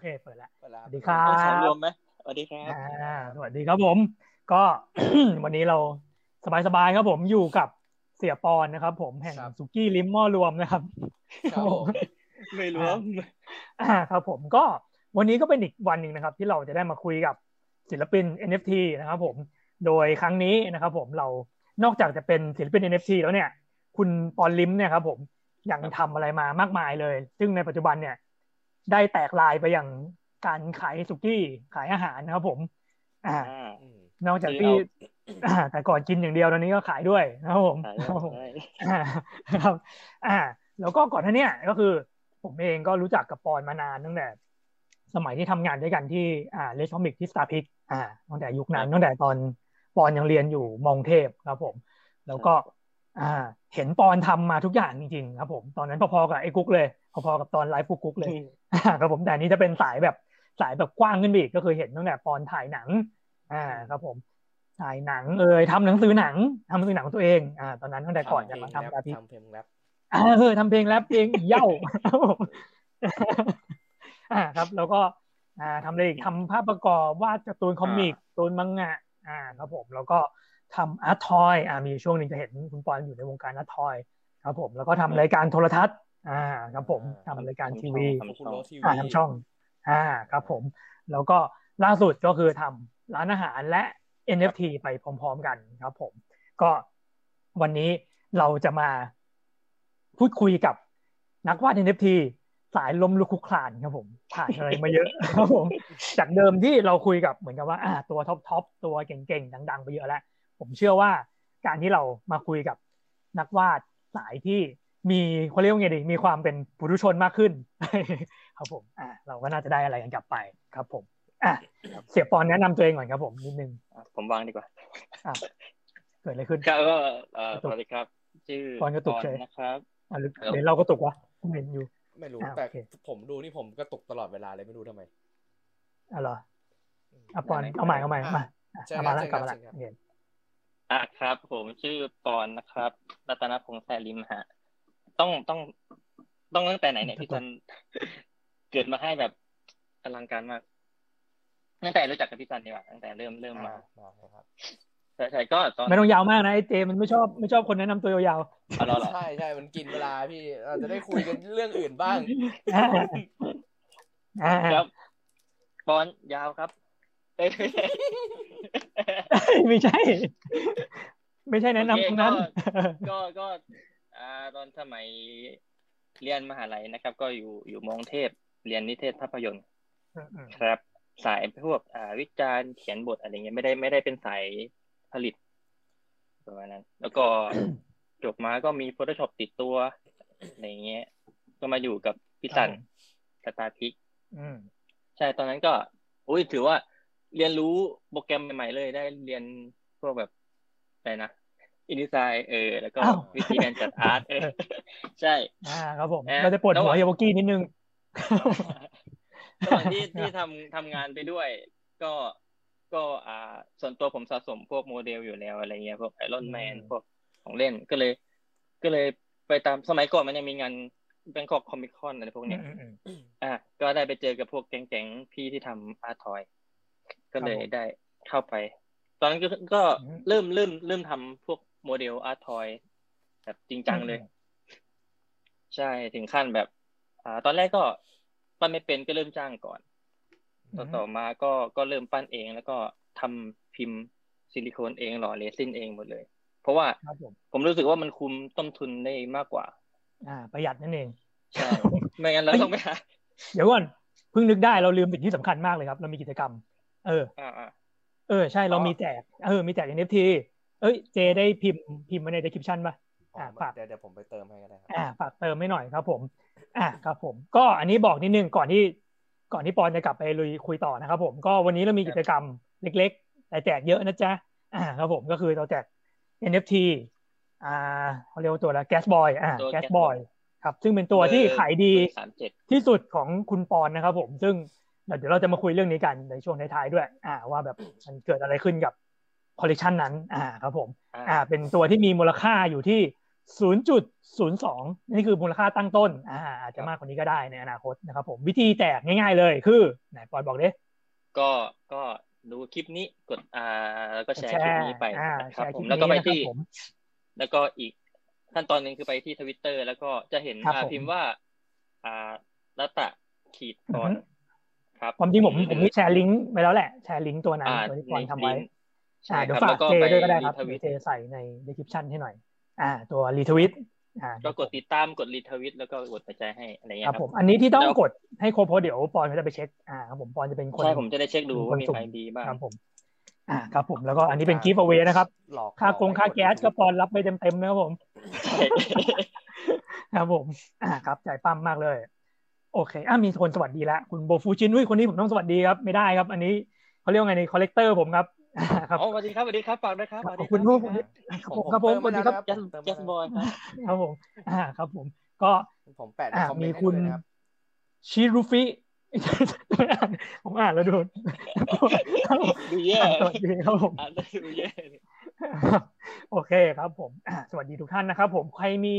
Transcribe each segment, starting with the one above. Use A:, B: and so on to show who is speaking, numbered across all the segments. A: เคเปิดละ
B: เวลา
A: สวัสดีครับ
B: ต้องใช้รวมไหมสวัสดีครับ
A: อ่าสวัสดีครับผม ก็ วันนี้เราสบายๆครับผมอยู่กับเสียปอนนะครับ ผมแห่ง
B: ครับ
A: สุกี้ลิ้มหม้อรวมนะครับ
B: ครับผมไม่รวม
A: อ่าครับผมก็วันนี้ก็เป็นอีกวันหนึ่งนะครับ ที่เราจะได้มาคุยกับศิลปิน NFT นะครับผมโดยครั้งนี้นะครับผมเรานอกจากจะเป็นศิลปิน NFT แล้วเนี่ย คุณปอนลิมเนี่ยครับผมยังทำอะไรมามากมายเลย ซึ่งในปัจจุบันเนี่ย ได้แตกลายไปอย่างการขายสุกี้ขายอาหารนะครับผม อ่า นอกจากที่อ่าแต่ก่อนกินอย่างเดียวตอนนี้ก็ขายด้วยนะครับผมครับผม อ่าครับอ่า แล้วก็ก่อนหน้าเนี้ก็คือ ผมเองก็รู้จักกับปอนมานานตั้งแต่ สมัยที่ทำงานด้วยกันที่อ่าเลสคอมิกที่สตาร์พิกอ่าตั้งแต่ยุคนั้น
B: ครับ
A: ตั้งแต่ตอนปอนยังเรียนอยู่มองเทพครับผม แล้วก็ อ่า เห็นปอนทำมาทุกอย่างจริงๆครับผมตอนนั้นพอๆกับไอ้กุ๊กเลยพอๆกับตอนไลฟ์พวกกุ๊กเลย อ่า ครับผมแต่อันนี้จะเป็นสายแบบสายแบบกว้างขึ้นไปอีกก็คือเห็นตั้งแต่ตอนถ่ายหนัง อ่าครับผมถ่ายหนังเอ่ยทำหนังสือหนังทำหนังสือหนังตัวเองอ่าตอนนั้นตั้งแต่ก่อนจะมาทำแบบนี้
C: ทำเพลงแรป
A: เออทำเพลงแรปเองอีเหย่า ครับผมอ่าครับ แล้วก็อ่าทำอะไรอีกทำภาพประกอบวาดการ์ตูนคอมิกการ์ตูนมังงะ อ่าครับผม แล้วก็ทำอาร์ตทอยอ่ามีช่วงหนึ่งจะเห็นคุณปอนอยู่ในวงการอาร์ตทอยครับผมแล้วก็ทำรายการโทรทัศน์ อ่าครับผมทำรายการทีวี
B: ทำช่อง
C: คุณโรสทีวี
A: อ่าทำช่อง อ่า ครับผม แล้วก็ล่าสุดก็คือทำร้านอาหารและ NFT ไปพร้อมๆกันครับผม ก็วันนี้เราจะมาพูดคุยกับนักวาด NFT สายลมลุกคลุกคลานครับผมผ่านอะไรมาเยอะ ครับผม จากเดิมที่เราคุยกับเหมือนกับว่า อ่า ตัวท็อปทอปตัวเก่งๆ ดัง ๆ ไปเยอะแล้ว ผมเชื่อว่าการที่เรามาคุยกับนักวาดสายที่มีเขาเรียกว่าไงดีมีความเป็นปุถุชนมากขึ้น ครับผม อ่า เราก็น่าจะได้อะไรกันกลับไปครับผม อ่ะเสียปอนแนะนำตัวเองก่อนครับผมนิดนึง
B: ผมวางดีกว่า
A: อ่ะเกิดอะไรขึ้น
B: ครับก็เอ่อสวัสดีครับ ชื่อ
A: ปอนกระตุกเฉย
B: นะครับ
A: อ่ะหรือเดี๋ยวเราก็ตกวะผมเห็นอยู่
C: ไม่รู้
A: อ่า
C: แต่
A: โอเค
C: ผมดูนี่ผมก็ตกตลอดเวลาเลยไม่รู้ทำไม
A: อ่ะเหรออ่ะปอน
B: ได้ไหม
A: เอาใหม่เอาใหม่มา
C: อ่ะ
A: อ่ะ
C: เชิญ
A: เอามา
C: ครั
A: แล้ว
C: บ
A: กลับมา
C: เชิ
A: ละ
C: ญครับ
A: โอเค
B: อ่ะครับ ผมชื่อปอนนะครับรัตนพงษ์แซลิมฮะต้องต้องต้องตั้งแต่ไหน เนี่ยพี่จันเกิดมาให้แบบอลังการมากตั้งแต่รู้จักกับพี่จันดีกว่าตั้งแต่เริ่มเริ่มมา
C: อ่ามาครับ
B: ใช่ใช่ก็ตอน
A: ไม่ต้องยาวมากนะไอ้เจมันไม่ชอบไม่ชอบคนแนะนำตัวยาว
B: เอาเราเหรอ
C: ใช่ใช่มันกินเวลาพี่เราจะได้คุยกันเรื่องอื่นบ้าง
A: ๆอ่ะอ่ะ
B: ครั
A: อ่ะ
B: บปอนยาวครับ เอ้ย
A: ไม่ใช่ ไม่ใช่แนะนำตรงนั้น
B: โอเค ก็ก็อ่าตอนสมัยเรียนมหาลัยนะครับ ก็อยู่อยู่มองเทพเรียนนิเทศภาพยนตร์ครับ สายพวกอ่าวิจารณ์เขียนบทอะไรเงี้ยไม่ได้ไม่ได้เป็นสายผลิตประมาณนั้น แล้วก็ จบมาก็มี Photoshop ติดตัวอะไรเงี้ย ก็มาอยู่กับพี่ตัน
A: ครับผม
B: สตาร์พิก
A: อืม
B: ใช่ตอนนั้นก็อุ้ยถือว่าเรียนรู้โปรแกรมใหม่ ๆ เลยได้เรียนพวกแบบอะไรนะอินดีไซน์เออ แล้วก็
A: อ้าว
B: วิธีการจัดอาร์ตเออ ใช่
A: อ่าครับผม
B: เอ่อ
A: เราจะปวด
B: ระห
A: หัว
B: ว่าง
A: เฮียโบกี้นิดนึง
B: ระหว่าง ที่ที่ทำทำงานไปด้วย ก็ก็อ่า ส่วนตัวผมสะสมพวกโมเดลอยู่แล้วอะไรเงี้ยพวกไอรอนแมน
A: อืม
B: พวกของเล่นก็เลย ก็เลยไปตามสมัยก่อนมันยังมีงานแบงกอกคอมิคอนอะไรพวกเนี้ย
A: อืมอืม
B: อ่ะก็ได้ไปเจอกับพวกแก๊งๆพี่ที่ทำอาร์ทอย ก็เล
A: ค
B: ย
A: รับผม
B: ได้เข้าไป ตอนนั้นก็ก็
A: อืม
B: เริ่มเริ่มเริ่มทำพวกโมเดลอาร์ทอยแบบจริงจังเลย ใช่ถึงขั้นแบบ อ่า ตอนแรกก็ปั้นไม่เป็นก็เริ่มจ้างก่อน ต่อต่อมาก็ก็เริ่มปั้นเอง แล้วก็ทำพิมพ์ซิลิโคนเองหล่อเรซินเองหมดเลย เพราะว่า
A: ครับผม
B: ผมรู้สึกว่ามันคุมต้นทุนได้มากกว่า
A: อ่า ประหยัดนั่นเอง
B: ใช่ ไม่งั้นเราต้องไปหา
A: เดี๋ยวก่อนเพิ่งนึกได้เราลืมสิ่งที่สำคัญมากเลยครับ เรามีกิจกรรม เออ
B: อ่าอ่า
A: เออใช่เรา
B: อ๋อ
A: มีแจกเออมีแจก NFT เอ้ยเจได้พิมพ์พิมพ์มาใน description ป่ะ
C: อ๋อ
A: ฝาก
C: เดี๋ยวเดี๋ยวผมไปเติมให้ก็ได้ครับ
A: อ่าฝากเติมไม่หน่อยครับผม อ่าครับผม ก็อันนี้บอกนิดนึงก่อนที่ก่อนที่ปอนจะกลับไปลุยคุยต่อนะครับผมก็วันนี้เรามีกิจกรรมเล็กๆ แต่แจกเยอะนะจ๊ะอ่าครับผมก็คือเราแจก NFT อ่าเขาเรียกว่าตัวละแกสบอยอ่า
B: ตัว
A: แกส
B: Gas
A: บอย
B: Boy
A: ครับ ซึ่งเป็นตัวที่ขายดี
B: สามเจ็ด
A: ที่สุดของคุณปอนนะครับผมซึ่งเดี๋ยวเราจะมาคุยเรื่องนี้กันในช่วงท้ายๆด้วย อ่า ว่าแบบมันเกิดอะไรขึ้นกับคอลเลกชันนั้น อ่าครับผม อ่า เป็นตัวที่มีมูลค่าอยู่ที่ 0.02 นี่คือมูลค่าตั้งต้นอ่าอาจจะมากกว่านี้ก็ได้ในอนาคตนะครับผมวิธีแตกง่ายๆเลยคือไหนปอยบอกดิ
B: ก็ก็ดูคลิปนี้กดอ่าแล้วก็แชร์ค
A: แช
B: ลิป
A: ร์
B: นี้ไป
A: อ่า
B: นะ
A: แช
B: ครับ
A: ร์ค
B: ผ
A: ลิป
B: มแล้วก็ไป
A: นี้นะครับ
B: ที่
A: ผม
B: แล้วก็อีกขั้นตอนหนึ่งคือไปที่ทวิตเตอร์แล้วก็จะเห็น
A: ครับ
B: อ่า
A: ผม
B: พิมพ์ว่า อ่ารัตะขีดตอนครับ
A: ความจริงผมผม
B: ห
A: มี
B: อ
A: แชร์ลิงก์ไปแล้วแหละแชร์ลิงก์ตัวนั้น
B: อ่า
A: ตัวที่ป
B: ใน
A: อนทำไว้
B: ลิง
A: อ่
B: ก์
A: า
B: ใช่
A: เดี๋ยว
B: ครับ
A: ฝา
B: แล้
A: ก
B: วก็
A: เจ
B: ไป
A: ด้วยก็ได้ครับ
B: ท
A: เดี๋
B: วิ
A: ยว
B: ต
A: เจใส่ใน description ให้หน่อย อ่า ตัว retweet อ่า
B: ก็กดติดตามกดรีทวิตแล้วก็กดหัวใจให้อะไรเงี้ย
A: ครับ
B: ครับ
A: ผม อันนี้ที่ต้องกดให้ครบเพราะเดี๋ยวปอนเขาจะไปเช็ค อ่าครับผมปอนจะเป็นคน
B: ใช่ผมจะได้เช็คดูว่า
A: คน
B: มี
A: สุ่ม
B: ใครดีบ้าง
A: ครับผม อ่าครับผมแล้วก็อันนี้เป็น giveaway นะครับ
C: หลอก
A: ค่ากงค่าแก๊สก็ปอนรับไปเต็มๆนะครับผม
B: ใช่
A: ครับผม อ่าครับใจปั้มมากเลย โอเค อ่ามีคนสวัสดีแล้ว คุณโบฟูจินอุ้ยคนนี้ผมต้องสวัสดีครับ ไม่ได้ครับ อันนี้เขาเรียกว่าไงในคอลเลกเตอร์ผมครับอ่าครับ
B: อ๋อสวัสดีครับสวัสดีครับฝากด้วยครับสวัส
A: ขอ
B: ดี
A: บคุณ
B: รั
A: มา
B: บ
A: กครับผมครับผมสวัสดีครับ
B: ยัส
C: เติม
B: ยัสบอยค
A: ครั
B: รับ
A: บผม อ่าครับผม ก็
C: ผมแปะใน
A: อ่ะ
C: คอมเม
A: มี
C: นต์ให้
A: คุ
C: ดู
A: ณ
C: เลยนะครับ
A: ชิรุฟิ ผมอ่านแล้วโดนครับผม
B: ดูแย่
A: อ่านสวัสดีครับผม
B: อ่ะดูเย่เลย
A: โอเคครับผมอ่ะสวัสดีทุกท่านนะครับ ผมใครมี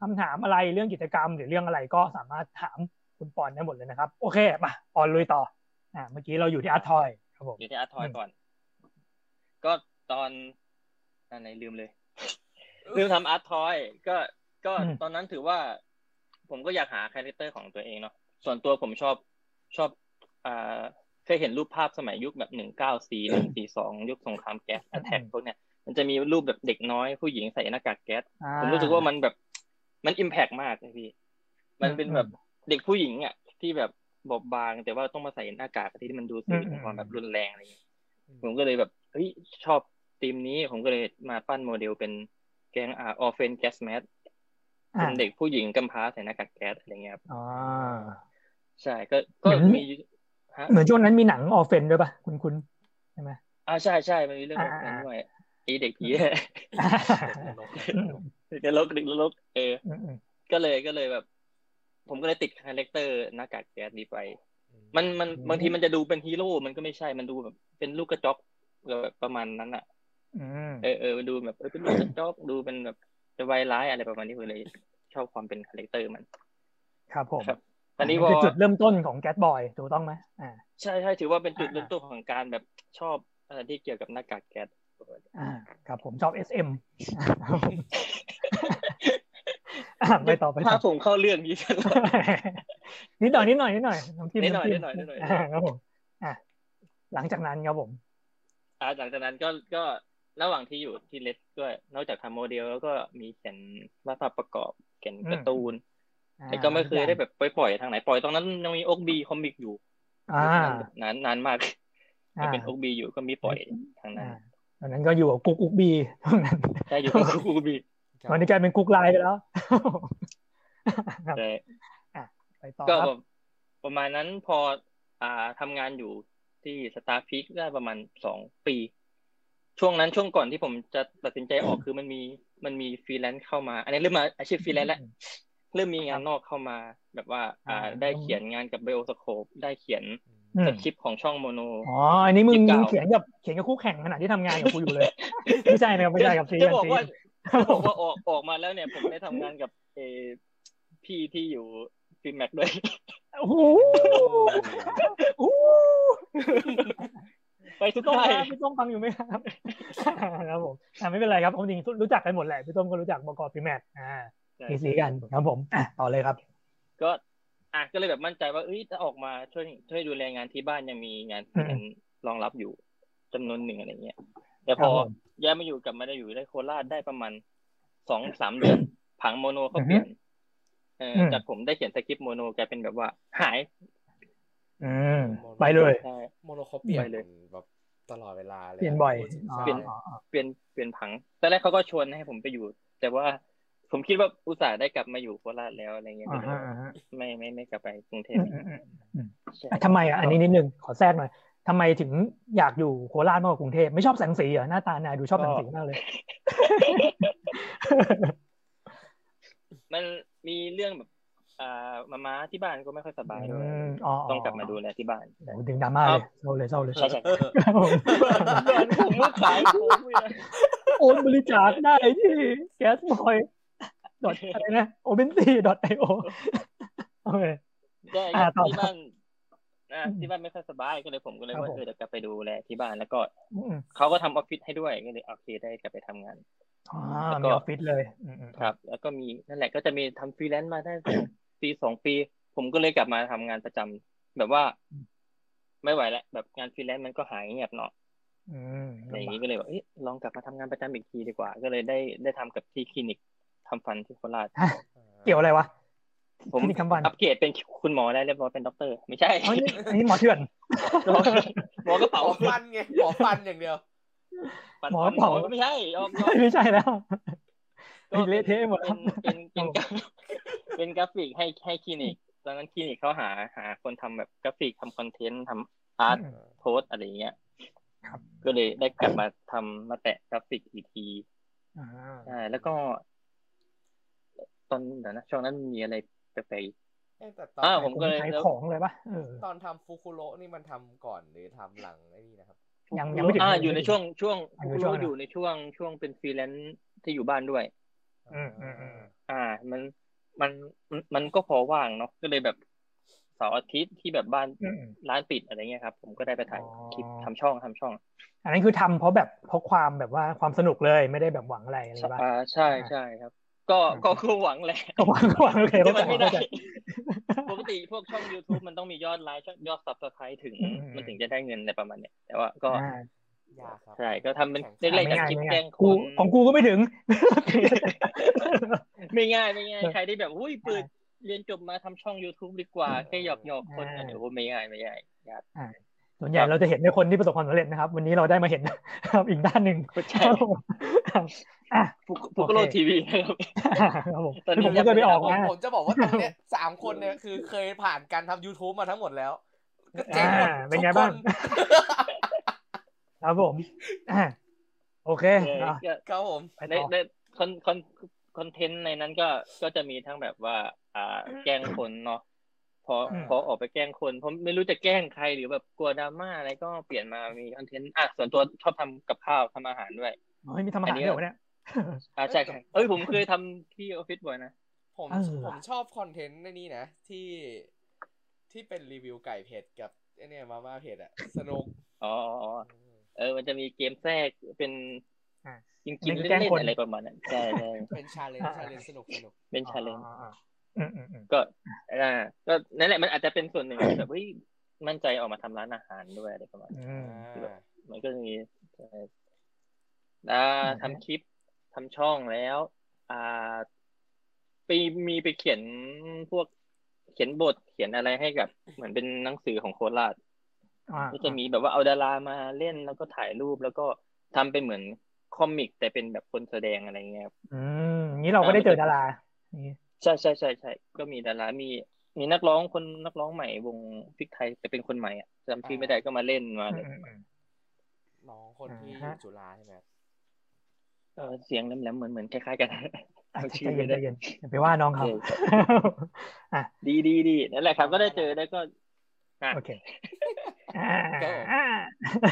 A: คำถามอะไรเรื่องกิจกรรม หรือเรื่องอะไรก็สามารถถามคุณปอนได้หมดเลยนะครับ โอเคมาปอนลุยต่ออ่ะเมื่อกี้เราอยู่ที่อาร์ทอยครับผม
B: อยู่ที่อาร์ทอยก่อน ก็ตอนอะไรลืมเลย ลืมทำอาร์ตทอยก็ก็ตอนนั้นถือว่า ผมก็อยากหาคาแรคเตอร์ของตัวเองเนาะส่วนตัวผมชอบชอบอ่าเคยเห็นรูปภาพสมัยยุคแบบหนึ่งเก้าสี่หนึ่งสี่สองยุคสงครามแก๊สแอทแทกพวกเนี้ยมันจะมีรูปแบบเด็กน้อยผู้หญิงใส่หน้ากากแก๊ส
A: อ่
B: ผมรู้สึกว่ามันแบบมันอิมแพกมากเลยพี่ มันเป็นแบบเด็กผู้หญิงอ่ะที่แบบบอบบาง แต่ว่าต้องมาใส่หน้ากากที่มันดูสี
A: อืม
B: ของความแบบรุนแรงอะไรอย่างเงี้ย ผมก็เลยแบบเฮ้ยชอบธีมนี้ผมก็เลยมาปั้นโมเดลเป็นแกงอ่าออฟเฟนแกสแมส
A: อ่ะ
B: เป็นเด็กผู้หญิงกำพร้าใส่หน้ากากแก๊สอะไรเงี้ยครับ
A: อ๋อ
B: ใช่ก็ก็
A: เหมือน
B: มีฮะ
A: เหมือนช่วงนั้นมีหนังออฟเฟนด้วยป่ะคุณคุณใช่ไหม
B: อ่าใช่ใช่มันมีเรื่อง
A: อ่า
B: แบบนั้นด้วยไอีเด็กผี
A: อืม
B: เด็กนรกเด็กนรกเออ
A: อืมอืม
B: ก็เลยก็เลยแบบ ผมก็เลยติดคาแรคเตอร์หน้ากากแก๊สดีไป มันมัน
A: อืม
B: บางทีมันจะดูเป็นฮีโร่มันก็ไม่ใช่มันดูแบบเป็นลูกกระจอกแบบประมาณนั้นอ่ะ
A: อืม
B: เออเออมันดูแบบเออเป็นลูกกระจอกดูเป็นแบบจะวายร้ายอะไรประมาณนี้ผมเลยชอบความเป็นคาแรคเตอร์มัน
A: ครับผม
B: ครับ ตอนนี้พ
A: คือ อจุดเริ่มต้นของแก๊สบอยถูกต้องไหมอ่า
B: ใช่ใช่ถือว่าเป็นจุด
A: อ่า
B: เริ่มต้นของการแบบชอบอะไรที่เกี่ยวกับหน้ากากแก๊ส
A: อ่าครับผมชอบ SM ครับผม อ่ะไปต่อไปต่
B: ถ้า
A: อ
B: ผมเข้าเรื่องนี้ตลอด
A: นิดหน่อยนิดหน่อยนิดหน่อยน้ำจิ้ม
B: นิดหน่อย
A: ำจิ้ม
B: นิดหน่อยนิดหน่อย
A: าครับผมอ่ะหลังจากนั้นครับผม
B: อ่าหลังจากนั้นก็ก็ระหว่างที่อยู่ที่เลสก็นอกจากทำโมเดลแล้วก็มีเขียนวาดภาพประกอบเขียนการ์ตูน
A: อ่า
B: แต่ก็ไม่เคยได้แบบปล่อยๆทางไหนปล่อยตอนนั้นยังมีโอ๊กบีคอมิกอยู่
A: อ่า
B: นานนานมากยังเป็น
A: อ่า
B: โอ๊กบีอยู่ก็มีปล่อยทางนั้น
A: อ่าตอนนั้นก็อยู่กับกุ๊กอุกบีตอนนั้น
B: ใช่อยู่กับโอ๊กบี
A: ตอนนี้กลายเป็นกุ๊กไลน์ไปแล้ว ครับ
B: ใช่
A: ไปต่อ
B: ก็
A: ครั
B: แบบ บประมาณนั้นพออ่าทำงานอยู่ที่สตาร์พีคได้ประมาณสองปี ช่วงนั้นช่วงก่อนที่ผมจะตัดสินใจออกคือมันมีมันมีฟรีแลนซ์เข้ามา อันนี้เริ่มมาอาชีพฟรีแลนซ์แล้วเริ่มมีงานนอกเข้ามา แบบว่า อ่าได้เขียนงานกับไบโอสโคปได้เขียน
A: อืม
B: สคริปต์ของช่องโมโน
A: อ๋ออันนี้มึง
B: ยี่
A: มึ
B: สิบเก้ามึ
A: งเขียนกับเขียนกับคู่แข่งขณะที่ทำงานกับกูอยู่เลย ไม่ใช่นะครับไม่ใช่กับซีกั
B: จะ
A: น
B: บอก
A: ซี
B: ว่าจะบอกว่าอ อกออกมาแล้วเนี่ย ผมได้ทำงานกับเออพี่ที่อยู่ฟิล์มแม็กด้วย
A: โอ้โหโอ้โห
B: ไปทุก
A: พี่ต้ม
B: ท่าย
A: ครับพี่ต้มฟังอยู่ไหมครับครับผมอ่ะไม่เป็นไรครับผมจริงรู้จักกันหมดแหละพี่ต้มก็รู้จักบกพิแมทอ่า พีซีกันครับผมอ่ะต่อเลยครับ
B: ก็อ่ะก็เลยแบบมั่นใจว่าเอ้ยถ้าออกมาช่วยช่วยดูแลงานที่บ้านยังมีงาน
A: อืม
B: เป็นรองรับอยู่จำนวนหนึ่งอะไรเงี้ยแต่
A: ค
B: พ
A: รั
B: อบ
A: ผม
B: ย้ายมาอยู่กลับมาได้อยู่ได้โคราชได้ประมาณสองสามเดือน ผังโมโนเขาเปลี่ยนเอออ
A: ม
B: จากผมได้เขียนสคริปต์โมโนกลายเป็นแบบว่า หาย
A: อืมไปเลย
B: ใช่
C: โมโนเขาเปลี่ยน
B: ไปเลย
C: แบบตลอดเวลาเลย
A: เปลี่ยนบ่อย
C: พูดถึง
A: อ๋อ
C: ใช่
A: อ๋ออ๋อ
B: เปลี่ยนเปลี่ยนผังตอนแรกเขาก็ชวนให้ผมไปอยู่ แต่ว่าผมคิดว่าอุตส่าห์ได้กลับมาอยู่โคราชแล้วอะไรเงี้ย
A: อ่าฮะอ่าฮะ
B: ไม่ไม่ไม่กลับไปกรุงเทพ
A: อืมอืมอืม
B: ใช่
A: อ่ะทำไมอ่ะอันนี้นิดนึงขอแทรกหน่อยทำไมถึงอยากอยู่โคราชมากกว่ากรุงเทพไม่ชอบแสงสีเหรอหน้าตานายดูชอบแสงสีมากเลย
B: มันมีเรื่องแบบอ่ามาม้าที่บ้านก็ไม่ค่อยสบายด้วย
A: อืมอ๋ออ๋อ
B: ต้องกลับมาดูแลที่บ้าน
A: โอ้โหดึงดราม่าเลยเศร้าเลยเศร้าเลย
B: ใช่ใช่
A: ครับผม
B: ผมมุดขายผมเลย
A: โอนบริจาคได้ที่แก๊สบอย ดอทอะไรนะโอเ n นซีดอทไอโอโอเค
B: ได้
A: อ่าต่อ
B: ที่บ้านอ่า
A: อืม
B: ที่บ้านไม่ค่อยสบายก็เลยผมก็เลย
A: ครับ
B: ว่า
A: ผม
B: เออเดี๋ยวกลับไปดูแลที่บ้านแล้วก็
A: อืม
B: เขาก็ทำออฟฟิศให้ด้วยก็เลยโอเคได้กลับไปทำงาน
A: อ่า
B: แล้ว
A: มี
B: ก็
A: ออฟฟิศเลยอืมอืม
B: ครับ แล้วก็มีนั่นแหละก็จะมีทำฟรีแลนซ์มาได้ ปีสองปี ผมก็เลยกลับมาทำงานประจำแบบว่า ไม่ไหวแล้วแบบงานฟรีแลนซ์มันก็หายเงียบเนาะ
A: อืม
B: อะไรอย่างนี้ก็เลยแบบเอ๊ะลองกลับมาทำงานประจำอีกทีดีกว่า ก็เลยได้ได้ทำกับที่คลินิกทำฟันที่โคราช
A: เกี่ยวอะไรวะ
B: ผ
A: ค
B: ม
A: ลินิกทำฟัน
B: อัปเกรดเป็นคุณหมอได้เรียบร้อยเป็นด็อกเตอร์ ไม่ใช่
A: อ๋อนี่อันนี้หมอเถื่อน
B: หมอกระ
C: หม
B: เป๋า
C: อฟันไงหมอฟันอย่างเดียว
B: ปัด
A: หมอกระเป๋า
B: หมอไม่ใช่ออกนอก
A: ไม่ใช่แล้ว
B: ก็
A: เละเทะหมดแล้ว
B: เป็นเป็นเป็นเป็นกราฟิกให้ให้คลินิก ตอนนั้นคลินิกเขาหาหาคนทำแบบกราฟิกทำคอนเทนต์ทำอาร์ตโพสอะไรอย่างเงี้ย
A: ครับ
B: ก็เลยได้กลับมาทำมาแตะกราฟิกอีกที
A: อ่า
B: ใช่แล้วก็ ตอนเดี๋ยวนะช่วงนั้นมีอะไรแปลก
C: เอ๊ะแต่ตอน
B: อ้าวผม ก็เลย
A: ขายของเลยปะเออ
C: ตอนทำฟูคุโระนี่มันทำก่อนหรือทำหลังไอ้นี่นะครับ
B: ๆ
A: ยังยังไม่ถึง
B: อ่าอยู่ในช่วงช่วง
A: ยังไม่ถึงช่วงนะ
B: อยู่ในช่วงช่วงเป็นฟรีแลนซ์ที่อยู่บ้านด้วย
A: อืมอืมอืม
B: อ่า มัน มัน มันก็พอว่างเนาะ ก็เลยแบบเสาร์อาทิตย์ที่แบบบ้าน
A: อืม
B: ร้านปิดอะไรเงี้ยครับ ผมก็ได้ไปถ่าย
A: อ๋อ
B: คลิปทำช่องทำช่อง
A: อันนั้นคือทำเพราะแบบเพราะความแบบว่าความสนุกเลยไม่ได้แบบหวังอะไรอะไรปะ
B: อ่าใช่
A: อ่า
B: ใช่ครับ ก็
A: อ่า
B: ก็คือหวังแหละ
A: ก็หวังก็หวังโอเค
B: แต่
A: เข้าใจ
B: มันไม่ได้
A: เข้าใจ
B: ปกติพวกช่อง YouTube มันต้องมียอดไลค์ยอดซับสไครต์ถึง
A: อืมอืม
B: มันถึงจะได้เงินอะไรประมาณเนี้ยแต่ว่าก็
A: อ่าย
C: ากครับ
B: ใช่ก็ทำเป็น
C: แข่งขั
B: เล็กๆ
C: น
B: จากคลิปแกล้งข
A: กู
B: อง
A: ของกูก็ไม่ถึง
B: ไม่ง่ายไม่ง่ายใครที่แบบอุ้ยเปิด
A: ใช่
B: เรียนจบมาทำช่อง YouTube ดีกว่าแค่หยอกหยอกๆคน
A: อ่า
B: อ่ะเดี๋ยวโอ้ไม่ง่ายไม่ง่ายยาก
A: ส่วนใหญ่
B: ครับ
A: เราจะเห็นในคนที่ประสบความสำเร็จนะครับ วันนี้เราได้มาเห็น ครับอีกด้านหนึ่ง
B: เข้าใจ
A: ครับ ผมครับอ่ะ
B: ฟุกฟุกโล
A: โอเค
B: ทีวีนะครับ
A: ครับ ผม
B: ตอนนี้
A: ผมก็เคยไปออก
C: ผม
A: นะ
C: ผมจะบอกว่าตรงเนี้ยสามคนเนี่ยคือเคยผ่านการทำ YouTube มาทั้งหมดแล้ว ก็เจ๊งหมด
A: อ่าเป็
C: ทุ
A: น
C: ก
A: ไง
C: ค
A: บ้าง
C: น
A: ครับผมอ่ะโอเค
B: เออ
A: อ่ะ
B: ก็
C: ครับผม
A: ไป
B: ใน
A: ต่อ
B: ในคอนคอนคอนเทนต์ในนั้นก็ก็จะมีทั้งแบบว่า อ่าแกล้งคนเนาะพอ
A: อืม
B: พอออกไปแกล้งคนเพราะไม่รู้จะแกล้งใครหรือแบบกลัวดราม่าอะไรก็เปลี่ยนมามีคอนเทนต์อ่ะส่วนตัวชอบทำกับข้าวทำอาหารด้วย
A: เฮ้ยมีทำอาหารด้วยเหรอเนี่ย
B: อ่าใช่ใช่เอ้ยผมเคยทำที่ออฟฟิศบ่อยนะ
C: ผม
A: เออ
C: ผมชอบคอนเทนต์ในนี้นะ ที่ที่เป็นรีวิวไก่เผ็ดกับไอ้เนี่ยมาม่าเผ็ดอะสนุก
B: อ๋ออ๋ออ๋อเออ มันจะมีเกมแทรกเป็น
A: อ่ะ
B: จริงๆ
A: อันนี้
B: เล่
A: แกล้ง
B: น
A: คน
B: ๆอะไรประมาณนั้นใช่ใช่
C: เป็นชาเลนจ์ชาเลนจ์สนุกสนุก
B: เป็นชาเลน
A: อ่าๆอืมอืมอืม
B: ก็อ่าก็นั่นแหละมันอาจจะเป็นส่วนหนึ่งที่แบบเฮ้ยมั่นใจออกมาทำร้านอาหารด้วยอะไรประมาณนี้
A: อืม
C: อ่า
B: มันก็จะมีเอ่ออ่าทำคลิปทำช่องแล้ว อ่าไปมีไปเขียนพวกเขียนบทเขียนอะไรให้กับ เหมือนเป็นหนังสือของโคราช
A: อ่า
B: ก็จะมีแบบว่าเอาดารามาเล่นแล้วก็ถ่ายรูปแล้วก็ทำเป็นเหมือนคอมิก แต่เป็นแบบคนแสดงอะไรเงี้ยครับ
A: อืมนี้เราก็ได้เจอดารานี่
B: ใช่ใช่ใช่ใช่ก็มีดารามีมีนักร้องคนนักร้องใหม่วงพริกไทยแต่เป็นคนใหม่อ่ะจำชื่อไม่ได้ก็มาเล่นมาเลย
C: น้องคนที่อ
A: อ่าฮะ
C: ยู่จุฬาใช่ไหม
B: เออเสียงแหลมๆเหมือนเหมือนคล้ายๆกัน
A: อ่ะ
B: เอา
A: ใจ
B: ชื่อ
A: เย็น
B: ไม่ได้
A: ใจเย็นอย่าไปว่าน้องเขา
B: เออดีดีดีนั่นแหละครับ ก็ได้เจอแล้วก็อ่ะ
A: โอเคอ่าอ่า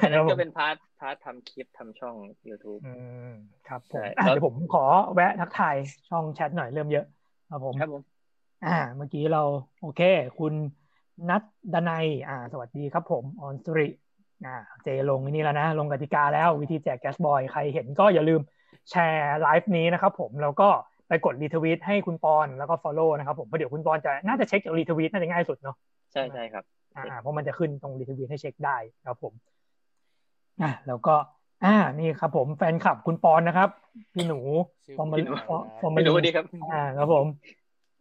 B: อัน
A: ค
B: นั้
A: รั
B: น
A: บผ
B: ก็
A: ม
B: เป็นพาร์ทพาร์ททำคลิปทำช่อง YouTube
A: อืมครับผ
B: ใช่
A: มอ่ะ
B: แล้ว
A: เดี๋ยวผมขอแวะทักทายช่องแชทหน่อยเริ่มเยอะ ครับผม
B: ครับผม
A: อ่า เมื่อกี้เราโอเค คุณนัทดนัยอ่า สวัสดีครับผมออนสุริอ่า เจลงไอ้นี่แล้วนะ ลงกติกาแล้ววิธีแจกแก๊สบอย ใครเห็นก็อย่าลืมแชร์ไลฟ์นี้นะครับผม แล้วก็ไปกดรีทวีตให้คุณปอนแล้วก็ Follow นะครับผมเพราะเดี๋ยวคุณปอนจะน่าจะเช็คจากรีทวีตน่าจะง่ายสุดเนาะ
B: ใช่ใช่ครับ
A: อ่าเพราะมันจะขึ้นตรงรีทวีตให้เช็คได้ครับผมอ่ะแล้วก็อ่านี่ครับผมแฟนคลับคุณปอนนะครับ พี่หนู
C: ชื่อ
A: ฟอร์ม
C: คุณะ
A: ฟอร์ม
B: ไม่รู้ดีครับ
A: อ่าครับผม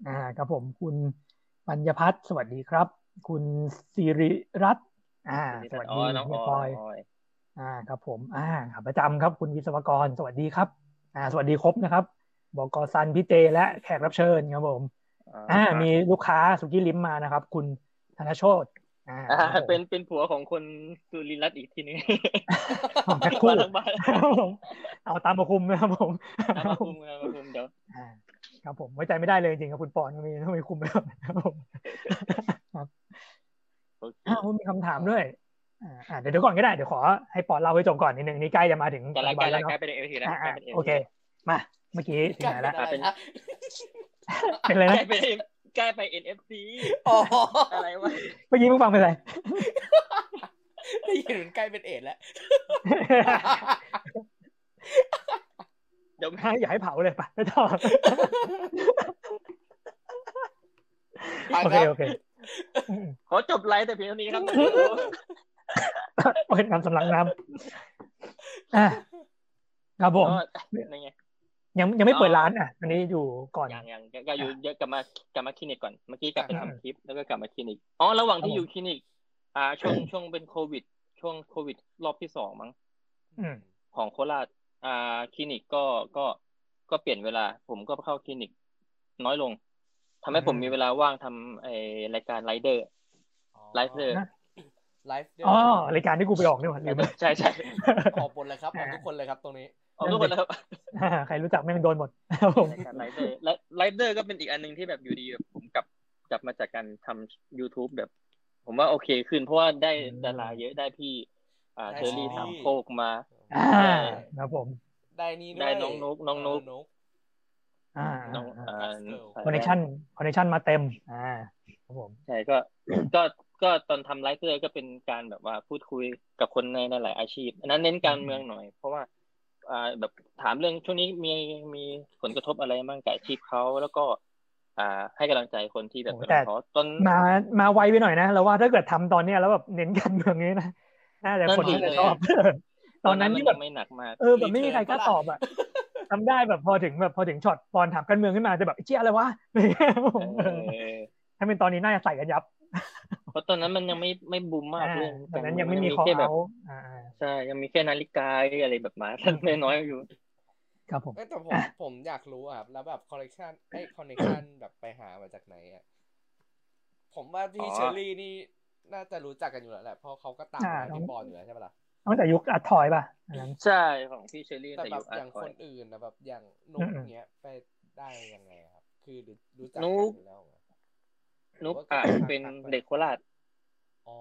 A: อ่าครับผมคุณปัญญพัฒน์สวัสดีครับ คุณสิริรัตน์อ่า สวัส
B: อ๋
A: ดี
B: อน้อง
A: เฮี
B: อย อ
A: ปอย
B: น้องออย
A: อ่าครับผมอ่าขาประจำครับ คุณวิศวกรสวัสดีครับ อ่า สวัสดีครบนะครับบกซันพี่เจและแขกรับเชิญครับผม อ่า มีลูกค้าสุกี้ลิ้มมานะครับ คุณธนโชตอ่า
B: อ่า
A: ครับผม
B: เป็นเป็นผัวของคนสุรินทร์รัตน์อีกทีนึง
A: ของแพ็คคู่
B: มาทั้งบ้าน
A: ครับผมเอาตามมาคุมนะครับผม
B: เอามาคุมเอามาคุมเดี๋ยว
A: อ่าครับผมไว้ใจไม่ได้เลยจริงๆครับคุณปอนก็มีต้องมีคุมไปก่อนครับผมครับ
B: โอเค
A: อ้าวผมมีคำถามด้วยอ่าอ่าเดี๋ยวเดี๋ยวก่อนก็ได้ เดี๋ยวขอให้ปอนเล่าไว้จบก่อนนิดนึงนี่ใกล้จะมาถึง
B: แต่ละ
A: ปัจจุบัน
B: การละ
A: แล้ว
B: กา
A: เนาะ
B: รเป็นเอทีแล้ว
A: อ่า
B: ใกลา
A: อ่าย
B: เป็น NFT
A: โอเค มาเมื่อกี้ถึงไหน
C: กั
A: ละ
C: นอะไรนะ
A: เป็นอะไร
B: กลา
A: นะ
B: ยเป็นกลายไป NFC
C: อ๋อ
B: อะไรวะ
A: เมื่อกี้มึงฟังเป็นอะไร
C: ได้ยินเหมือนใกล้เป็นเอดแล้ว
B: เดี๋ยวไม่
A: ให้อย่าให้เผาเลยไปไม่ต้อง
C: ไป
A: โอ
C: ค
A: เครับ โอเคอืม
B: ขอจบไลฟ์แต่เพียงเท่านี้ครับ
A: โอ้ยน้ำสำลักน้ำอ่ะครับผม
B: ก็ยังไง
A: ยังยังไม่เปิดร้านอ่ะ อันนี้อยู่ก่อน
B: ยังยังก็อยู่เดี๋ยวกลับมากลับมาคลินิกก่อน เมื่อกี้กลับไป
A: อ่า
B: ทำคลิปแล้วก็กลับมาคลินิก อ๋อ ระหว่างที่
A: ครับผม
B: อยู่คลินิก อ่า ช่วงช่วงเป็นโควิด ช่วงโควิด รอบที่สองมั้ง
A: อืม
B: ของโคราช อ่า คลินิกก็ ก็ ก็เปลี่ยนเวลา ผมก็เข้าคลินิก น้อยลง ทำให้ผม
A: อืม
B: มีเวลาว่างทำไอ้รายการไรเดอร์ ไลฟ์เลย
A: นะ
C: ไลฟ์เลย
A: อ๋อรายการที่กูไปออกนี่หว่าลืมไป
B: ใช่ใช่
C: ขอบนเลยครับขอบทุกคนเลยครับตรงนี้
B: เอาทุกคนแล้วครับ
A: อ่าใครรู้จักแม่งโดนหมดครับผม
B: รายการไรเดอร์ไรเดอร์ก็เป็นอีกอันหนึงที่แบบอยู่ดีแบบผมกลับกลับมาจากการทำ YouTube แบบ ผมว่าโอเคขึ้น เพราะว่าได้ดาราเยอะได้พี่ อ่า
C: ได้
B: เชอรี่
C: พี่
B: สามโคกมา
A: อ่า
B: ใช่
A: ครับผม
C: ได้นี่ด้วย
B: ได้น้องนุ๊กน้องนุ๊ก
C: นุ๊ก
A: อ่า
B: น้องอ่า
A: คอนเนคชั่นคอนเนคชั่นมาเต็ม อ่าครับผม
B: ใช่ก็ก็ก็ตอนทำไลฟ์เตอร์ก็เป็นการแบบว่าพูดคุยกับคนในในหลายอาชีพ อันนั้นเน้นการเมืองหน่อย เพราะว่า อ่าแบบถามเรื่องช่วงนี้มีมีผลกระทบอะไรบ้างกับอาชีพเขาแล้วก็ อ่า ให้กำลังใจคนที่แบบ
A: โอ้
B: กำ
A: แต่
B: ลังท้อตอน
A: มามาไวไปหน่อยนะเราว่าถ้าเกิดทำตอนเนี้ยแล้วแบบเน้นการเมืองนี้นะน่าจะคนที่
B: นั่นดีเลย
A: ชอบ ตอนนั้น
B: มั
A: ที่แบบ
B: ยังไม่หนักมาก
A: เออแบบไม่มีใครกล้าตอบ อ่ะทำได้แบบพอถึงแบบพอถึงช็อตตอนถามการเมืองขึ้นมาจะแบบไอ้เชี่ยอะไรวะ
B: เออ
A: ถ้าเป็นตอนนี้น่าจะใส่กันยับ
B: เพราะตอนนั้นมันยังไม่ไม่บูมมาก
A: อ่า
B: เรื่อง
A: ตอนนั้นยังไม่มีคอ
B: แค่แบบ
A: เอาอ่า
B: ใช่ยังมีแค่นาฬิกาอะไรแบบหมาสั้น น้อยๆอยู่
A: ครับผม
C: เอ้ยแต่ผมผมอยากรู้อะครับ แล้วแบบคอลเลกชันไอ้คอนเนคชัน แบบไปหามาจากไหนอะผมว่า
B: อ๋
C: พี่
B: อ
C: เชอรี่นี่น่าจะรู้จักกันอยู่แล้วแหละเพราะเขาก็ตาม
A: อ่า
C: ร้านพี่บอลอยู่แล้วใช่ปะล่ะ
A: ตั้งแต่ยุคอัดทอยป่ะอันนั้น
B: ใช่ของพี่เชอรี่
C: แต่
B: แต่
C: แบ
B: ยุ
C: บ
B: ค
C: อ
B: อาร์
C: ย่า
B: ต
C: ง
B: คอ
C: ค
B: ย
C: นอื่นนะแบบอย่างนุ๊ก
A: อืม
C: เงี้ยไปได้ยังไงครับ คือรู้รู้จัก
B: นุ๊
C: กัน
B: ก
C: อยู่แล้วเหรอ
B: นุ๊กอ่ะเป็นเด็กโคราช
C: อ๋อ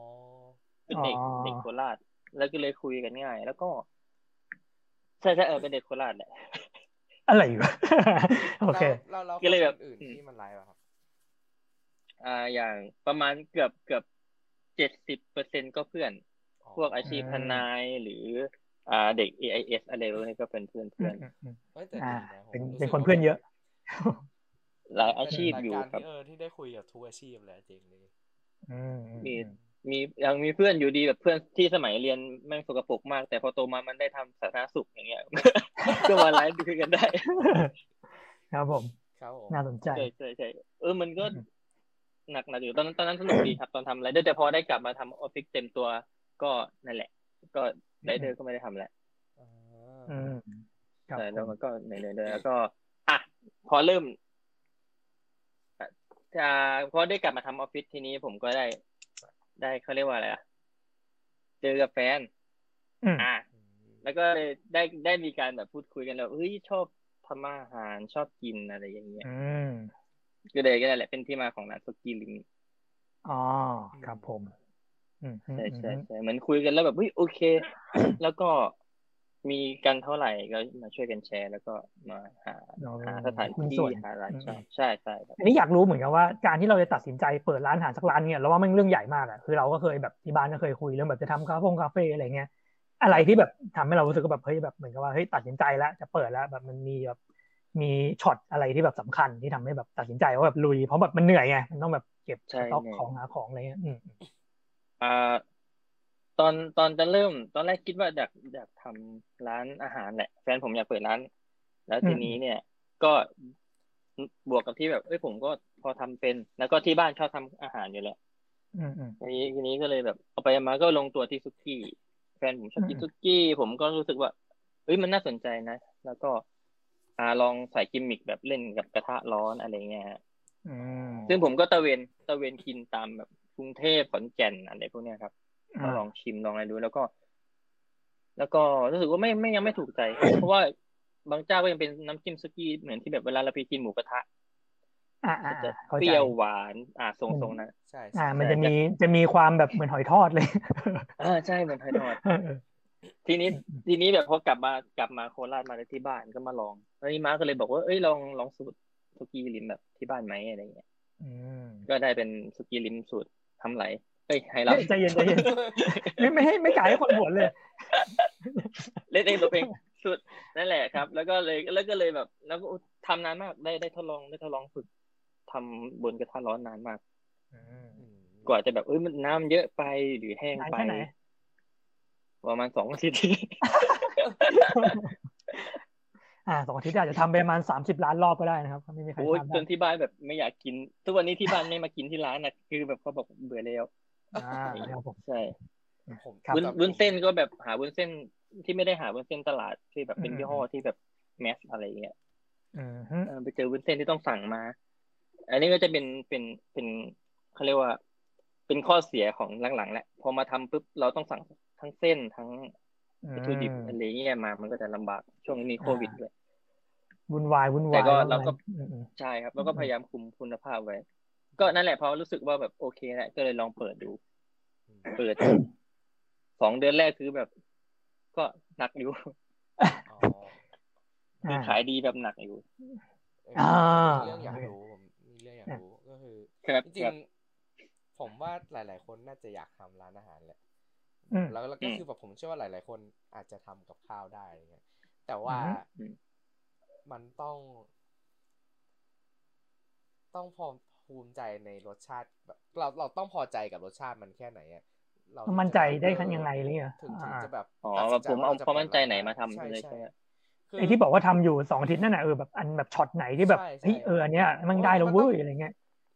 B: เป็นเด็ก
A: อ๋อ
B: เด็กโคราช แล้วก็เลยคุยกันง่าย แล้วก็ใช่ใช่เออเป็นเด็กโคราชแหละ
A: อะไรวะ โอเค
C: เราเรา
B: ก็เลยแบบ
C: อื่น
B: อืม
C: ที่มันไลฟ์อะครับ
B: อ่าอย่างประมาณเกือบเกือบเจ็ดสิบเปอร์เซ็นก็เพื่อน พวกอาชีพทนายหรือ อ่าเด็ก AIS อะไรพวกนี้ก็เป็นเพื่อนเพื่อน
C: เอ้ยแต่
A: อ่า
C: ดีะผม
A: เป็น
C: รู้สึก
A: เป็นคนเพื่อนเยอะ
B: หลายอาชีพอยู่
C: เป็นราย
B: ค
C: การที่
B: รับ
C: เออที่ได้คุยกับทุกอาชีพเลยจริงเลย
A: อืมอืม
B: มี
A: อืม
B: มียังมีเพื่อนอยู่ดีแบบเพื่อนที่สมัยเรียนแม่งสกปรกมาก แต่พอโตมามันได้ทำสาธารณสุขอย่างเงี้ ย ก็มาไลฟ์คุยกันได้
A: ครับผม
C: ครับผม
A: น่าสนใจ
B: ใช่ใช่ใช่เออมันก็
A: อืม
B: หนักหนักอยู่ตอนนั้นตอนนั้นสนุกดีครับ ตอนทำไรเดอร์แต่พอได้กลับมาทำออฟฟิศเต็มตัวก็นั่นแหละ ก็ไรเดอร์ก็ไม่ได้ทำแหละ
C: อ่า
A: อืมครับ
B: แต่แล้ว
A: ผ
B: มั
A: ม
B: นก็เหนื่อยๆด้วยแล้วก็ อ่ะพอเริ่มอ่าพอได้กลับมาทำออฟฟิศทีนี้ผมก็ได้ ได้เขาเรียกว่าอะไรอ่ะเจอกับแฟน
A: อืม
B: อ่ะ แล้วก็เลยได้ได้มีการแบบพูดคุยกันแบบเฮ้ยชอบทำอาหารชอบกินอะไรอย่างเงี้ย
A: อืม
B: ก็เลยก็นั่นแหละเป็นที่มาของร้านสุกี้ลิง
A: อ๋อครับผม อืมอืม
B: ใช่ใช่
A: อืม
B: ใช่เหมือนคุยกันแล้วแบบเฮ้ยโอเค แล้วก็มีกันเท่าไหร่ก็มาช่วยกันแชร์ แล้วก็มาหา
A: เรา
B: หาสถาน
A: คุณ
B: ที่
A: ส่วน
B: หาร้าน
A: อืม
B: เช่าใช่ใช่ครับ
A: อันนี้อยากรู้เหมือนกันว่าการที่เราจะตัดสินใจเปิดร้านอาหารสักร้านเนี่ยเราว่ามันเรื่องใหญ่มากอะคือเราก็เคยแบบที่บ้านก็เคยคุยเรื่องแบบจะทำคาเฟ่คาเฟ่อะไรเงี้ยอะไรที่แบบทำให้เรารู้สึกว่าแบบเฮ้ยแบบเหมือนกับว่าเฮ้ยตัดสินใจแล้วจะเปิดแล้วแบบมันมีแบบมีช็อตอะไรที่แบบสำคัญที่ทำให้แบบตัดสินใจว่าแบบลุยเพราะแบบมันเหนื่อยไงมันต้องแบบเก็บสต็อกของหาของอะไรเงี้ยอืม
B: อ่าตอนตอนจะเริ่ม ตอนแรกคิดว่าอยากอยากทำร้านอาหารแหละ แฟนผมอยากเปิดร้าน แล้วทีนี้เนี่ย ก็บวกกับที่แบบเอ้ยผมก็พอทำเป็น แล้วก็ที่บ้านชอบทำอาหารอยู่แล้ว
A: อืมอืม
B: ทีนี้ทีนี้ก็เลยแบบเอาไปมาก็ลงตัวที่ซุกี้ แฟนผมชอบกิน
A: อืม
B: ซุกี้ ผมก็รู้สึกว่าเอ้ยมันน่าสนใจนะ แล้วก็อ่าลองใส่กิมมิคแบบเล่นกับกระทะร้อนอะไรเงี้ยฮะ
A: อืม
B: ซึ่งผมก็ตะเวนตะเวนกินตามแบบกรุงเทพขอนแก่นอะไรพวกเนี้ยครับ
A: อ่า
B: ก็ลองชิมลองอะไรดูแล้วก็ แล้วก็รู้สึกว่าไม่ไม่ยังไม่ถู กใจ เพราะว่าบางเจ้าก็ยังเป็นน้ำจิ้มซุกี้เหมือนที่แบบเวลาเราไปกินหมูกระทะ
A: อ่าอ่า
B: จะ
A: อ่าเข้า
B: เป
A: ใจ
B: รี้ยวหวาน อ่าทรงทรงๆนั้น
C: ใช่
A: อ่า
C: ใช่
A: มันจะมีจะมีความแบบเหมือนหอยทอดเลย
B: อ่าใช่เหมือนไทยทอด ทีนี้ทีนี้แบบพอกลับมากลับมาโคราชมาที่บ้านก็มาลองแล้วนี่ม้าก็เลยบอกว่าเอ้ยลองลองสูตร สุกี้ลิ้มแบบที่บ้านไหมอะไรเงี้ย
A: อืม
B: ก็ได้เป็นสุกี้ลิ้มสูตรทำไหลเอ้ยไฮไล
A: เฮ้ย
B: ท์
A: ใจเย็นใจเย็นไม่ไม่ให้ไม่กายให้คนบวชเลย
B: เล่นเองตัวเองสุดนั่นแหละครับ แล้วก็เลยแล้วก็เลยแบบ แล้วก็ทำนานมากได้ได้ทดลองได้ทดลองฝึกทำบนกระทะร้อนนานมาก
A: อืม
B: กว่าจะแบบเอ้ยมันน้ำเยอะไปหรือแห้ง
A: นาน
B: ไป
A: แค่ไหน
B: ประมาณสองอาทิตย์
A: อ่าสองอาทิตย์อาจจะทำไปประมาณสามสิบล้านรอบก็ได้นะครับไม่มีใคร
B: โอ้ย
A: ทำ
B: จ
A: ได้
B: นที่บ้านแบบไม่อยากกิน ทุกวันนี้ที่บ้านไม่มากินที่ร้านนะคือแบบเขาบอกเบื่อแล้ว
A: อ่าครับผม
B: ใช่
C: ผม
A: ครับ
B: วุ้นวุ้นเส้นก็แบบหาวุ้นเส้นที่ไม่ได้หาวุ้นเส้นตลาดที่แบบเป็น
A: อืม
B: ยี่ห้อที่แบบแมสอะไรเงี้ย
A: อืมฮึ
B: เออไปเจอวุ้นเส้นที่ต้องสั่งมา อันนี้ก็จะเป็นเป็นเป็นเขาเรียกว่า เป็นข้อเสียของหลังๆแหละพอมาทำปุ๊บเราต้องสั่งทั้งเส้นทั้งวัตถุดิบ
A: อืม
B: อะไรเงี้ยมามันก็จะลำบากช่วงนี้มีโควิดด้วย
A: วุ่นวายวุ่นวาย
B: แต่ก็เราก็
A: อืมอืม
B: ใช่ครับ แล้วก็
A: อืม
B: พยายามคุมคุณภาพไว้ ก็นั่นแหละพอรู้สึกว่าแบบโอเคแหละก็เลยลองเปิดดู เปิด สองเดือนแรกคือแบบ ก็หนักอยู่
C: อ๋อ
B: คือ
A: อ่า
B: ขายดีแบบหนักอยู่
C: เออมี
A: อ่า
C: เรื่องอยากรู้ผมมีเรื่องอยากรู้ก็คือ
B: ครับ
C: จริ
B: แบ
C: ง
B: บ
C: ๆผมว่าหลาย ๆ คนน่าจะอยากทำร้านอาหารแหละ
A: อืม
C: แล้วแล้วก็
B: อืม
C: คือแบบผมเชื่อว่าหลาย ๆ คนอาจจะทำกับข้าวได้อะไรเงี้ย แต่ว่า
B: อืม
C: มันต้อง ต้องพอภูมิใจในรสชาติแบบ เราเราต้องพอใจกับรสชาติมันแค่ไหนอะเรา
A: ต้
C: ถึ
A: อง ง
C: จะ
A: มั่นใจ
C: แบบ
A: ได้ขนาดยังไงอะไรเงี้ย
C: ถึงถึง
A: อ่า
C: จะแบบ
B: อ๋อ
C: ตัดสินใจ
B: ผมเอา
C: จะ
B: ความ
C: ปิด
B: มั่นใจ
C: ร้
B: ไหนมาทำ
C: ใช่
B: เลย
C: ใช่
B: ใช่ไหม
C: คื
A: ไอ้ที่บอกว่าทำอยู่สองอาทิตย์นั่นน่ะเออแบบอันแบบช็อตไหนที่แบบ
C: ใช่ใช่
A: เฮ้ยเอออันเนี้ยมันได้แล้ว
C: มันต้อง
A: เว้ยอะไรเงี้ย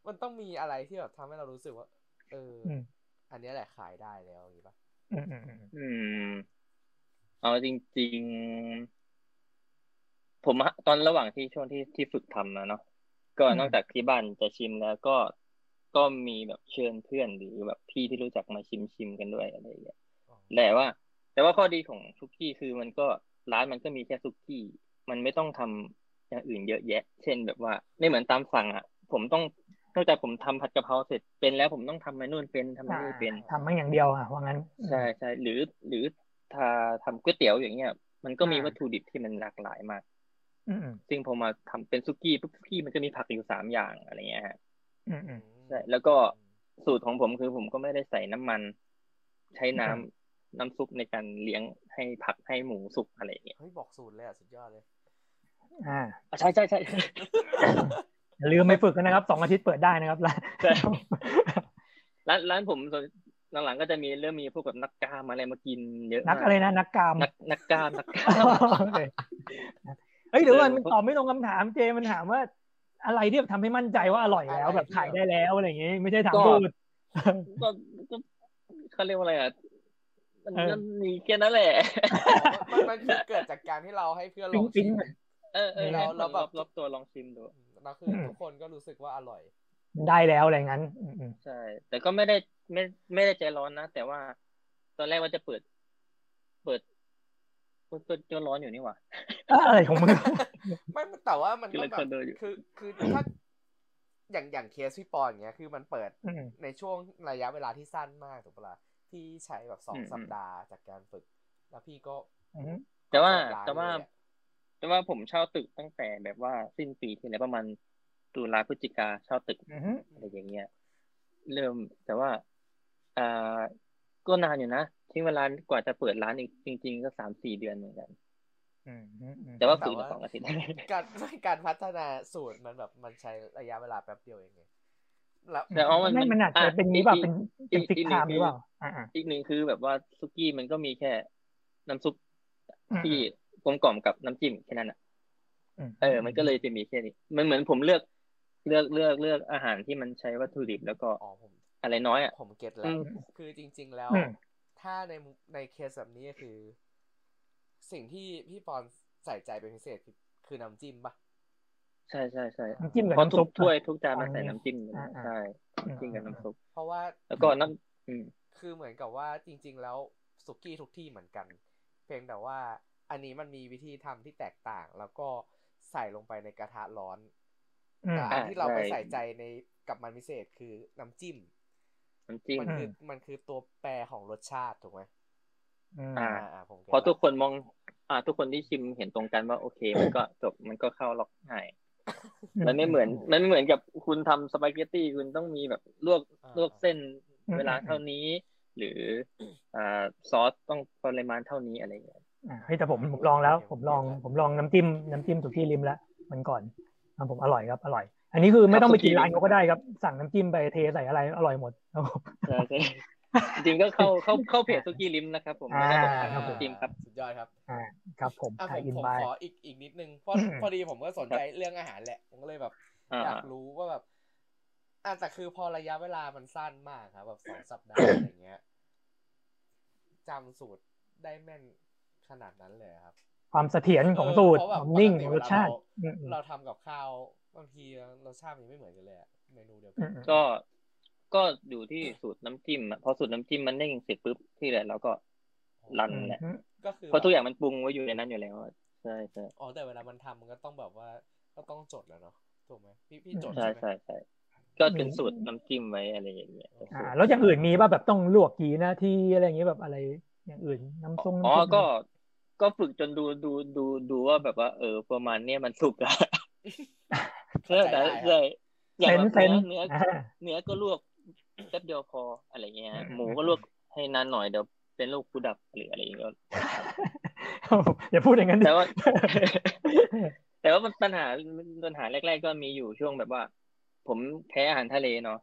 C: มันต้องมีอะไรที่แบบทำให้เรารู้สึกว่า เอออ
A: ม
C: อันเนี้ยแหละขายได้แล้วอย่างงี้ปะ
A: อืมอืมอืม
B: อืม เอาจริง ๆ ผมอะตอนระหว่างที่ช่วงที่ที่ฝึกทำนะเนาะก็นอกจากที่บ้านจะชิมแล้วก็ก็มีแบบเชิญเพื่อนหรือแบบพี่ที่รู้จักมาชิมชิมกันด้วยอะไรอย่างเงี้ย
C: อ๋อ
B: แต่ว่า แต่ว่าข้อดีของซุกี้คือมันก็ร้านมันก็มีแค่ซุกี้ มันไม่ต้องทำอย่างอื่นเยอะแยะ เช่นแบบว่าไม่เหมือนตามสั่งอ่ะ ผมต้องนอกจากผมทำผัดกะเพราเสร็จเป็นแล้วผมต้องทำมานู่นเป็นทำมา
A: อ่า
B: นี่เป็น
A: ทำมันอย่างเดียวอ่ะว่างั้น
B: ใช่ใช่หรือหรือถ้าทำก๋วยเตี๋ยวอย่างเงี้ย มันก็มี
A: อ่า
B: วัตถุดิบที่มันหลากหลายมาก
A: อืมอืม
B: ซึ่งพอมาทำเป็นซุกี้ปุ๊บซุกี้มันจะมีผักอยู่สามอย่างอะไรเงี้ยฮะ
A: อืมอืม
B: ใช่แล้วก็ สูตรของผมคือผมก็ไม่ได้ใส่น้ำมัน ใช้น้ำ
A: อืม
B: น้ำซุปในการเลี้ยงให้ผักให้หมูสุกอะไรอย่างเงี้ย
C: เฮ้ยบอกสูตรเลยอ่ะสุดยอดเลย
A: อ่า
B: อ่ะใช่ใช่ใช่
A: อย่าลืมไปฝึกกันนะครับสองอาทิตย์เปิดได้นะครับร้าน
B: ใช่ ร้านร้านผมส่วนหลังๆก็จะมีเริ่มมีพวกแบบนักกล้ามอะไรมากินเยอะ
A: นักอะไรนะนักกาม
B: นักนักก ล้ามนักกล้าม
A: โอเคเฮ้ยเดี๋ยวก่อน
B: เออ
A: มันตอบไม่ตรงคำถามเจมันถามว่า อะไรที่แบบทำให้มั่นใจว่าอร่อยแล้ว
C: อะไร
A: แบบขายได้แล้วอะไรอย่างงี้ ไม่ใช่ถามพูด
B: ก็ก็เขาเรียกว่าอะไรอ่ะมัน
A: เออ
B: ก็มีแค่นั้นแหละ
C: มันมันคือเกิดจากการที่เราให้เพื่อนลอง
A: ปิ๊
C: ชิ
A: ง
C: ม
A: ๆอะ
B: เออเออ
C: เรา
B: ให้
C: เราแบบ
B: รอบตัวลองชิมดู
C: แล้วคือทุกคนก็รู้สึกว่าอร่อย
A: ได้แล้วอะไรงั้น อืมอืม
B: ใช่ แต่ก็ไม่ได้ไม่ไม่ได้ใจร้อนนะ แต่ว่า ตอนแรกว่าจะเปิด เปิดเปิดเปิดก็ร้อนอยู่นี่หว่า
A: อ่ะอะไรของมึง
C: ไม่มันแต่ว่ามัน
B: คือ
C: ก็
B: เลย
C: แบ
B: ค
C: บ
B: นเดินอยู่
C: คือคือถ้าอย่างอย่างเคสพี่ปอนอย่างเงี้ยคือมันเปิด
A: อืม
C: ในช่วงระยะเวลาที่สั้นมากถูกปะล่ะที่ใช้แบบสอ
B: อื
C: ง
B: ม
C: สัปดาห์จากการฝึก แล้วพี่ก็
A: อืม
B: แต่ว่า
C: เปิดร้น
B: แต่ว่า
C: เลยอะ
B: แต่ว่าผมเช่าตึกตั้งแต่แบบว่าสิ้นปีที่แล้วประมาณตุลาพฤศจิกาเช่าตึก
A: อือฮึ
B: อะไรอย่างเงี้ยเริ่มแต่ว่าอ่าก็นานอยู่นะทิ้งเวลากว่าจะเปิดร้านอีกจริง ๆ ก็สามสี่เดือนเหมือนกัน
A: อืมอืมอืม
B: แต่ว่าฝึกมาสองอาทิตย์
C: การการพัฒนาสูตรมันแบบมันใช้ระยะเวลาแป๊บเดียวเองไงแล้ว
B: แต่เอามัน
A: ไม่มันอาจจะ
B: อ่ะ
A: เป็นนี้แบบ
B: อีก
A: เป็น
B: อี
A: เป็นฟิ
B: ก
A: ก
B: อีกหนึ่
A: ทาง มห
B: คือ
A: รือเปล่าอ่าอ่า
B: อีกหนึ่งคือแบบว่าซุกี้มันก็มีแค่น้ำซุป
A: อืม
B: ที่กลมกล่อมกับน้ำจิ้มแค่นั้นอ่ะ
A: อืม
B: เออ มันก็เลยจะมีแค่นี้มันเหมือนผมเลือก เลือกเลือกเลือกอาหารที่มันใช้วัตถุดิบแล้วก็
C: อ๋อผม
B: อะไรน้อยอ่ะ
C: ผมเก็ต
B: อื
C: แล้ว
B: ม
C: คือจริง ๆ แล้ว
A: อืม
C: ถ้าในมุในเคสแบบนี้ก็คือ สิ่งที่พี่ปอนใส่ใจเป็นพิเศษคือคือน้ำจิ้มปะ
B: ใช่ใช่ใช่
A: น้ำจิ้มกับ
B: เพราะ
A: น้ำ
B: ทุ
A: ซุ
B: ก
A: ป
B: ถ้วยทุกจานมัน
A: อ่า
B: ใส่น้ำจิ้มอยู่
A: อ่า
B: ใช่น้ำจิ้มกับน้ำซุป
C: เพราะว่า
B: แล้วก็น้ำอืม
C: คือเหมือนกับว่าจริง ๆ แล้วสุกี้ทุกที่เหมือนกัน เพียงแต่ว่า อันนี้มันมีวิธีทำที่แตกต่าง แล้วก็ใส่ลงไปในกระทะร้อน
A: อืม
C: แต่อันที่เราไป
B: ใช่
C: ใส่ใจในกับมันพิเศษคือน้ำจิ้ม
B: น้ำจิ้ม
C: มันคือ
A: อืม
C: มันคือตัวแปรของรสชาติถูกไหม
A: อืม
B: อ่า
C: อ่าผมเก็ต
B: พอ
C: ละ
B: ทุกคนมอง อ่า ทุกคนที่ชิมเห็นตรงกันว่าโอเค มันก็จบมันก็เข้าล็อกง่าย มันไม่เหมือน มันไม่เหมือนกับคุณทำสปาเกตตี้คุณต้องมีแบบลวก
C: อ่า
B: ลวกเส้น
A: อืม
B: เวลาเท่านี้ หรืออ่าซอสต้องปริมาณเท่านี้อะไรอย่างเงี้ย
A: อ่ะเฮ้ยแต่ผมผมลองแล้ว ผมลองผมลองน้ำจิ้มน้ำจิ้มสุกี้ริมแล้วมันก่อนมันผมอร่อยครับอร่อย อันนี้คือไม่ต้องไปกินร้านเขาก็ได้ครับ สั่งน้ำจิ้มไปเทใส่อะไรอร่อยหมดครับผม
B: ใช่ใช่จริงๆก็เข้าเข้าเข้าเพจซุกี้ลิมนะครับผมแล้วก็บอกทาง
A: อ่าครับผม
B: จิมครับ
C: สุดยอดครับ
A: ครับผม
C: อ่ะผ
A: ขาย
C: ม
A: อิน
C: ผม
A: บาย
C: ขออีกอีกนิดนึงเพราะ
A: อืม
C: พอดีผมก็สนใจเรื่องอาหารแหละ ผมก็เลยแบบ
B: อ่า
C: อยากรู้ว่าแบบอ่ะแต่คือพอระยะเวลามันสั้นมากครับ แบบสองสัปดาห์ อะไรเงี้ยจำสูตรได้แม่นขนาดนั้นเลยครับ
A: ความเสถียรของสูตร
C: เเพาะ
A: ค
C: แบบ
A: วามนิ่ง
C: ปก
A: ข
C: ติ
A: องร
C: เว
A: ส
C: ล
A: ชาติ
C: เร
A: อืมอืม
C: เราทำกับข้าวบางทีรสชาติมันไม่เหมือนกันเลยอะเมนูเดียวกั
A: อื
C: น
A: ม
B: ก็ก็อยู่ที่สูตรน้ำจิ้มอะพอสูตรน้ำจิ้มมันเด้งเสร็จปุ๊บที่เหลือเราก็รัน
A: อืม
B: แหละ
A: อืม
C: ก็คือ
B: เพราะทุกอย่างมันปรุงไว้อยู่ในนั้นอยู่แล้วอะใช่ใช่
C: อ๋อแต่เวลามันทำมันก็ต้องแบบว่าก็ต้องจดแล้วเนาะถูกไหมพี่พี่จด
B: ใช่
C: ใช่ไหม
B: ใช่ใช่ก็เป็น
A: มี
B: สูตรน้ำจิ้มไว้อะไรอย่างเงี้ย
A: อ่าแล้วอย่างอื่นมีป่ะแบบต้องลวกกี่นาทีอะไรอย่างเงี้ยแบบอะไรอย่างอื่นน้ำส้มน้ำ
B: อ๋อ
A: ซุป
B: ก็ ก็ฝึกจนดู ดู ดู ดูว่าแบบว่า เออ ประมาณเนี้ยมันสุกแล้วเพื่อ แต่เพื่ออย่า
A: เซ
B: ง
A: น
B: แบบ
A: เซน
B: เนื้อ
A: อ่า
B: เนื้อเนื้อก็ลวกแป๊บเดียวพออะไรเงี้ย
A: อืม
B: หมูก็ลวกให้นานหน่อยเดี๋ยวเป็นโรคกูดับหรืออะไรอย่างเงี้ ย
A: อย่า พูดอย่างนั้นดิ
B: แต่ว่า แต่ว่ามันปัญหา ปัญหาแรก ๆ ก็มีอยู่ช่วงแบบว่า ผมแพ้อาหารทะเลเนาะ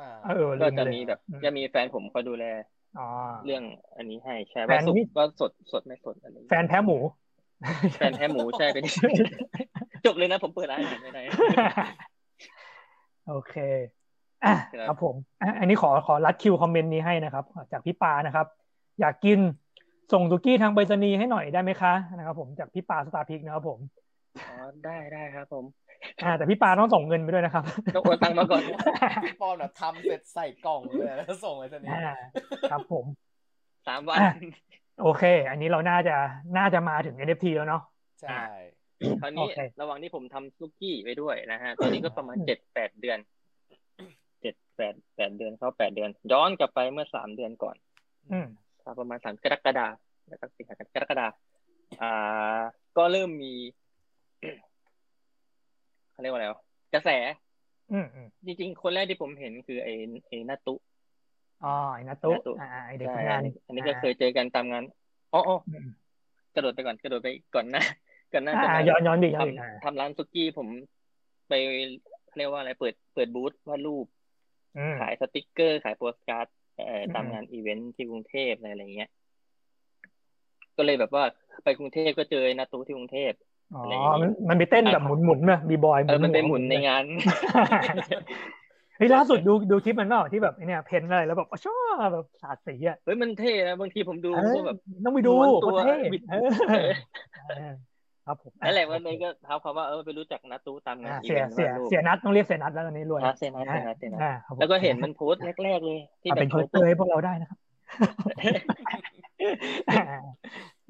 C: อ่า
A: เออลื
B: ก็
A: มไป
B: จะ
A: เลย
B: มีแบบ
A: อืม
B: จะมีแฟนผมคอยดูแล
A: อ๋อ
B: เรื่องอันนี้ให้ใช่
A: แฟ
B: ว่าน สุก
A: นี่
B: ก็สด สดไม่สดอะไรเงี้ย
A: แฟนแพ้หมู
B: แฟนแท้หมูใช่เป็น จบเลยนะผมเปิดร้านอาหารไม่ได้
A: โอเคอ่ะ
B: ครับ
A: ครับผมอ่ะอันนี้ขอขอรัดคิวคอมเมนต์นี้ให้นะครับ จากพี่ปานะครับ อยากกินส่งสุกี้ทางไปรษณีย์ให้หน่อยได้ไหมคะนะครับผมจากพี่ปาสตาร์พิกนะครับผม
B: อ๋อได้ได้ครับ ผม
A: อ่าแต่พี่ปาต้องส่งเงินไปด้วย นะครับ
B: ต้องโอนตังค์มาก่อน
C: พี่ปอมแบบทำเสร็จใส่กล่องเลยแล้ว ส่งไปทนี้
A: อ่าครับผม
B: สามวัน
A: อ่ะ โอเค อันนี้เราน่าจะน่าจะมาถึง NFT แล้วเนาะ
C: ใช่
B: คราวนี้
A: โอเค
B: ระหว่างที่ผมทำซุกี้ไปด้วยนะฮะตอนนี้ก็ประมาณเจ็ดแปดเดือนเจ็ดแปดแปดเดือนเข้าแปดเดือน ย้อนกลับไปเมื่อสามเดือนก่อน
A: อืม
B: ประมาณสามกรกฎานะครับสิงหากรกฎาอ่า ก็เริ่มมี เขาเรียกว่าอะไรวะกระแส
A: อืมอืม
B: จริงๆ คนแรกที่ผมเห็นคือไอ้ไอ้นาตุ
A: อ๋อไอ้นัตตุ
B: นัตตุ
A: อ่าไอ้เด็ก
B: ใช่
A: ทำงาน
B: อันนี้ก็เคยเจอกันตามงานอ๋ออ๋อ
A: อืม
B: กระโดดไปก่อนกระโดดไปก่อนหน้าก่อนหน้า
A: อ่า
B: จะ
A: ย้อนย้อนดิย้อนดิ
B: ทำทำร้านซุกี้ผมไปเรียกว่าอะไรเปิดเปิดบูธวาดรูป
A: อืม
B: ขายสติกเกอร์ ขายโปสการ์ดเอ่อ
A: อืม
B: ตามงานอีเวนท์ที่กรุงเทพอะไรอะไรเงี้ย ก็เลยแบบว่าไปกรุงเทพก็เจอนาตูที่กรุงเทพ
A: อ๋อ
B: อะไรอย่างงี้
A: มันมันไปเต้นแบบหมุนหมุนๆป่ะบีบอย
B: เออมันไปหมุนในงาน
A: เฮ้ยล่าสุดดูดูคลิปมันเปล่าที่แบบไอ้เนี่ยเพ้นอะไรแล้วแบบอ๋อชอบแบบสาดสีอ่ะ
B: เฮ้ยมันเท่นะบางทีผมดู
A: เออ
B: ก็แบบ
A: ต้องไปดู
B: ม้วนตัว
A: โคตรเท่
B: บิด
A: เออเออครับผม
B: นั่นแหละวันนี้ก็เท้าความว่าเออไปรู้จักนาตูตามงา
A: อ่าน
B: อี
A: เสี
B: เวย น
A: เสียว
B: ต์าดรูป
A: เสียนัดต้องเรียกเสียนัดแล้วตอนนี้รวย
B: อ่าเซนัสเซนัสเซนัส
A: อ่าครับผม
B: แล้วก็เห็นมันโพสต์แรกๆเลยที่
A: อ่า
B: แบ
A: เป็น
B: บ
A: โชเตอร์ให้พวกเราได้นะครับอ่า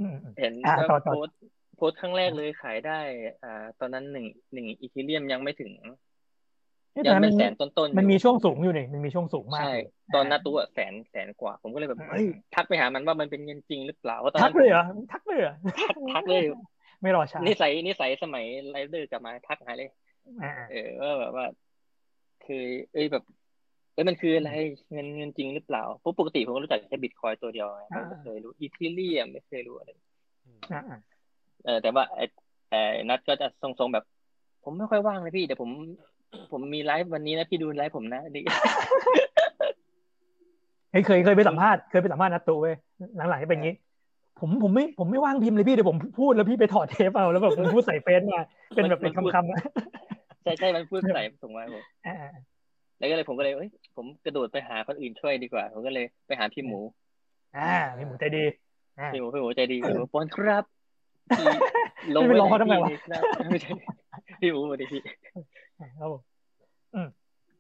A: อืม
B: เห็น
A: อ่าต่อต่อ
B: โพสต์โพสต์ครั้งแรกเลยขายได้ อ่า ตอนนั้นหนึ่งหนึ่งอีทีเรียมยังไม่ถึง
A: ๆเอ๊ะ
B: ยั
A: แต่
B: ง
A: มั
B: เป็น นแสนต้นๆอยู่
A: มันมีช่วงสูงอยู่นี่มันมีช่วงสูงมาก
B: ใช่
A: อยู่
B: ตอนนาตู้อะแสนแสนกว่า ผมก็เลยแบบ
A: เฮ้ย
B: ทักไปหามันว่ามันเป็นเงินจริงหรือเปล่าว่าะตอน
A: ทั
B: นั้
A: ก
B: น
A: เลยเหรอทักเลยเหรอ
B: ทักทักเลย
A: ไม่รอช้าน
B: นิสัยนิสัยสมัยไลเดอร์กลับมาทักหาเลย
A: อ่า
B: เออว่าแบบว่าเคยเอ้ยแบบเอ้ยมันคืออะไรเงินเงินจริงหรือเปล่าเพราะปกติผมก็รู้จักแค่บิตคอยตัวเดียวไงไม่เคยรู้อีทีเรียมไม่เคยรู้อะไร
A: อ่าอ่า
B: เออแต่ว่าไอ้ไอ้นัดก็จะทรงๆแบบ ผมไม่ค่อยว่างเลยพี่ แต่ผม ผมมีไลฟ์วันนี้นะพี่ ดูไลฟ์ผมนะดิ
A: เฮ้ยเคยเคยไปสัมภาษณ์เคยไปสัมภาษณ์นัตตุเว้ยหลังๆจะเป็นอย่างนี้ ผมผมไม่ผมไม่ว่างพิมพ์เลยพี่เดี๋ยวผมพูดแล้วพี่ไปถอดเทปเอาแล้วแบบผมพูดใส่เฟซ มาเป็นแบบเป็น
B: มันพูด
A: คำๆอะ
B: ใช่ใช่มันพูดใส่ส่งมาผม
A: อ่าอ่า
B: แล้วก็เลยผมก็เลยเอ้ยผมกระโดดไปหาคนอื่นช่วยดีกว่า ผมก็เลยไปหาพี่หมู
A: อ่ามีหมูใจดีอ่า
B: พี่หมูพี่หมูใจดีพี่หมูปอนครับ พี่
A: ไม่ไปร้องเขาทำไมวะ
B: ที่ครับ ไม่ใช่พี่หมูสวัสดีพี่
A: ครับผม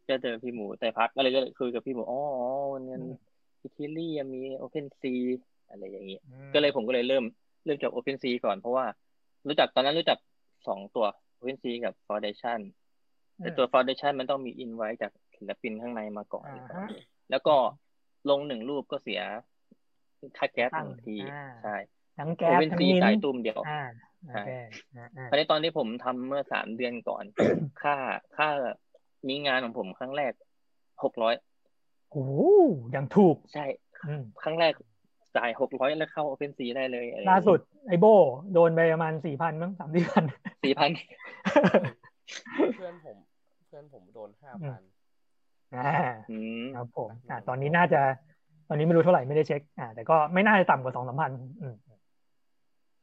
B: ก็เจอพี่หมูแต่พักก็เลยก็เลยคุยกับพี่หมูอ๋ออ๋อเงินอิตาลีมีโอเพนซีอะไรอย่างเงี้ย ก็เลยผมก็เลยเริ่มเริ่มจาก OpenSea ก่อนเพราะว่ารู้จักตอนนั้นรู้จักสองตัว OpenSea กับ Foundation แต่ตัว Foundation มันต้องมีอินไว้จากศิลปินข้างในมาก่อน
A: อ่าฮะ
B: แล้วก็ลงหนึ่งรูปก็เสียค่าแก๊ส
A: ตั้
B: ห
A: ง
B: นึ่งที
A: อ่า
B: ใช่
A: ทั้งแก๊สทั้ง
B: OpenSea
A: มิ้น
B: จ่าย
A: ท์
B: ตุ้มเดียว
A: อ่า โอเคอ่า
B: คราวนี้ตอนที่ผมทำเมื่อสามเดือนก่อน ค่าค่ามีงานของผมครั้งแรกหกร้อย
A: ๆโอ้โหยังถูก
B: ใช่
A: อืม
B: ครั้งแรกจ่ายหกร้อยแล้วเข้าโอเพนซีได้เลยอะไรอย่งเงี้ย
A: ล่าสุดไอโบโดนไปประมาณสี่พันมั้งสามสี่พัน
B: สี่พัน
C: เพื่อนผม เพื่อนผมโดนห้า
A: อื
C: พั
A: ม
C: น
A: อ่า
B: อืม
A: ครับผมอ่า
C: อืม
A: ตอนนี้น่าจะตอนนี้ไม่รู้เท่าไหร่ไม่ได้เช็ค อ่า แต่ก็ไม่น่าจะต่ำกว่าสองสามพันอืม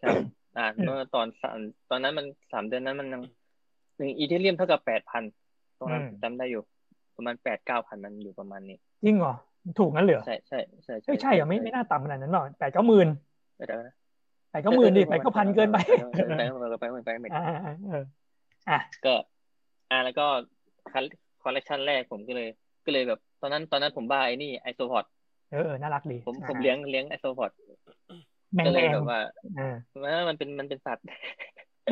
B: ครับ อ่าเมื่อตอนสามตอนนั้นมันสามเดือนนั้นมันยังหนึ่งอีเทเรียมเท่ากับแปดพันตรงนั้น
A: อืม
B: จำได้อยู่ ประมาณแปดเก้าพันมันอยู่ประมาณนี้
A: จริงเหรอถูกงั้นเหรอ
B: ใช่ใช่ใช่
A: ไม่ใช่เหรอไม่ไม่น่าต่ำขนาดนั้นหรอกแปดเก้าหมื่น
B: เดี๋ยวนะ
A: แปดเก้าหมื่นดิแปดเก้าพันเกินไป
B: เกินไปเกินไปเกินไปไม่ได้
A: อ่าอ่าเออ อ่ะ
B: ก็ อ่าแล้วก็คอลเลกชันแรกผมก็เลย ก็เลยแบบ ตอนนั้นตอนนั้นผมบ้าไอ้นี่ไอโซพอต
A: เออเออน่ารักดี
B: ผมผม
A: อ่า
B: เลี้ยงเลี้ยงไอโซพอต
A: แมง
B: ก็เล
A: แม
B: ย
A: ง
B: แบบว่า
A: อ่า
B: มันเป็นมันเป็นสัตว์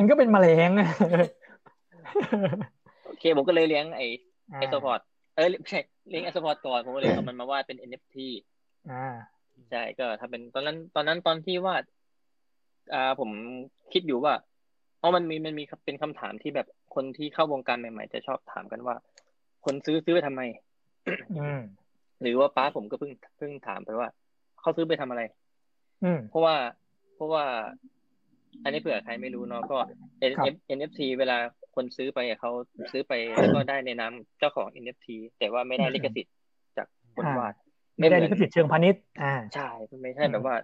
A: มันก็เป็นแมลง อ่ะ
B: โอเค ผมก็เลยเลี้ยงไอา ไอโซพอตเอ้ยไม่ใช่เลี้ยงไอโซพอตก่อนผมก็เลยเอามันมาวาดเป็น NFT
A: อ่า
B: ใช่ก็ถ้าเป็นตอนนั้นตอนนั้นตอนที่วาดอ่าผมคิดอยู่ว่าเพราะมันมีมันมีเป็นคำถามที่แบบคนที่เข้าวงการใหม่ ๆ จะชอบถามกันว่า คนซื้อซื้อไปทำไม
A: อืม
B: หรือว่าป้าผมก็เพิ่งเพิ่งถามไปว่าเขาซื้อไปทำอะไร
A: อืม
B: เพราะว่าเพราะว่า อันนี้เผื่อใครไม่รู้เนาะก็ N-
A: ครับ
B: F- NFT เวลาคนซื้อไปอะเขาซื้อไปแล้วก็ได้ในนามเจ้าของ NFT แต่ว่าไม่ได้ลิขสิทธิ์จากคนวาด
A: ไม่ได้ลิขสิทธิ์เชิงพาณิชย์อ่า
B: ใช่มันไม่ใช่
A: อืม
B: แบบว่า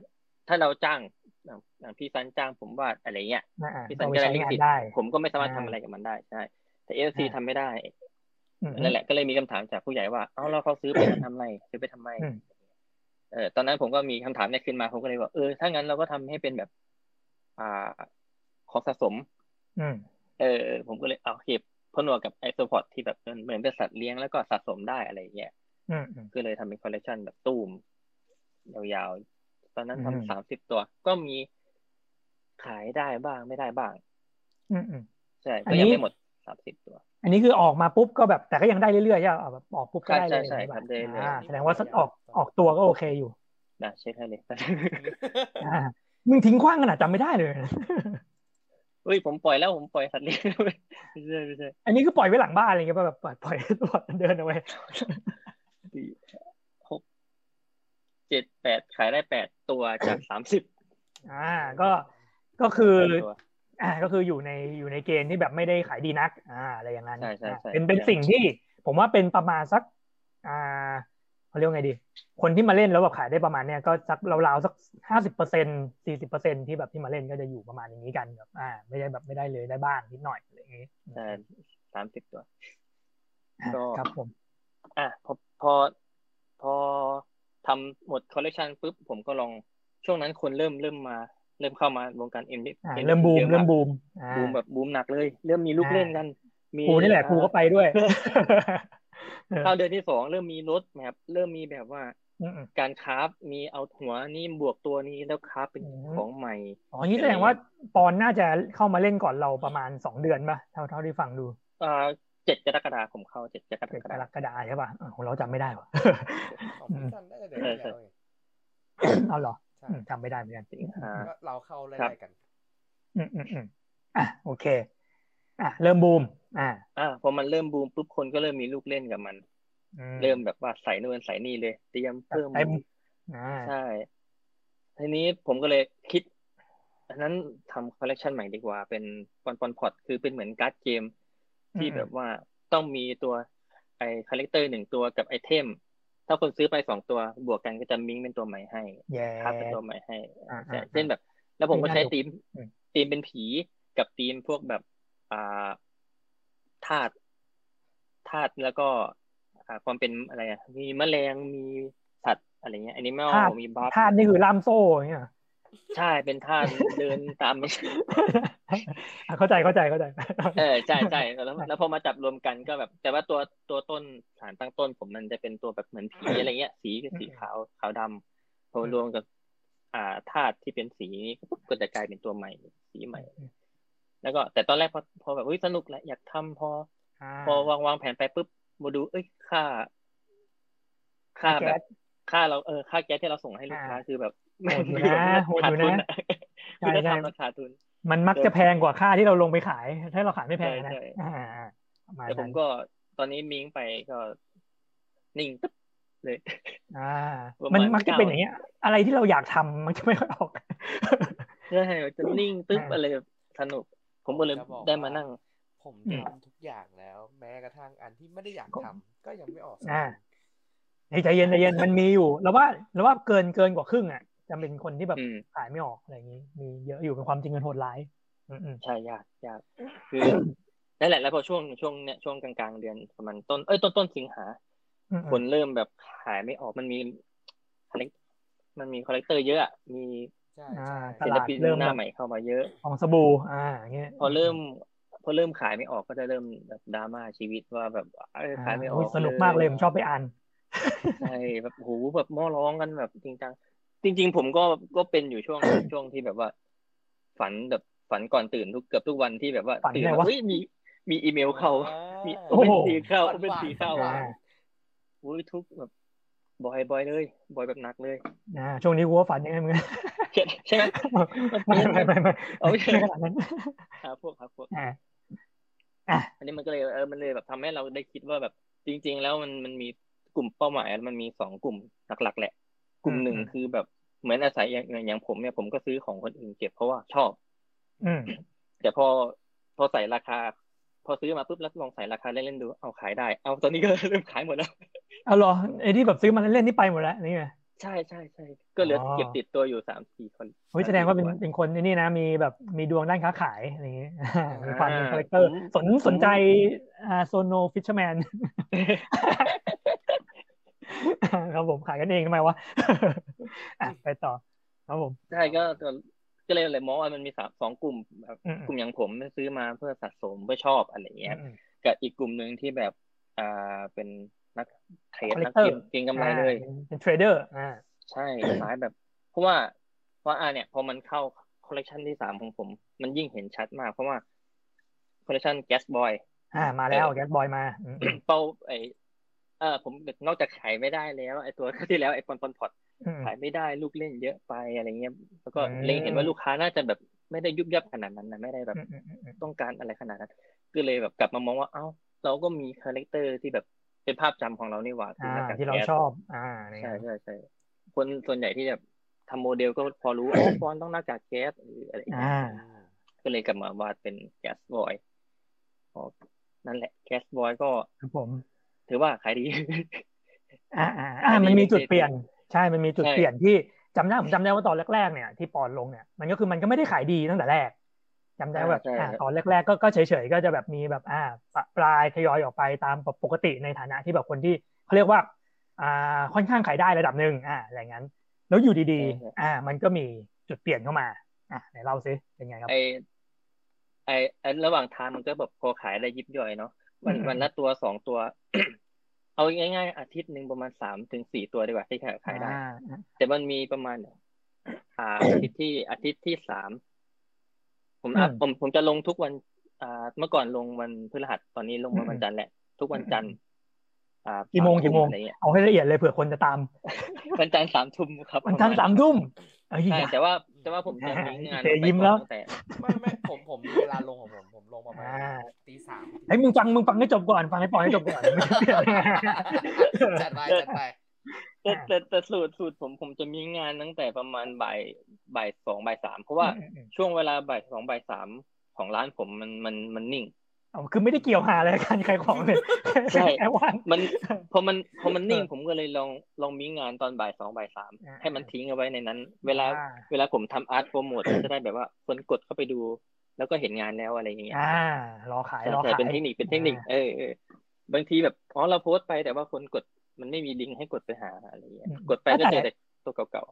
B: ถ้าเราจ้างอย่างอย่างพี่ซันจ้างผมวาดอะไรเงี้ย
A: อ่าอ่า
B: พี่ซั
A: เอา
B: น
A: ไป
B: ก็ได้
A: ใช้
B: ลิข
A: งาน
B: สิทธิ์
A: ได้
B: ผมก็ไม่สามารถ
A: อ่า
B: ทำอะไรกับมันได้ใช่แต่เอฟซี
A: อ่า
B: ทำไม่ได้
A: อืม
B: นั่นแหละก็เลยมีคำถามจากผู้ใหญ่ว่าเอ้าแล้วเขาซื้อไปมันทำอะไรซื้อไปทำไม
A: อืม
B: เออตอนนั้นผมก็มีคำถามเนี่ยขึ้นมาผมก็เลยว่าเออถ้างั้นเราก็ทำให้เป็นแบบ อ่าของสะสม
A: อืม
B: เออผมก็เลยเอาเก็บพนวกกับไอโซพอตที่แบบมันเหมือนเป็นสัตว์เลี้ยงแล้วก็สะสมได้อะไรเงี้ย
A: อืมอืม
B: ก็เลยทำเป็นคอลเลกชันแบบตูมยาวๆ ตอนนั้น
A: อืม
B: ทำสามสิบตัว ก็มีขายได้บ้างไม่ได้บ้าง
A: อืมอืม
B: ใช่
A: อั
B: ก็
A: นนี้
B: ยังไม่หมดสามสิบตัว
A: อันนี้คือออกมาปุ๊บก็แบบแต่ก็ยังได้เรื่อยๆใช่ไหมแบบออกปุ๊บก็ได้เลย
B: ใช่ใช่ครับได้เลย
A: อ่าแสดงว่าออกออกตัวก็โอเคอยู่
B: นะเช็คให้เลย
A: อ่ามึงทิ้งขว้างขนาดจำไม่ได้เลย
B: เฮ้ยผมปล่อยแล้วผมปล่อยสัตว์เลี้ยงไม่ใช่ไม่ใช่
A: อันนี้คือปล่อยไว้หลังบ้านอะไรเงี้ยป่ะแบบปล่อยป ล่อยให้ตัวเดินเอาไว้
B: สี่หกเจ็ดแปดขายได้แปดตัวจากสามสิบ
A: อ่า ก็ก็คือ
B: แปดตัว
A: อ่าก็คืออยู่ในอยู่ในเกณฑ์ที่แบบไม่ได้ขายดีนัก อ่า อะไรอย่างนั้น
B: ใช่ใช่ใช่
A: เป็นเป็นสิ่งที่ผมว่าเป็นประมาณสัก อ่าเขาเรียกว่าไงดี คนที่มาเล่นแล้วแบบขายได้ประมาณเนี้ยก็สักราวๆสักห้าสิบเปอร์เซ็นสี่สิบเปอร์เซ็นที่แบบที่มาเล่นก็จะอยู่ประมาณอย่างนี้กันแบบอ่า ไม่ได้แบบไม่ได้เลยได้บ้างนิดหน่อยอะไรอย่างงี้
B: แต่สามสิบตัว ก็
A: ครับผม
B: อ่ะพอพอพอทำหมดคอลเลกชันปุ๊บผมก็ลองช่วงนั้นคนเริ่มเริ่มมา เริ่มเข้ามาวงการเอ็มดิ
A: อ่าเริ่มบูมเริ่มบูมอ่า
B: บูมแบบบูมหนักเลย เริ่มมีลูก
A: อ่า
B: เล่นกัน มี
A: ครูนี่แหละครูก็ไป ด้วย
B: อ่าเข้าเดือนที่สองเริ่มมีรถแมพเริ่มมีแบบว่า
A: อืมอืม
B: การคราฟมีเอาหัวนี่บวกตัวนี้แล้วคราฟเป็น
A: อืม
B: ของใหม่
A: อ๋อนี่แสดงว่าปอนน่าจะเข้ามาเล่นก่อนเราประมาณสองเดือนป่ะเท่าเท่าที่ฟังดู
B: อ่าเจ็ดกรกฎาคมเข้าเจ็ดกร
A: เจ็ด
B: ก
A: ก
B: ฎาร คม
A: กฎาใช่ป่ะอ่ะของเราจำไม่ได้ว่ะ
C: ของพี่ซันน่าจะเดือนที่แล้วไง
A: เอาเหรอ
C: ใช่
A: อืมจำไม่ได้เหมือนกัน
B: สิงหา
C: ก็เราเข้าไล่ๆกัน
A: อืมอืมอืมอ่ะโอเค อ่ะเริ่มบูม อ่ะ
B: อ่าพอมันเริ่มบูมปุ๊บคนก็เริ่มมีลูกเล่นกับมัน
A: อื
B: เริ่มแบบว่าใส่นู่นใส่นี่เลยเตรียมเพิ่ม
A: เต็มอ่า
B: ใช่ ทีนี้ผมก็เลยคิดอันนั้นทำคอลเลกชันใหม่ดีกว่า เป็นปอนปอนพอตคือเป็นเหมือนการ์ดเกม ที่แบบว่าต้องมีตัวไอคาแรคเตอร์หนึ่งตัวกับไอเทม ถ้าคนซื้อไปสองตัวบวกกันก็จะมิงเป็นตัวใหม่ให้
A: แย่
B: คับเป็นตัวใหม่ให้
A: อ่า
B: ใช่
A: อ่า
B: เช่นแบบ แล้วผมก็ใช้
A: ไม่น่าดู
B: ธีม
A: อืม
B: ธีมเป็นผีกับธีมพวกแบบอ่าธาตุธาตุแล้วก็ อ่าความเป็นอะไรอ่ะมีแมลงมีสัตว์อะไรเงี้ยอนิเมล
A: ธาตุ
B: มีบัฟ
A: ธาตุนี่คือล่ามโซ่อย่างเงี้ยเหรอ
B: ใช่ เป็นท่าเดินตาม
A: อ่ะเข้าใจเข้าใจเข้าใจ
B: เออใช่ใช่แล้วแล้วแล้วพอมาจับรวมกันก็แบบ แต่ว่าตัวตัวต้นฐานตั้งต้น ผมมันจะเป็นตัวแบบเหมือนผีอะไรเงี้ย สีก็สีขาวขาวดำพอรวมกับ อ่าธาตุที่เป็นสีนี้ปุ๊บก็จะกลายเป็นตัวใหม่ สีใหม่ แล้วก็แต่ตอนแรกพอพอแบบเฮ้ยสนุกแหละอยากทำพอ
A: อ่า
B: พอวางวางแผนไปปุ๊บมาดู เอ้ยค่า ค่า
A: ค่าแก๊
B: แบ
A: ส
B: บค่าเราเออค่าแก๊สที่เราส่งให้ลูกค้า
A: อ่า
B: คือแบบ
A: โหดอยู่นะ
B: ไม่
A: โหด
B: ขา
A: อยู่
B: ทุน
A: นะ
B: อะคือถ้า
A: ใช่ใช่
B: ทำราคาทุน
A: มันมักจะแพงกว่าค่าที่เราลงไปขาย ถ้าเราขายไม่แพงนะ
B: ใช่ใช่
A: อ่าประมาณ
B: แต่ผ
A: นั้
B: ม
A: น
B: ก็ตอนนี้มิงไปก็นิ่งตึ๊บเลย
A: อ่า
B: ประมาณ
A: มันมักจะเป็น
B: 9
A: อย่างเงี้ย อะไรที่เราอยากทำมันจะไม่ค่อยออก
B: ใช่มันจะนิ่งตึ๊บ
A: อ่า
B: อะไรแบบสนุก ผมก็เลย
C: จะบอก
B: ได้
C: ว่า
B: มานั่ง
C: ผม
A: อืม
C: ทำทุกอย่างแล้ว แม้กระทั่งอันที่ไม่ได้อยากทำก็ยังไม่ออกสัก
A: อ่า
C: อัน
A: ในใจเย็นใจเย็นมันมีอยู่แล้วว่าแล้วว่าเกินเกินกว่าครึ่งอ่ะจะเป็นคนที่แบบ
B: อืม
A: ขายไม่ออกอะไรอย่างนี้ มีเยอะอยู่เป็นความจริงมันโหดร้ายอืมอืม
B: ใช่ยากยากคือนั่นแหละแล้วพอช่วงช่วงเนี้ยช่วงกลางๆเดือนประมาณต้นเอ้ยต้นต้นสิงหา
A: อืมอืม
B: คนเริ่มแบบขายไม่ออกมันมีคาแรคมันมีคาแรคเตอร์เยอะอะมี
C: ใช่
A: อ่า
C: ใช่
A: ต
B: ศิ
A: ลาด
B: ลปิน
A: เริ่ม
B: หน้าใหม่เข้ามาเยอะ
A: ของสบู่อ่าอย่างเงี้ย
B: พอเริ่ม พอเริ่มขายไม่ออกก็จะเริ่มแบบดราม่าชีวิตว่าแบบเอ้ยขายไม่ออก
A: ยสนุกมากเลยผมชอบไปอ่าน
B: ใช่แบบโหแบบมอร้องกันแบบจริงจังจริง ๆ ผมก็ก็เป็นอยู่ช่วง ช่วงที่แบบว่า ฝันแบบฝันก่อนตื่นทุกเกือบทุกวันที่แบบว่า
A: ฝัน
B: ตื่น
A: ไง
B: แล้ว
A: วะ
B: เฮ้ยมีมีอีเมลเข้า
C: อ่า
B: มี
A: โอ้
B: โอ
A: โห
B: เปนทีเข้า
C: หว
B: โอเปน
C: หว
B: ทีเข้า
C: หว
B: อ่ะ
A: อ่า
B: อุ้ยทุกแบบบอยบอยเลยบอยแบบหนักเลย
A: อ่าช่วงนี้กูก็ฝันอยังไงมึง
B: ใช่ใช่ไหม
A: ไม่ไม่ไม่ไม่
B: โอเค
A: ไม่ขนาดนั้น
B: หาพวกหาพวก
A: อ่าอ่ะ
B: อันนี้มันก็เลยเออมันเลยแบบทำให้เราได้คิดว่าแบบจริง ๆ แล้วมันมันมีกลุ่มเป้าหมายมันมีสองกลุ่มหลักๆแหละ กลุ่มหนึ่ง
A: อืม
B: คือแบบเหมือนอาศัยอย่างอย่างอย่างผมเนี่ยผมก็ซื้อของคนอื่นเก็บเพราะว่าชอบ
A: อืม
B: แต่พอพอใส่ราคา พอซื้อมาปุ๊บแล้วลองใส่ราคาเล่นๆดูเอาขายได้ เอาตอนนี้ก็ เริ่มขายหมดแล้ว
A: เอาเหรอไอ้ที่แบบซื้อมาเล่นๆนี่ไปหมดแล้วนี่ไง
B: ใช่ใช่ใช่ก็เหลืออ
A: อ
B: เก็บติดตัวอยู่สามสี่คน
A: เฮ้ยแสดงว่าเป็น
B: สมสี่ค
A: เป็นคนไอ้นี่นะ มีแบบมีดวงด้านค้าขายอะไรอย่างเงี้ ยมีความเป็น
B: อ่า
A: คาแรคเตอร์
B: ผ
A: ส
B: ม
A: นสนใจอ่าโซโนฟิชเชอร์แมน ครับผมขายกันเองทำไมวะ อ่ะไปต่อ ครับผม
B: ใช่ก็ก็ก็เลยเลยมองว่ามันมีสามสองกลุ่มแบบ
A: อืม
B: กลุ่มอย่างผมเนี่ยซื้อมาเพื่อสะสมเพื่อชอบอะไรอย่างเงี้ย
A: อืม
B: กับอีกกลุ่มหนึ่งที่แบบอ่าเป็นนักเทรดนัก
A: Collector
B: เก็งเก็งกำไรเลย
A: อ่าเป็นเทรดเดอร์อ่า
B: ใช่ขายแบบ เพราะว่าเพราะอ่าเนี่ยพอมันเข้าคอลเลกชันที่สามของผม มันยิ่งเห็นชัดมาก เพราะว่าคอลเลกชันแก๊สบอย
A: อ่ามาแล้ว
B: เออ
A: แก๊สบอยมาอืมอืม
B: เป้าไอเออผมนอกจากขายไม่ได้แล้วไอตัวที่แล้วไอปอนปอนพอด
A: อืม
B: ขายไม่ได้ลูกเล่นเยอะไปอะไรเงี้ยแล้วก็
A: อืม
B: เล็งเห็นว่าลูกค้าน่าจะแบบไม่ได้ยุบยับขนาดนั้นนะไม่ได้แบบ
A: อืมอืมอืมอืม
B: ต้องการอะไรขนาดนั้นก็เลยแบบกลับมามองว่า เอ้า เราก็มีคาแรคเตอร์ที่แบบเป็นภาพจำของเรานี่หว่าคือ
A: อ่า
B: หน้ากาก
A: ที่เรา
B: แก๊ส
A: ชอบ อ่านี่
B: ใช่ใช่ใช่คนส่วนใหญ่ที่แบบทำโมเดลก็พอ รู้ โอ้ฟอนต์ต้องหน้ากากแก๊สหรืออะไรอย่างเงี้ย
A: อ่า
C: อืม
B: ก็เลยกลับมาวาดเป็นแก๊สบอยอ๋อนั่นแหละแก๊สบอยก็
A: ครับผม
B: ถือว่าขายดี
A: อ่าอ่าอ่า
B: อันนี้
A: มันมีจุด
B: เป็น
A: เปลี่ยน ใช่มันมีจุด
B: ใช่
A: เปลี่ยนที่จำได้ผมจำได้ว่าตอนแรกๆเนี่ยที่ปอนลงเนี่ยมันก็คือมันก็ไม่ได้ขายดีตั้งแต่แรกจำได้ว่าแบบอ่าตอนแรกๆก็ก็เฉยๆก็จะแบบมีแบบอ่าปะปลายทยอยออกไปตามปกติในฐานะที่แบบคนที่เขาเรียกว่าอ่าค่อนข้างขายได้ระดับหนึ่งอ่าอะไรอย่างนั้น แล้วอยู่ดีๆ อ่า มันก็มีจุดเปลี่ยนเข้ามาอ่ะไหนเล่าซิเป็นไงครับ
B: ไอไอไอระหว่างทางมันก็แบบพอขายได้ยิบย่อยเนาะวัน
A: อืม
B: วันละตัวสองตัว เอาง่ายๆ อาทิตย์หนึ่งประมาณสามถึงสี่ตัวดีกว่าที่ขายได้
A: อ่า
B: แต่มันมีประมาณ อ่า อาทิตย์ที่อาทิตย์ที่สามผมอ่ะผมผมจะลงทุกวัน อ่า เมื่อก่อนลงวันพฤหัสตอนนี้ลงวันวันจันทร์แหละ ทุกวันจันทร์อ่า
A: กี่โมง
B: สา
A: กี่โมง
B: ทุ่อะไรเงี้ย
A: เอาให้ละเอียดเลยเผื่อคนจะตาม
B: วันจันทร์สามทุ่มครับ
A: วันจันทร์สามทุ่มเอ้ย
B: ใช่แต่ว่าแต่ว่าผมจะมีงาน
A: เจ๊ยิ้มแล้ว
B: ตั้งแต่
C: ไม่ไม่ผมผมมีเวลาลงของผมผมลงประมาณ
A: อ่า
C: ตีสาม
A: ไอ้ยมึงฟังมึงฟังให้จบก่อนฟังให้ปอนให้จบก่อน
C: จัดไปจัดไป
B: แต่
A: อ่า
B: แต่แต่สูตรสูตรผมผมจะมีงานตั้งแต่ประมาณบ่ายบ่ายสองบ่ายสาม เพราะว่าช่วงเวลาบ่ายสองบ่ายสามของร้านผมมันมันมันนิ่ง
A: เอาคือไม่ได้เกี่ยวหาอะไรกันใครของเลย
B: ใช่
A: แค่ว่าง
B: มันพอมันพอมันนิ่ง
A: เออ
B: ผมก็เลยลองลองมีงานตอนบ่ายสองบ่ายสาม
A: อ่า
B: ให้มันทิ้งเอาไว้ในนั้น เวลา
A: อ่
B: เวลาผมทำอาร์ตโปรโมทก็จะได้แบบว่าคนกดเข้าไปดู แล้วก็เห็นงานแล้วอะไรอย่างเงี้ย
A: อ่ารอขาย
B: ใช่
A: รอ
B: ใช่
A: ขาย
B: เป็นเทคนิคเป็นเทคนิคเออเออบางทีแบบอ๋อเราโพสต์ไปแต่ว่าคนกดมันไม่มีลิงก์ให้กดไปหาอะไรอย่างเงี้ยกดไปก็เจอแต่ตัวเก่า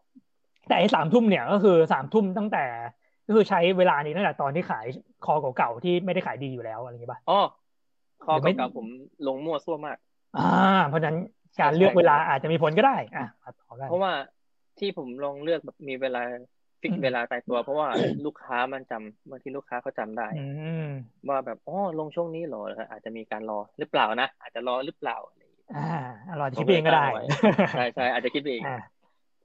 A: แต่ไอ้สามทุ่มเนี่ยก็คือสามทุ่มตั้งแต่ ก็คือใช้เวลานี้ตั้งแต่ตอนที่ขายคอเก่าๆที่ไม่ได้ขายดีอยู่แล้วอะไรอย่างงี้ป่ะ
B: ๆอ๋อข้อ
A: หรือไม่
B: เก่าๆผมลงมั่วซั่วมาก
A: อ่า เพราะฉะนั้นการเลือกเวลาอาจจะมีผลก็ได้ อ่ะมาต่อกัน
B: เพราะว่าที่ผมลองเลือกแบบมีเวลาฟิก
A: อืม
B: เวลาตายตัว เพราะว่าลูกค้ามันจำบางทีลูกค้าเขาจำได้
A: อืม
B: ว่าแบบอ๋อลงช่วงนี้เหรออาจจะมีการรอหรือเปล่านะอาจจะรอหรือเปล่าอะไรอย่างเงี้ย
A: อ่าอร่อยที่เองก็ได้
B: ใช่ใช่อาจจะคิดไปเอง
A: อ่า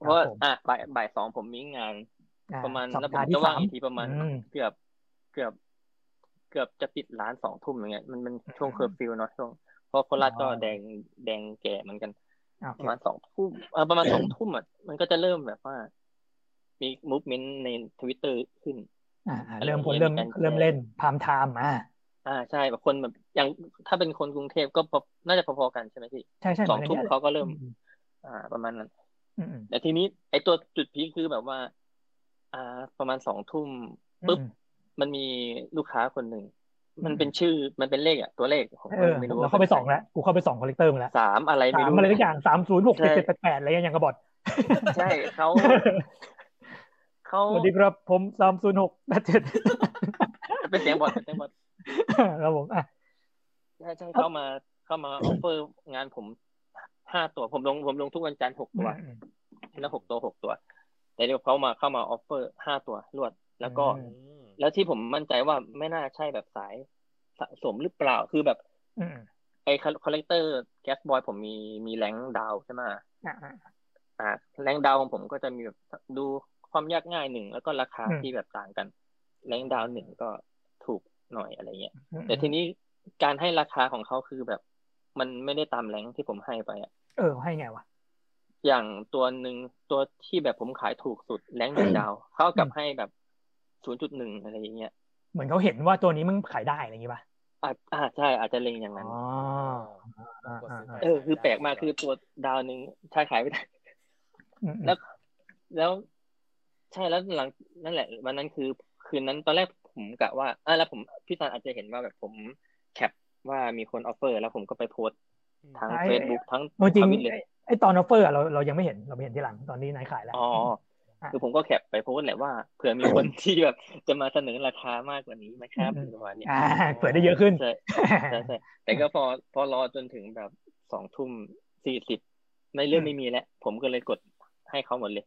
B: เพราะว่า
A: ผม
B: อ่ะบ่ายบ่ายสองผมมีงาน
A: อ่
B: ประมาณ
A: สัป
B: แล้วผ
A: ดาม ห์ที่สาง ม
B: จะว่าอีกทีประมาณ
A: อืม
B: เกือบ เกือบ เกือบจะปิดร้านสองทุ่มอย่างเงี้ยมันมันช่วงเคอร์ฟิวเนาะช่วงเพราะโคราชก็แดงแดงแก่เหมือนกัน
A: อ่ะ
B: ประมาณสองทุ่มเออประมาณสองทุ่มอ่ะมันก็จะเริ่มแบบว่า มีมูฟเมนต์ในทวิตเตอร์ขึ้น
A: อ่ะอ่ะเริ่มคนเริ่มเริ่มเล่นพามไทม์มา
B: อ่าใช่แบบคนแบบอย่างถ้าเป็นคนกรุงเทพก็พอน่าจะพอๆกันใช่ไหมพี่
A: ใช่ใช่
B: สองทุ่ม
A: หนกันนี่ย
B: เขาก็เริ่ม
A: อืม
B: อ่า ประมาณนั้น
A: อืมอืม
B: แต่ทีนี้ไอตัวจุดพีคคือแบบว่า อ่า ประมาณสองทุ่มปุ๊บ
A: อืม
B: มันมีลูกค้าคนหนึ่ง มัน
A: อืม
B: เป็นชื่อมันเป็นเลขอ่ะตัวเลขของ
A: เออ
B: ไม่รู้
A: เราเข้าไปสองแล้วกูเข้าไปสองคอลเลกเตอร์มาแล้ว
B: สามอะไรไม่
A: สาม
B: รู้
A: อะไรทุกอย่างสามศูนย์หก
B: ใช่
A: เจ็ดเจ็ดแปดแปดอะไรอย่างเงยกระบอด
B: ใช่ เขาเขา
A: สวัสดีครับผมสามศูนย์หกแปดเจ็ด
B: เป็นเสียงบอดเป็นเสียงบอด
A: ครับผมอ่ะ
B: ใช่ใช่เข้ามาเข้ามาออฟเฟอร์งานผมห้าตัวผมลงผมลงทุกวันจันทร์หกตัว
A: อืม
B: ทีละหกตัวหกตัว แต่เดี๋ยวเขามาเข้ามาออฟเฟอร์ห้าตัวรวด แล้วก็
A: อื
C: อืม
B: แล้วที่ผมมั่นใจว่าไม่น่าใช่แบบสายสะสมหรือเปล่าคือแบบ
A: อืมอืม
B: ไอ้คอลเลกเตอร์แก๊สบอยผมมีมีแรงค์ดาวน์ใช่ไหม
A: อ่ะอ่ะ
B: อ่าแรงค์ดาวน์ของผมก็จะมีแบบดูความยากง่ายหนึ่งแล้วก็ราคา
A: อืม
B: ที่แบบต่างกัน แรงค์ดาวน์หนึ่งก็ถูกหน่อยอะไรเงี้ย
A: อืม
B: แต่ทีนี้การให้ราคาของเขาคือแบบ มันไม่ได้ตามแรงค์ที่ผมให้ไปอะ
A: เออให้ไงวะ
B: อย่างตัวหนึ่งตัวที่แบบผมขายถูกสุดแรงหนึ่งดาว เขากลับให้แบบศูนย์จุดหนึ่งอะไรอย่างเงี้ย
A: เหมือนเขาเห็นว่าตัวนี้มึงขายได้อะไรอย่างงี้ป่ะ
B: อ่าอ่าใช่อาจจะเล็งอย่างนั้น
A: อ๋ออ่าอ่าอ่า
B: เออคือแปลกมากคือตัวดาวหนึ่งใช่ขายไม่ได้
A: อืมอืม
B: แล้วแล้วใช่แล้วหลังนั่นแหละวันนั้นคือคืนนั้นตอนแรกผมกะว่าอ่าแล้วผมพี่ซันอาจจะเห็นว่าแบบผมแคปว่ามีคนออฟเฟอร์ แล้วผมก็ไปโพสต์ทาง Facebook ทั้ง
A: เออจริง
B: ทวิตเลย
A: ไอตอนออฟเฟอร์เราเรายังไม่เห็นเราไม่เห็นที่หลังตอนนี้นายขายแล้ว
B: อ๋อ คือผมก็แคปไปโพสต์แหละว่าเผื่อมีคนที่แบบจะมาเสนอราคามากกว่านี้ไหมครับ
A: อืม
B: ประมาณเนี้ย
A: อ่าเปิดได้เยอะขึ้น
B: ใช่ใช่ใช่แต่ก็พอพอรอจนถึงแบบสองทุ่มสี่สิบไม่เริ่ม
A: อืม
B: ไม่มีแล้ว ผมก็เลยกดให้เขาหมดเลย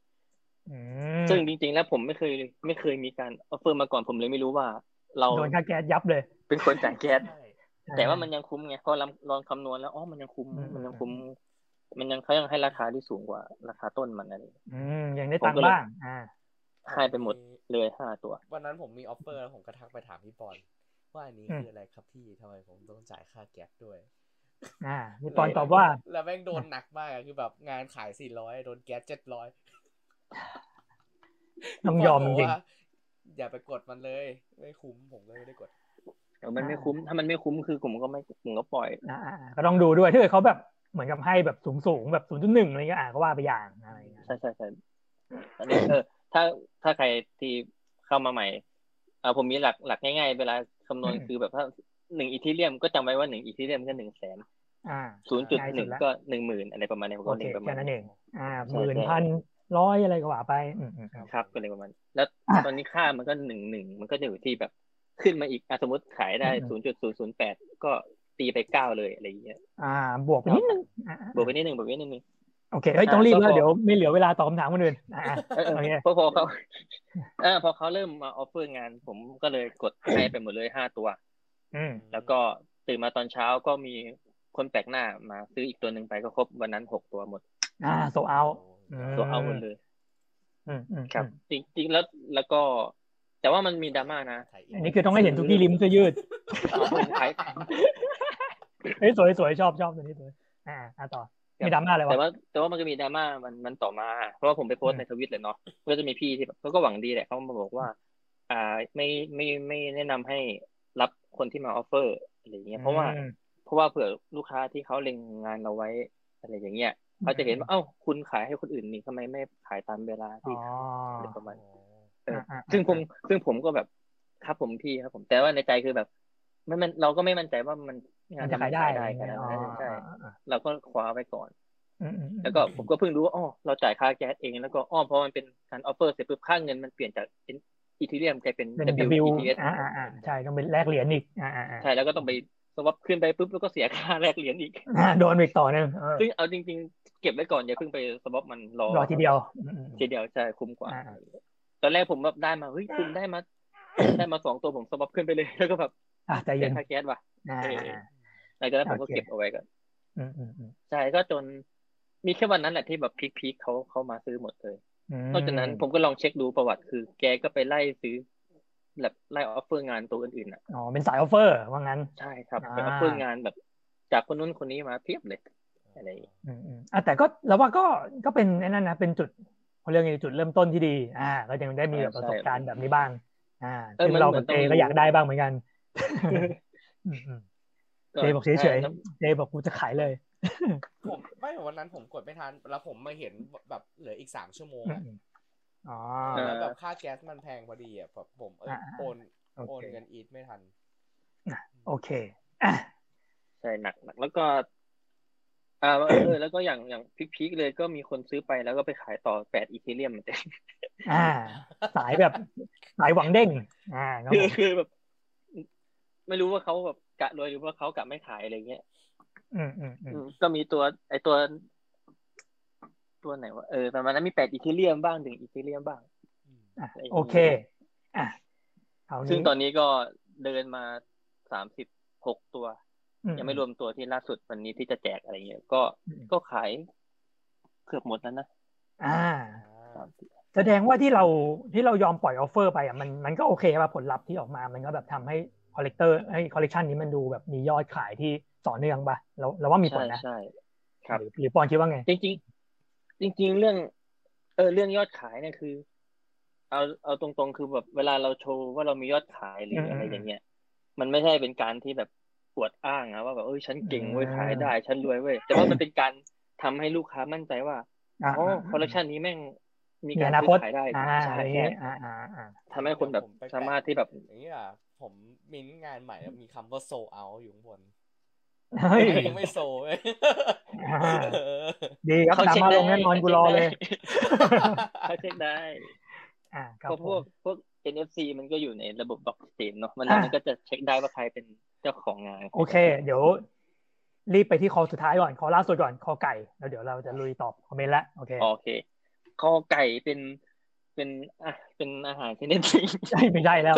A: อืม
B: ซึ่งจริง ๆ แล้วผมไม่เคยไม่เคยมีการออฟเฟอร์มาก่อนผมเลยไม่รู้ว่า เรา
A: โดนค่าแก๊สยับ เลย
B: เป็นคนจ่ายแก๊ส
C: ใช่
B: แต่ว่ามันยังคุ้มไงพอลองลองคำนวณแล้วอ๋อมันยังคุ้ม
A: อืม
B: มันยังคุ้ม มันยังเขายังให้ราคาที่สูงกว่าราคาต้นมันอะไร
A: อืมยังได้ตัง
B: ผมก็
A: ค์
B: เลย
A: บ้าง อ่า
B: ให้ไปหมดเลยห้าตัว
C: วันนั้นผมมีออฟเฟอร์แล้วผมก็ทักไปถามพี่ปอนว่าอันนี้
A: อืม
C: คืออะไรครับพี่ทำไมผมต้องจ่ายค่าแก๊สด้วย
A: อ่ามีปอนตอบว่า
C: แล้วแม่งโดนหนักมากอะคือแบบงานขายสี่ร้อยโดนแก๊สเจ็ดร้อย
A: ต้องยอมจริง
C: อย่าไปกดมันเลย ไม่คุ้มผมเลยไม่ได้กด
B: เดี๋ยวมันไม่
A: อ่า
B: คุ้ม ถ้ามันไม่คุ้มคือผมก็ไม่ผมก็ปล่อย
A: ๆอ่าอ่าก็ต้องดูด้วยถ้าเกิดเขาแบบเหมือนกับให้แบบสูงสูงๆแบบศูนย์จุดหนึ่งอะไรเงี้ยอ่าก็ว่าไปอย่างอะไรเงี้ย
B: ใช่ใช่ใช่อันนี้เออ ถ้าถ้าใครที่เข้ามาใหม่อ่าผมมีหลักหลักง่ายๆ เวลาคำนวณคือแบบถ้าหนึ่งอีทีเรียมก็จำไว้ว่าหนึ่งอีทีเรียมก็หนึ่งแสน
A: อ่า
B: ศูนย์จุดห
A: สุ
B: นึ่
A: ด
B: ง
A: ละ
B: ก็หนึ่งหมื่นอะไรประมาณนี้ผม
A: โอ
B: ก็
A: เค
B: เรียนประมา
A: แค่
B: ณ
A: นั้นเอง อ่า
B: ใช่
A: หมื่น
B: ใช่
A: พันร้อยอะไรก็ว่าไปอืมอืม
B: ครับก็เลยประมาณ แล้ว
A: อ่ะ
B: ตอนนี้ค่ามันก็หนึ่งหนึ่งมันก็จะอยู่ที่แบบ ขึ้นมาอีกอ่ะสมมติขายได้
A: อื
B: ศู
A: ม
B: นย์จุดศูนย์ศูนย์แปดก็ตีไปเก้าเลยอะไรอย่างเงี้ย
A: อ่า บวกไปนิดนึงอ่าอ่า
B: บวกไปนิดหนึ่งบวกไปนิดหนึ่ง
A: โอเคเฮ้ยต้องรีบ
B: อ่าก็
A: แล้ว
B: พอ
A: เดี๋ยวไม่เหลือเวลาตอบคำถามคนอื่นอ่าอ่า
B: เออเออ
A: โอเค
B: พอพอเขา เออพอเขาเริ่มมาออฟเฟอร์งาน ผมก็เลยกดให้ไปหมดเลยห้าตัว
A: อืม
B: แล้วก็ตื่นมาตอนเช้าก็มีคนแปลกหน้ามาซื้ออีกตัวหนึ่งไปก็ครบวันนั้นหกตัวหมด
A: อ่าโซเอา
B: ตัวเอาหมดเลย
A: อืมอืม
B: ครับ จริงๆแล้วแล้วก็ แต่ว่ามันมีดราม่านะ
A: อันนี้คือต้องให้เห็นทุกที่ริมเสื้อยืด
B: ขาย
A: เฮ้ยสวยสวยชอบชอบตัวนี้สวยอ่าอ่าต่อมีดราม่าอะไรวะ
B: แต่ว่าแต่ว่ามันก็มีดราม่ามันมันต่อมา เพราะว่าผมไปโพส
A: อื
B: ต์
A: ม
B: ในทวิตเลยเนาะก็จะมีพี่ที่แบบเขาก็หวังดีแหละเขามาบอกว่า อ่าไม่ไม่ไม่แนะนำให้รับคนที่มาออฟเฟอร์อะไรอย่างเงี้ยเพราะว่า
A: อืม
B: เพราะว่าเผื่อลูกค้าที่เขาเล็งงานเราไว้อะไรอย่างเงี้ยเขาจะเห็นว่าเอ้าคุณขายให้คนอื่นนี่ทำไมไม่ขายตามเวลา
A: อ๋
B: ที่
A: อ
B: อะไรประมาณ เอออ่
A: าๆๆ
B: ซึ่งผมซึ่งผมก็แบบครับผมพี่ครับผมแต่ว่าในใจคือแบบไม่มันเราก็ไม่มั่นใจว่ามัน
A: มันจะขายได้
B: ได้ขนาดนั้นใช่เราก็คว้าไว้ก่อน
A: อืมๆๆ
B: แล้วก็ผมก็เพิ่งรู้ว่าอ๋อเราจ่ายค่าแก๊สเองแล้วก็อ้อเพราะมันเป็นการออฟเฟอร์เสร็จปุ๊บค่าเงินมันเปลี่ยนจากอีทีเรียมกลายเป็น
A: เป็น W
B: WETS
A: อ่าอ่าๆๆใช่ต้องเป็นแลกเหรียญอีกอ่าอ่า
B: ใช่แล้วก็ต้องไปสวอปขึ้นไปปุ๊บแล้วก็เสียค่าแลกเหรียญอีก
A: โดนอีกต่อหนึ่งเออ
B: ซึ่งเอาจริงๆ เก็บไว้ก่อนอย่าเพิ่งไปสวอปมันรอ
A: รอทีเดียวอืม
B: ทีเดียวใช่คุ้มกว่า
A: อ่า
B: ตอนแรกผมแบบได้มาเฮ้ยคุณได้มา ได้มาสองตัวผมสวับขึ้นไปเลย แล้วก็แบบ
A: ๆอ่าใจ
B: เสี
A: เย็
B: ย
A: น
B: ค่าแก๊สว่ะ
A: อ่า
B: หลังจากนั้นผมก็เก็บเอาไว้ก่อน
A: ๆอืมๆๆอืม
B: ใช่ก็จนมีแค่วันนั้นแหละที่แบบพีคๆเขาเขามาซื้อหมดเลย
A: ๆ
B: นอกจากนั้นผมก็ลองเช็คดูประวัติคือ แกก็ไปไล่ซื้อ แบบไล่ออฟเฟอร์งานตัวอื่นๆอ่ะ
A: อ๋อเป็นสายออฟเฟอร์ ว่างั้น
B: ใช่ครับ
A: อ่า
B: ไปออฟเฟอร์งานแบบ จากคนนู้นคนนี้มาเพียบเลย อะไร
A: อืมอืมอ่ะแต่ก็เราว่าก็ก็เป็นไอ้นั่นนะเป็นจุดเขาเรียกไงจุดเริ่มต้นที่ดี อ่า ก็ยังได้มีแบบ
B: ใช่
A: ประสบการณ์แบบนี้บ้าง อ่า
B: เออ
A: ซึ่ง
B: มัน
A: เรา
B: เหมือน
A: เจ
B: ต้องรู้
A: ก็อยากได้บ้างเหมือนกันอืมอืม เจบอกเฉยๆ
B: ใช่ครับ
A: เจบอกกูจะขายเลย
C: ผมไม่วันนั้นผมกดไม่ทัน แล้วผมมาเห็นแบบเหลืออีกสามชั่วโมง
A: อืม
C: อะ
A: อืมอ๋อ
C: แล้วแบบค่าแก๊สมันแพงพอดีอ่ะแบบผมเออ
A: อ่า
C: โอน
A: โอ
C: โอน
A: เค
C: เงินอีทไม่ทัน
A: โอเคอ่ะ
B: ใช่หนักหนักแล้วก็ อ่าเออเอ อแล้วก็อย่างอย่างพีคๆเลยก็มีคนซื้อไปแล้วก็ไปขายต่อแปดอีเทเรียมเหมือนกัน
A: อ่า สายแบบสายหวังเด้ง อ่าครับ
B: คื
A: ผ
B: อ
A: ม
B: คือแบบ ไม่รู้ว่าเขาแบบกะรวยหรือว่าเขากะไม่ขายอะไรเงี้ย
A: อืมอืมอืม
B: อืมก็มีตัว ไอตัว ตัวไหนวะเออประมาณนั้นมีแปดอีเทเรียมบ้างถึงอีเทเรียมบ้าง
A: อ่ะโอเค อ่ะเอา
B: ซึ่ง
A: นี้
B: ตอนนี้ก็เดินมาสามสิบหกตัว
A: อื
B: ยังไม่รวมตัวที่ล่าสุดวันนี้ที่จะแจกอะไรเงี้ยก็
A: อืม
B: ก็ขายเกือบหมดแล้วนะ
A: อ่า
C: อ่า
A: แสดงว่าที่เราที่เรายอมปล่อยออฟเฟอร์ไปอ่ะมันมันก็โอเคป่ะผลลัพธ์ที่ออกมา มันก็แบบทำให้คอลเลกเตอร์ให้คอลเลกชันนี้มันดูแบบมียอดขายที่ต่อเนื่องป่ะเราเราว่ามีผล
B: ใช่
A: นะ
B: ใช่ ครับ
A: หรือหรือปอนคิดว่าไง
B: จริงจริงๆจริง ๆ เรื่อง เออเรื่องยอดขายเนี่ยคือ เอาเอาตรงๆ คือแบบเวลาเราโชว์ว่าเรามียอดขายหรืออะไร
A: อืมอืม
B: อย่างเงี้ย มันไม่ใช่เป็นการที่แบบปวดอ้างนะว่าแบบเอ้ยฉันเก่งเว้ย
A: อ่า
B: ขายได้ ฉันรวยเว้ยแต่ว่ามันเป็นการทำให้ลูกค้ามั่นใจว่า
A: อ่า
B: อ๋อคอลเลคชันนี้แม่งมี
A: มี
B: กา
A: อ
B: ร
A: นาค
B: ซื้
A: ต
B: อขายได้
A: อ่า
B: ใช่
A: อะไร
B: ใช่
A: เงี้ยอ่าอ่าอ่า
B: ทำให้คนแบบ
C: เดี๋ยวผมไปแปะ
B: สามารถที่แบบ
C: อย่างนี้อ่ะผมมินท์งานใหม่แล้วมีคำว่าโซเอาอยู่ข้างบน
A: เฮ้ย
C: ยังไม่โซเว้ย
A: อ่า
C: เออ
A: ดีครับ
B: เขา
A: ตาม
B: เช็ค
A: มา
B: ได้
A: ลงแน่นอนกูรอเลย
B: เขาเช็คได้
A: อ่าครับ
B: ก็
A: ผ
B: พวก
A: ม
B: พวก NFC มันก็อยู่ในระบบบล็อกเชนเนาะมันแล้ว
A: อ่ะ
B: มันก็จะเช็คได้ว่าใครเป็นเจ้าของงาน
A: โอเค เดี๋ยว รีบไปที่คอสุดท้ายก่อนคอล่าสุดก่อนคอไก่แล้วเดี๋ยวเราจะลุยตอบคอมเมนต์ละโอเค
B: โอเคคอไก่เป็นเป็นอ่ะเป็นอาหารชนิดหนึง
A: เฮ้ยไม่ได้แล้ว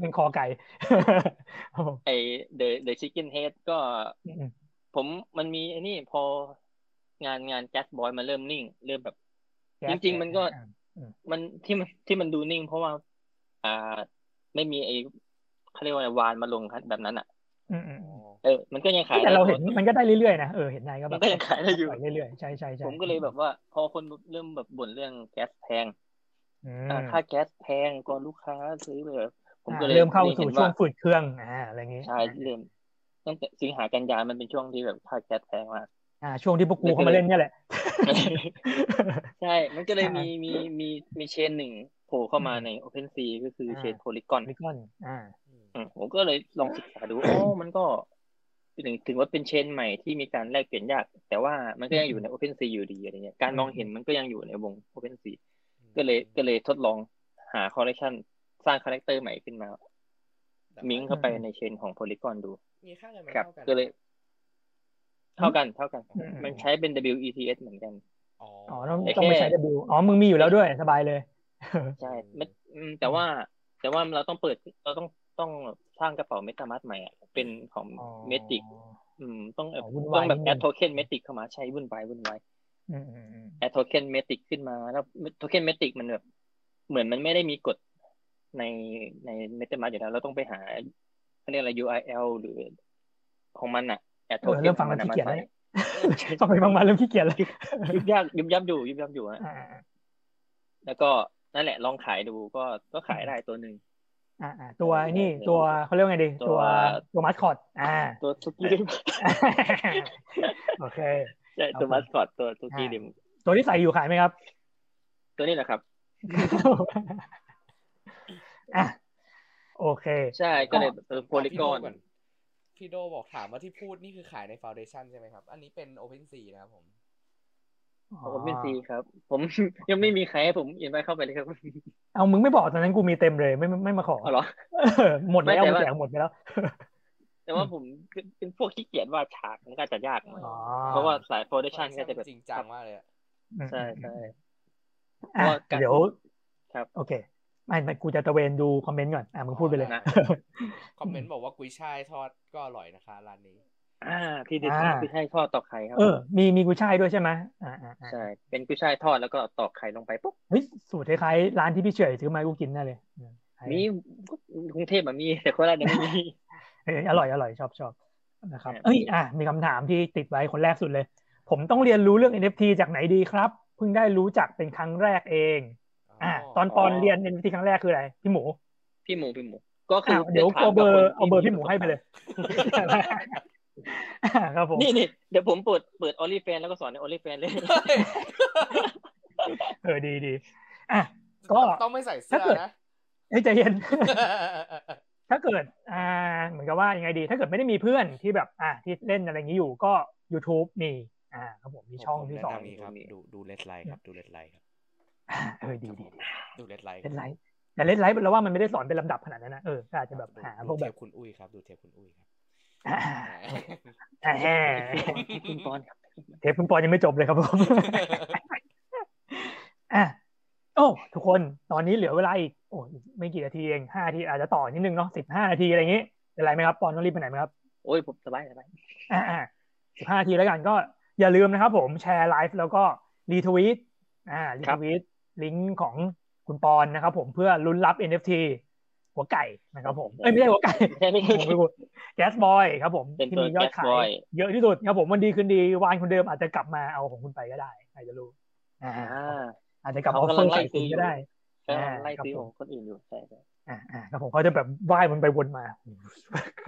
A: เป็นคอไก่
B: ไอเดอะเดอะชิคเก้นเฮดก็
A: อืม
B: ผมมันมีไอ้นี่พองานงานแจ็คบอยมันเริ่มนิ่ง เริ่มแบบ จริงๆมันก็
A: อ่า
B: มันที่มันที่มันดูนิ่ง เพราะว่า อ่าไม่มีไอเขาเรียกว่าอะไรวานมาลงแบบนั้นอ่ะ
A: อืมอืมอื
C: โอ้
A: ม
B: เออมันก็ยังขาย
A: แต่เรา
B: ได้
A: เห็นมันก็ได้เรื่อยๆนะเออเห็นนายก็แบ
B: มัน
A: บ
B: ก็ยังขายได้อยู่
A: ปล่อยเรื่อยๆใช่ใช่ใช่
B: ผมก็เลยแบบว่า พอคนเริ่มแบบบ่นเรื่องแก๊สแพง
A: อืม
B: อ่าค่าแก๊สแพงก่อนลูกค้าซื้อเลย ผมก็เลย
A: อ่าเริ่มเข้าสู่ช่วง
B: เห็น
A: ฝืดเครื่องอ่าอะไรอย่างงี้
B: ว่าใช่เริ่มตั้งแต่สิงหากันยามันเป็นช่วงที่แบบค่าแก๊สแพงมาก
A: อ่าช่วงที่พวกกูเข้ามาเล่นเนี่ยแหละ
B: ใช่ มันก็เลย
A: อ่ามี
B: มีมีมีมีเชนหนึ่งโผล่เข้ามาใน Open Sea ก็คืออา เชนโพลิกอน
A: ลิคอนอ่า
C: อืม
B: ผมก็เลยลองศึกษา ดูอ๋อมันก็ถึงถึงว่าเป็นเชนใหม่ที่มีการแลกเปลี่ยนยาก แต่ว่ามันก็ยังอยู่ใน Open Sea อยู่ดีอะไรเงี้ยการมองเห็นมันก็ยังอยู่ในวง Open Sea ก็เลยก็เลยทดลองหาคอลเลคชันสร้างคาแรคเตอร์ใหม่ขึ้นมา
C: แต่
B: มิงเข้าไป
A: อืม
B: ในเชนของโพลิกอนดู
C: มีค่าเงินมัน
B: ครับ
C: เท่ากัน
B: ก็เลย เท่ากันเท่ากัน
A: อืม
B: มันใช้เป็น WETS เหมือนกัน
C: อ๋อ
A: อ๋
C: อ๋
A: อ
C: อ
A: ต้อง
B: แต่แค่
A: ต้องไปใช้ W อ๋อมึงมีอยู่แล้วด้วยสบายเลย
B: ใช่ไม่อืมแต่ว่า แต่ว่าเราต้องเปิดเราต้องต้องสร้างกระเป๋าเมตามัสใหม่อ่ะเป็นของ
A: อ๋อ
B: เมติกอืม ต้องแบบ
A: อ๋อวุ่น
B: ต้
A: วา
B: อย งแบบ
A: นิดนึง
B: แอดโทเค็นเมติกเข้ามาใช้วุ่นวายวุ่นวาย
A: อืมอืมอืม
B: แอดโทเค็นเมติกขึ้นมาแล้วโทเค็นเมติกมันแบบเหมือนมันไม่ได้มีกฎในในเมตามัสอยู่แล้วเราต้องไปหาเขาเรียกอะไร URL หรือ ของมันอ่ะแอดโท
A: เออ
B: เค็
A: เริ่
B: น
A: มฟังแล้วขี้เกียจแล้วเนี่ยฟัง
B: ใส่
A: ไปฟังมาเริ่มขี้เกียจแล้ว
B: ยุบยากยุบยับอยู่ยุบยับอยู่อะ
A: อ่า
B: แล้วก็นั่นแหละลองขายดูก็ก็ขายได้ตัวหนึ่ง
A: อ่าอ่าตัวไอ้นี่ตัวเขาเรียกว่าไงดีตัวตัวมัสคอตอ่า
B: ตัวทุกี้ริม
A: โอเค
B: ใช่
A: ครับ
B: ตัว
A: ผม
B: มัสคอตตัวทุกี้
A: อ่า
B: ริม
A: ตัวที่ใส่อยู่ขายไหมครับ
B: ตัวนี้แหละครับ
A: อ่ะโอเค
B: ใช่ก็เลยเออโพลิกอน
C: ถามพี่โดพี่โดบอกถามว่าที่พูดนี่คือขายในฟาวเดชั่นใช่ไหมครับ อันนี้เป็นโอเพนซีนะครับผม
B: ผมเป็นซีครับ ผม ยังไม่มีใครให้ผมอินไว้เข้าไปเลยครับ
A: เอามึงไม่บอกตอนนั้นกูมีเต็มเลยไม่ไม่ไม่มาขอ
B: เอาเหรอ
A: เออหมดแล้ว
B: ไม่
A: มัน
B: แต่ว่า
A: แจกหมดไปแล้ว
B: แต่ว่าผมเป็นเป็นพวกขี้เกียจวาดฉากมันก็จะยากหน่อย
A: อ๋อ
B: เพราะว่าสายโปรดักชัน
C: Foundation
B: ก็จะแบบ
C: จริงจังมากเลยอะ
B: ใช่ใช่
A: อ่ะ
B: ว่ากัน
A: เดี๋ยว
B: ครับ
A: โอเคไม่ไม่กูจะตระเวนดูคอมเมนต์ก่อนอ่ะมึงพูดไปเลย
B: นะ
C: คอมเมนต์บอกว่ากุยช่ายทอดก็อร่อยนะคะร้านนี้
B: อ่าที่ดิ
A: อ่า
B: กุยช่ายทอดตอกไข่ครับ
A: เออ มีมีกุยช่ายด้วยใช่ไหมอ่าอ่าอ่า
B: ใช่เป็นกุยช่ายทอดแล้วก็ตอกไข่ลงไปปุ๊บ
A: เฮ้ยสูตรคล้ายๆร้านที่พี่เฉยซื้อมาให้กูกินนั่นเลยอืมไอ
B: มีกรุงเทพมันมีแต่โคราชยังไม่มี
A: เอออร่อยอร่อยชอบชอบนะครับ
B: ครับ
A: เอ้ยอ่ะมีคำถามที่ติดไว้คนแรกสุดเลย ผมต้องเรียนรู้เรื่อง NFT จากไหนดีครับ เพิ่งได้รู้จักเป็นครั้งแรกเอง อ่ะตอนปอนเรียน NFT ครั้งแรกคืออะไร พี่หมู
B: พี่หมูพี่หมู ก็คื
A: อ่ะ
B: อ
A: เดี๋ยว
B: ไปถม
A: เอาเบอร์
B: กับคน
A: เอาเบอร์พี่หมู
B: ประสบ
A: ให้ไป เลยอ่ะครับผม
B: นี่นี่เดี๋ยวผมเปิดเปิดออลิแฟนแล้วก็สอนในออลิแฟนเลย
C: เฮ้ย
A: เออดีดีอ่ะ ก็
C: ต้องไม่ใส่
A: ถ้า
C: เสื้อ
A: เกิด
C: นะ
A: ให้ใจเย็น ถ้าเกิดอ่าเหมือนกับว่ายังไงดี ถ้าเกิดไม่ได้มีเพื่อนที่แบบอ่ะที่เล่นอะไรอย่างนี้อยู่ก็ YouTube มีอ่าครับผมมีช่องที่สอน
B: ผมแนะนำ
D: ครับดูดูเลดไลท์ครับดูเลดไลท์ครับ
A: เออดีดี
D: ดูเลดไลท์
A: เล่นไลฟ์แต่เล่นไลฟ์เราว่ามันไม่ได้สอนเป็นลำดับขนาดนั้นนะเออก็อาจจะแบบหาพวก
D: ดู
A: แบ
D: เท
A: บ
D: ปคุณอุ้ยครับดูเทปคุณอุ้ยครับ
A: อ่าแหม
B: คุณปอนครับ
A: เทปคุณปอยังไม่จบเลยครับผม อ่ะโอ้ทุกคนตอนนี้เหลือเวลาอีกโอ้อีกไม่กี่นาทีเองห้าทีอาจจะต่อนิดนึงเนาะสิบห้านาทีอะไรอย่างงี้เป็นไรไหมครับปอนต้องรีบไปไหนไหมครับ
B: โอ้ยผมสบายสบาย
A: อ่าสิบห้าทีแล้วกันก็อย่าลืมนะครับผมแชร์ไลฟ์แล้วก็รีทวีตอ่ารี
B: ครั
A: ท
B: บ
A: วีตลิงก์ของคุณปอนนะครับผมเพื่อลุ้นรับ NFT หัวไก่นะครับผมเอ้ยไม่ใช่หัว ไก่
B: ไม่ใช่ไม่
A: ผ
B: ใช่
A: มไปพูดแก๊สบอยครับผม
B: เป็น
A: ที่
B: ตัว
A: มียอด
B: Gas
A: ขาย
B: Boy
A: เยอะที่สุดครับผมวันดีคืนดีวานคนเดิมอาจจะกลับมาเอาของคุณไปก็ได้ใครจะรู้อ่า
B: อ่า
A: อาจจะกลับมา
B: เขา
A: เอา
B: กำลั
A: เพิ่
B: ง
A: มใส่คุณ
B: ไล่
A: ก็ได้
B: ซื้ออยู่ก็
A: อ่า
B: ไล่ซื้อ
A: ครับ
B: ข
A: ผม
B: องคนอื่นอยู่ใช่ใช่
A: อ่าอ่าครับผมเขาจะแบบว่ายมันไปวนมา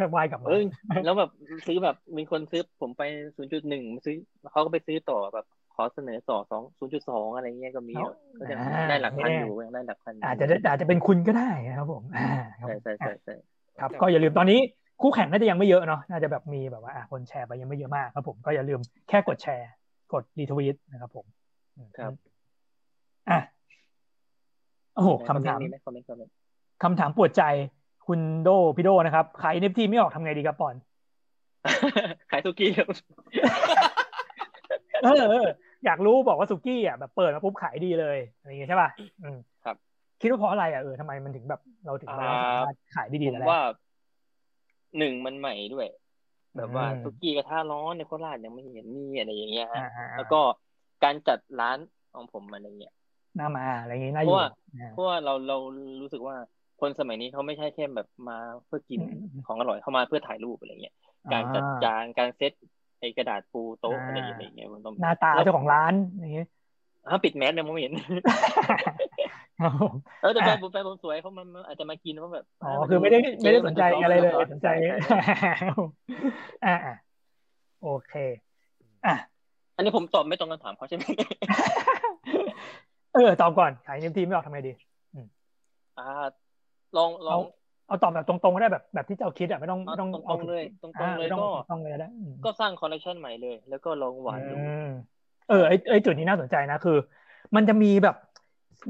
A: ว่ายกลับมา
B: เอ้ยแล้วแบบซื้อแบบมีคนซื้อผมไปศูนย์จุดหนึ่งซื้อเขาก็ไปซื้อต่อแบบขอเสนอต่อสองศูนย์จุดสองอะไรเงี้ยก็มีก็ยังได้หลักพันอยู่ยังได้หลักพันยู่
A: อาจจะได้อาจจะเป็นคุณก็ได้นะครับผมอ่าครับ
B: ใช่
A: ผม
B: ใช่ใช่ใช่
A: ครับก็อย่าลืมตอนนี้คู่แข่งน่าจะยังไม่เยอะเนาะน่าจะแบบมีแบบว่าอ่ะคนแชร์ไปยังไม่เยอะมากครับผมก็อย่าลืมแค่กดแชร์ กดรีทวีตนะครับผม
B: ครับ
A: อ่ะโอ้โหคำถาม
B: ไหมคอมเมนต์คอมเม นต์
A: คำถามปวดใจคุณโดพี่โดนะครับขาย NFT ไม่ออกทำไงดีครับปอน
B: ขายสุกี้ครับ
A: เออเอออยากรู้บอกว่าสุกี้อ่ะแบบเปิดมาปุ๊บขายดีเลยอะไรอย่างเงี้ยใช่ป่ะอืม
B: ครับ
A: คิดว่าเพราะอะไรอ่ะเออทำไมมันถึงแบบเราถึงมา
B: อ่า
A: สามารถขายได้ดี
B: ผ
A: แต่
B: ม
A: แร
B: ว่าก หนึ่งมันใหม่ด้วย แบบว่า
A: อืม
B: สุกี้กระทะร้อนในโคราชยังไม่เห็นมีอะไรอย่างเงี้ย
A: อ่า
B: ฮะ
A: อ่า
B: แล้วก็การจัดร้านของผมอะไรเงี้ย
A: หน้ามาอะไรอย่างงี้น่าอยู่
B: เพราะว่า
A: อ่า
B: เพราะว่าเราเรารู้สึกว่าคนสมัยนี้เขาไม่ใช่แค่แบบมาเพื่อกิน
A: อืมอืมอืม
B: ของอร่อยเข้ามาเพื่อถ่ายรูปอะไรเงี้ยการจัดจานการเซตไอกระดาษปูโต๊ะอะไรอย่างเงี้ยมันต้อง
A: หน้าตาเจ้าของร้านอย่าง เงี้ย
B: ถ้าปิดแมสเนี่ยมอ งไม่เห็น
A: ครับผม
B: เออแต่แฟนผมแฟนผมสวยเขามันมันอาจจะมากินเพราะแบบ
A: อ๋อคือไม่ได้ไม่ได้สนใจอะไรเลย
B: า
A: สนใจอ่าอ่าโอเคอ่ะ
B: อันนี้ผมตอบไม่ตรงคำถามเขาใช่ไหม
A: เออตอบก่อนขาย NFT ไม่ออกทำไงดี
B: อ่าลองลอ
A: เอา
B: ง
A: เอาตอบแบบตรงๆก็ได้แบบแบบที่เจ้าคิดอ่ะไม่ต้อง
B: เอา
A: ไม่
B: ต
A: ต้อง
B: รงตรงๆ
A: อ่า
B: เลยตรงตรงๆเล
A: ไม่
B: ย
A: ต้อง
B: ก็
A: ตรงๆเลยก็ได้อืม
B: ก็สร้างคอนเนคชันใหม่เลย แล้วก็ลองหวานดู
A: อืมเออไอไอจุดนี้น่าสนใจนะคือ มันจะมีแบบ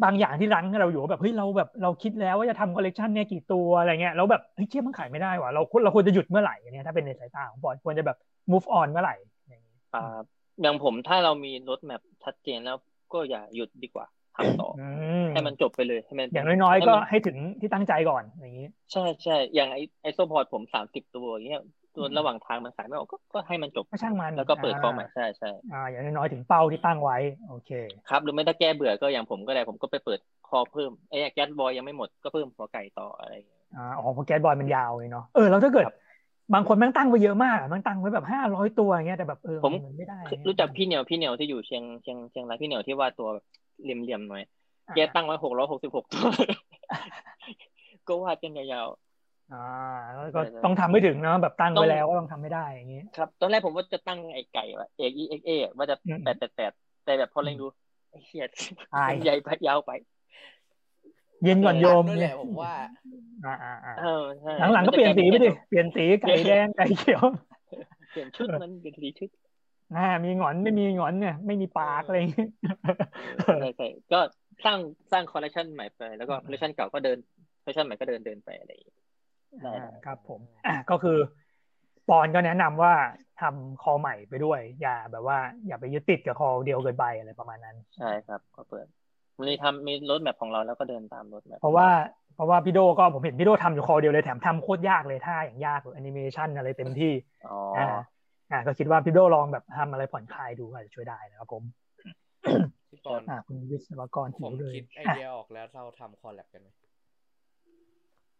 A: บางอย่างที่รั้งเราอยู่ว่าแบบเฮ้ยเราแบบเราคิดแล้วว่าจะทำคอลเลกชันเนี่ยกี่ตัวอะไรเงี้ยแล้วแบบเฮ้ยเชี่ยมันขายไม่ได้ว่ะเราควรเราควรจะหยุดเมื่อไหร่อันเนี่ยถ้าเป็นในสายตาของบอลควรจะแบบ move on เมื่อไหร่อย่างงี้
B: อ่าอย่างผมถ้าเรามีรถแมพชัดเจนแล้วก็อย่าหยุดดีกว่าทำต่อ
A: อืม
B: ให้มันจบไปเลยให้มัน
A: อย่างน้อยๆ
B: ให้
A: ก็
B: มัน
A: ให้ถึงที่ตั้งใจก่อนอย่างงี้
B: ใช่ใช่อย่างไอไอโซพอร์ตผมสามสิบตัวอย่างเงี้ยตัว
A: อืม
B: ระหว่างทางมันขายไม่ออกก็ก็ให้มันจบ
A: ก็ช่างมัน
B: แล้วก็เปิดกองใหม่
A: า
B: ใช่ใช่
A: อ่าอย่างน้อยๆถึงเป้าที่ตั้งไว้โอเค
B: ครับหรือไม่ถ้าแก้เบื่อก็อย่างผมก็ได้ผมก็ไปเปิดคอเพิ่มไอ้แก๊สบอยยังไม่หมดก็เพิ่มหัวไก่ต่ออะไรอย่างเงี้ย
A: อาอ๋อเพราะแก๊สบอยมันยาวเลยเนาะเออแล้วถ้าเกิด
B: ครับ
A: บางคนแม่งตั้งไปเยอะมากอะแม่งตั้งไว้แบบห้าร้อยตัวอย่างเงี้ยแต่แบบเออ
B: ผม
A: นไม่ได้
B: รู้จักพี่เหนียวพี่เหนียวที่อยู่เชียงเชียงเชียงรายพี่เหนียวที่วาดตัวแบบเหลี่ยมๆหน่อย
A: อ่ะ
B: แกตั้งไว้หกร้อยหกสิบหกตัว ก็วาดกันยาว
A: อ่าแล้วก็
B: ใช่ใช่
A: ต้องทำไม่ถึงเนาะแบบตั้ง
B: ต้อ
A: ไว้
B: ง
A: แล้วก็ต้องทำไม่ได้อย่างงี้
B: ๆ ครับ ตอนแรกผมว่าจะตั้งไอ้ไก่ว่าเอกเอกเอว่าจะ
A: อืม
B: แปดแปดแปดแต่แบบพอเล็งดูไอ้เหี้ย
A: อาย
B: มันใหญ่ไปยาวไป
A: เย็นก่อนโยม
C: ด้วยแหละผมว่า
A: อ่าอ่าอ่า
B: เออใช่
A: หลังๆก็เปลี่ยนสีไปดิเปลี่ยนสีไก่แดงไก่เขียว
B: เปลี่ยนชุดมันเป็นสีชุด
A: อ่ามีหงอนไม่มีหงอนเนี่ยไม่มีปากอะไรอย่างงี้
B: ใช่ใช่ก็สร้างสร้างคอลเลคชันใหม่ไปแล้วก็คอลเลคชันเก่าก็เดินคอลเลคชันใหม่ก็เดินเดินไปอะไรอย่างเงี้ย ได้ได้
A: อ่าครับผมอ่ะก็คือปอนก็แนะนำว่าทำคอใหม่ไปด้วย อย่าแบบว่า อย่าไปยึดติดกับคอเดียวเกินไปอะไรประมาณนั้น
B: ใช่ครับ ก็เปิดมันเลยทำมีรถแมพของเราแล้วก็เดินตามรถแมพ
A: เพราะว่าเพราะว่าพี่โดก็ผมเห็นพี่โดทำอยู่คอเดียวเลยแถมทำโคตรยากเลยท่าอย่างยากแอนิเมชันอะไรเต็มที่
B: อ๋อ
A: อ่าอ่าก็คิดว่าพี่โดลองแบบทำอะไรผ่อนคลายดูอาจจะช่วยได้นะครับผม
C: พี่ปอน
A: อ่าคุณวิศวกร
C: ผม
A: หิวเลย
C: คิดไอ
A: อ่ะ
C: เดียออกแล้วเราทำคอลแลบกันไหม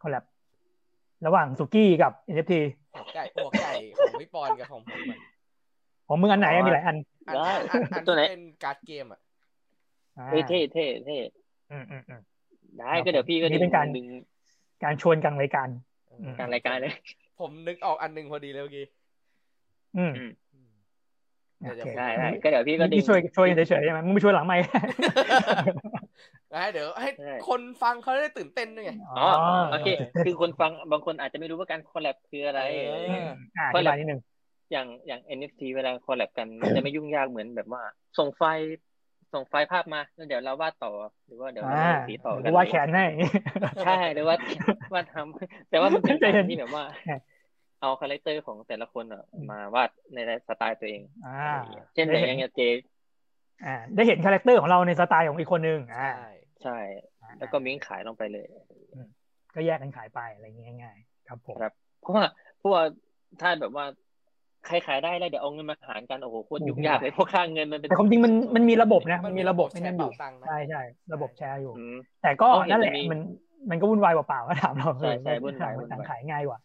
A: คอลแลบระหว่างสุกี้กับ NFT
C: หัวไก่หัวไก่ของพี่ปอนกับของผมอะ
A: ของมึงอันไหนอะ
B: อ๋อ
A: มีหลายอัน
C: อั
B: ได้
C: นอันอัน
B: ตัวไหน
C: ที่เป็นการ์ดเกมอ่ะ
A: อ่า
B: เท่เท่เท่เท่
A: อืมอืมอืม
B: ได้
A: ครับ
B: ก็เดี๋ยวพี่ก็
A: นี่
B: ดึง
A: เป็นการ
B: ดึง
A: การชวนกลางรายการ
C: เออ
A: ม
B: การรายการเลย
C: ผมนึกออกอันหนึ่งพอดีเลยเมื่อ กี้
A: อืม
B: อืม
C: อืม
A: โอ
C: เดี๋ยว
A: เค
C: ๆ
B: ได้ได้ก็เดี๋ยวพี่ก็ดึง
A: นี่ช่วยช่วยเฉยๆใช่ไหมมึงไม่ช่วยหลังไม่
C: นะเดี๋ยวให้
B: ใช่
C: คนฟังเขาได้ตื่นเต้นด้วยไง
B: อ๋อโอเค คือคนฟังบางคนอาจจะไม่รู้ว่าการคอลแลบคืออะไร
C: เออ
A: อ่าอธิบายนิดนึง
B: อย่างอย่าง NFT เวลาคอลแลบกันมันจะไม่ยุ่งยากเหมือนแบบว่า ส่งไฟล์ส่งไฟล์ภาพมาแล้วเดี๋ยวเราวาดต่อ หรือว่าเดี๋ยวเรา
A: อ่า
B: สีต่อ
A: ห
B: กั
A: รื
B: น
A: อว่าแขนให้
B: ใช่หรือว่าวา ดทำแต่ว่ามันเป็น
A: ใจเย็
B: กาน รที่แบบว่า เอาคาแรคเตอร์ของแต่ละคนอะ
A: อืม
B: มาวาดในสไตล์ตัวเอง
A: อ่า
B: เช่นอย่าง
A: ได้เห็น
B: อย่างเจ
A: อ่า ได้เห็นคาแรคเตอร์ของเราในสไตล์ของอีกคนนึง
C: ใช่
A: อ่า
B: ใช่ แล้วก็มิ้งขายลงไปเลย
A: ก็แยกกันขายไปอะไรอย่างเงี้ยง่ายๆครับผม
B: ครับ เพราะว่าเพราะว่าถ้าแบบว่าใครขายได้แล้วเดี๋ยวเอาเงินมาหารกันโอ้โหโคตรยุ่งยากเลยเพราะค่าเงินมันเป็น
A: แต่ความจริงมันมันมีระบบนะ
C: มั
A: มัน น
C: มี
A: มี
C: ระ
A: ระ
C: บบ บบ แช
A: ใน
C: ร์
A: นั้นอยู่
C: เป๋าตังค์นะ
A: ใช่ใช่ระบบแชร์อยู่
B: อืม
A: แต่ก็
B: อ๋อเห็น
A: นั่นแหละ
B: มันมี
A: มันมันก็วุ่นวายเปล่าๆก็ถามเรา
B: ใช่ใช่
A: เออ
B: วุ่นวาย
A: ต่งค
B: วุ่นวาย
A: ต่างขายง่ายกว่า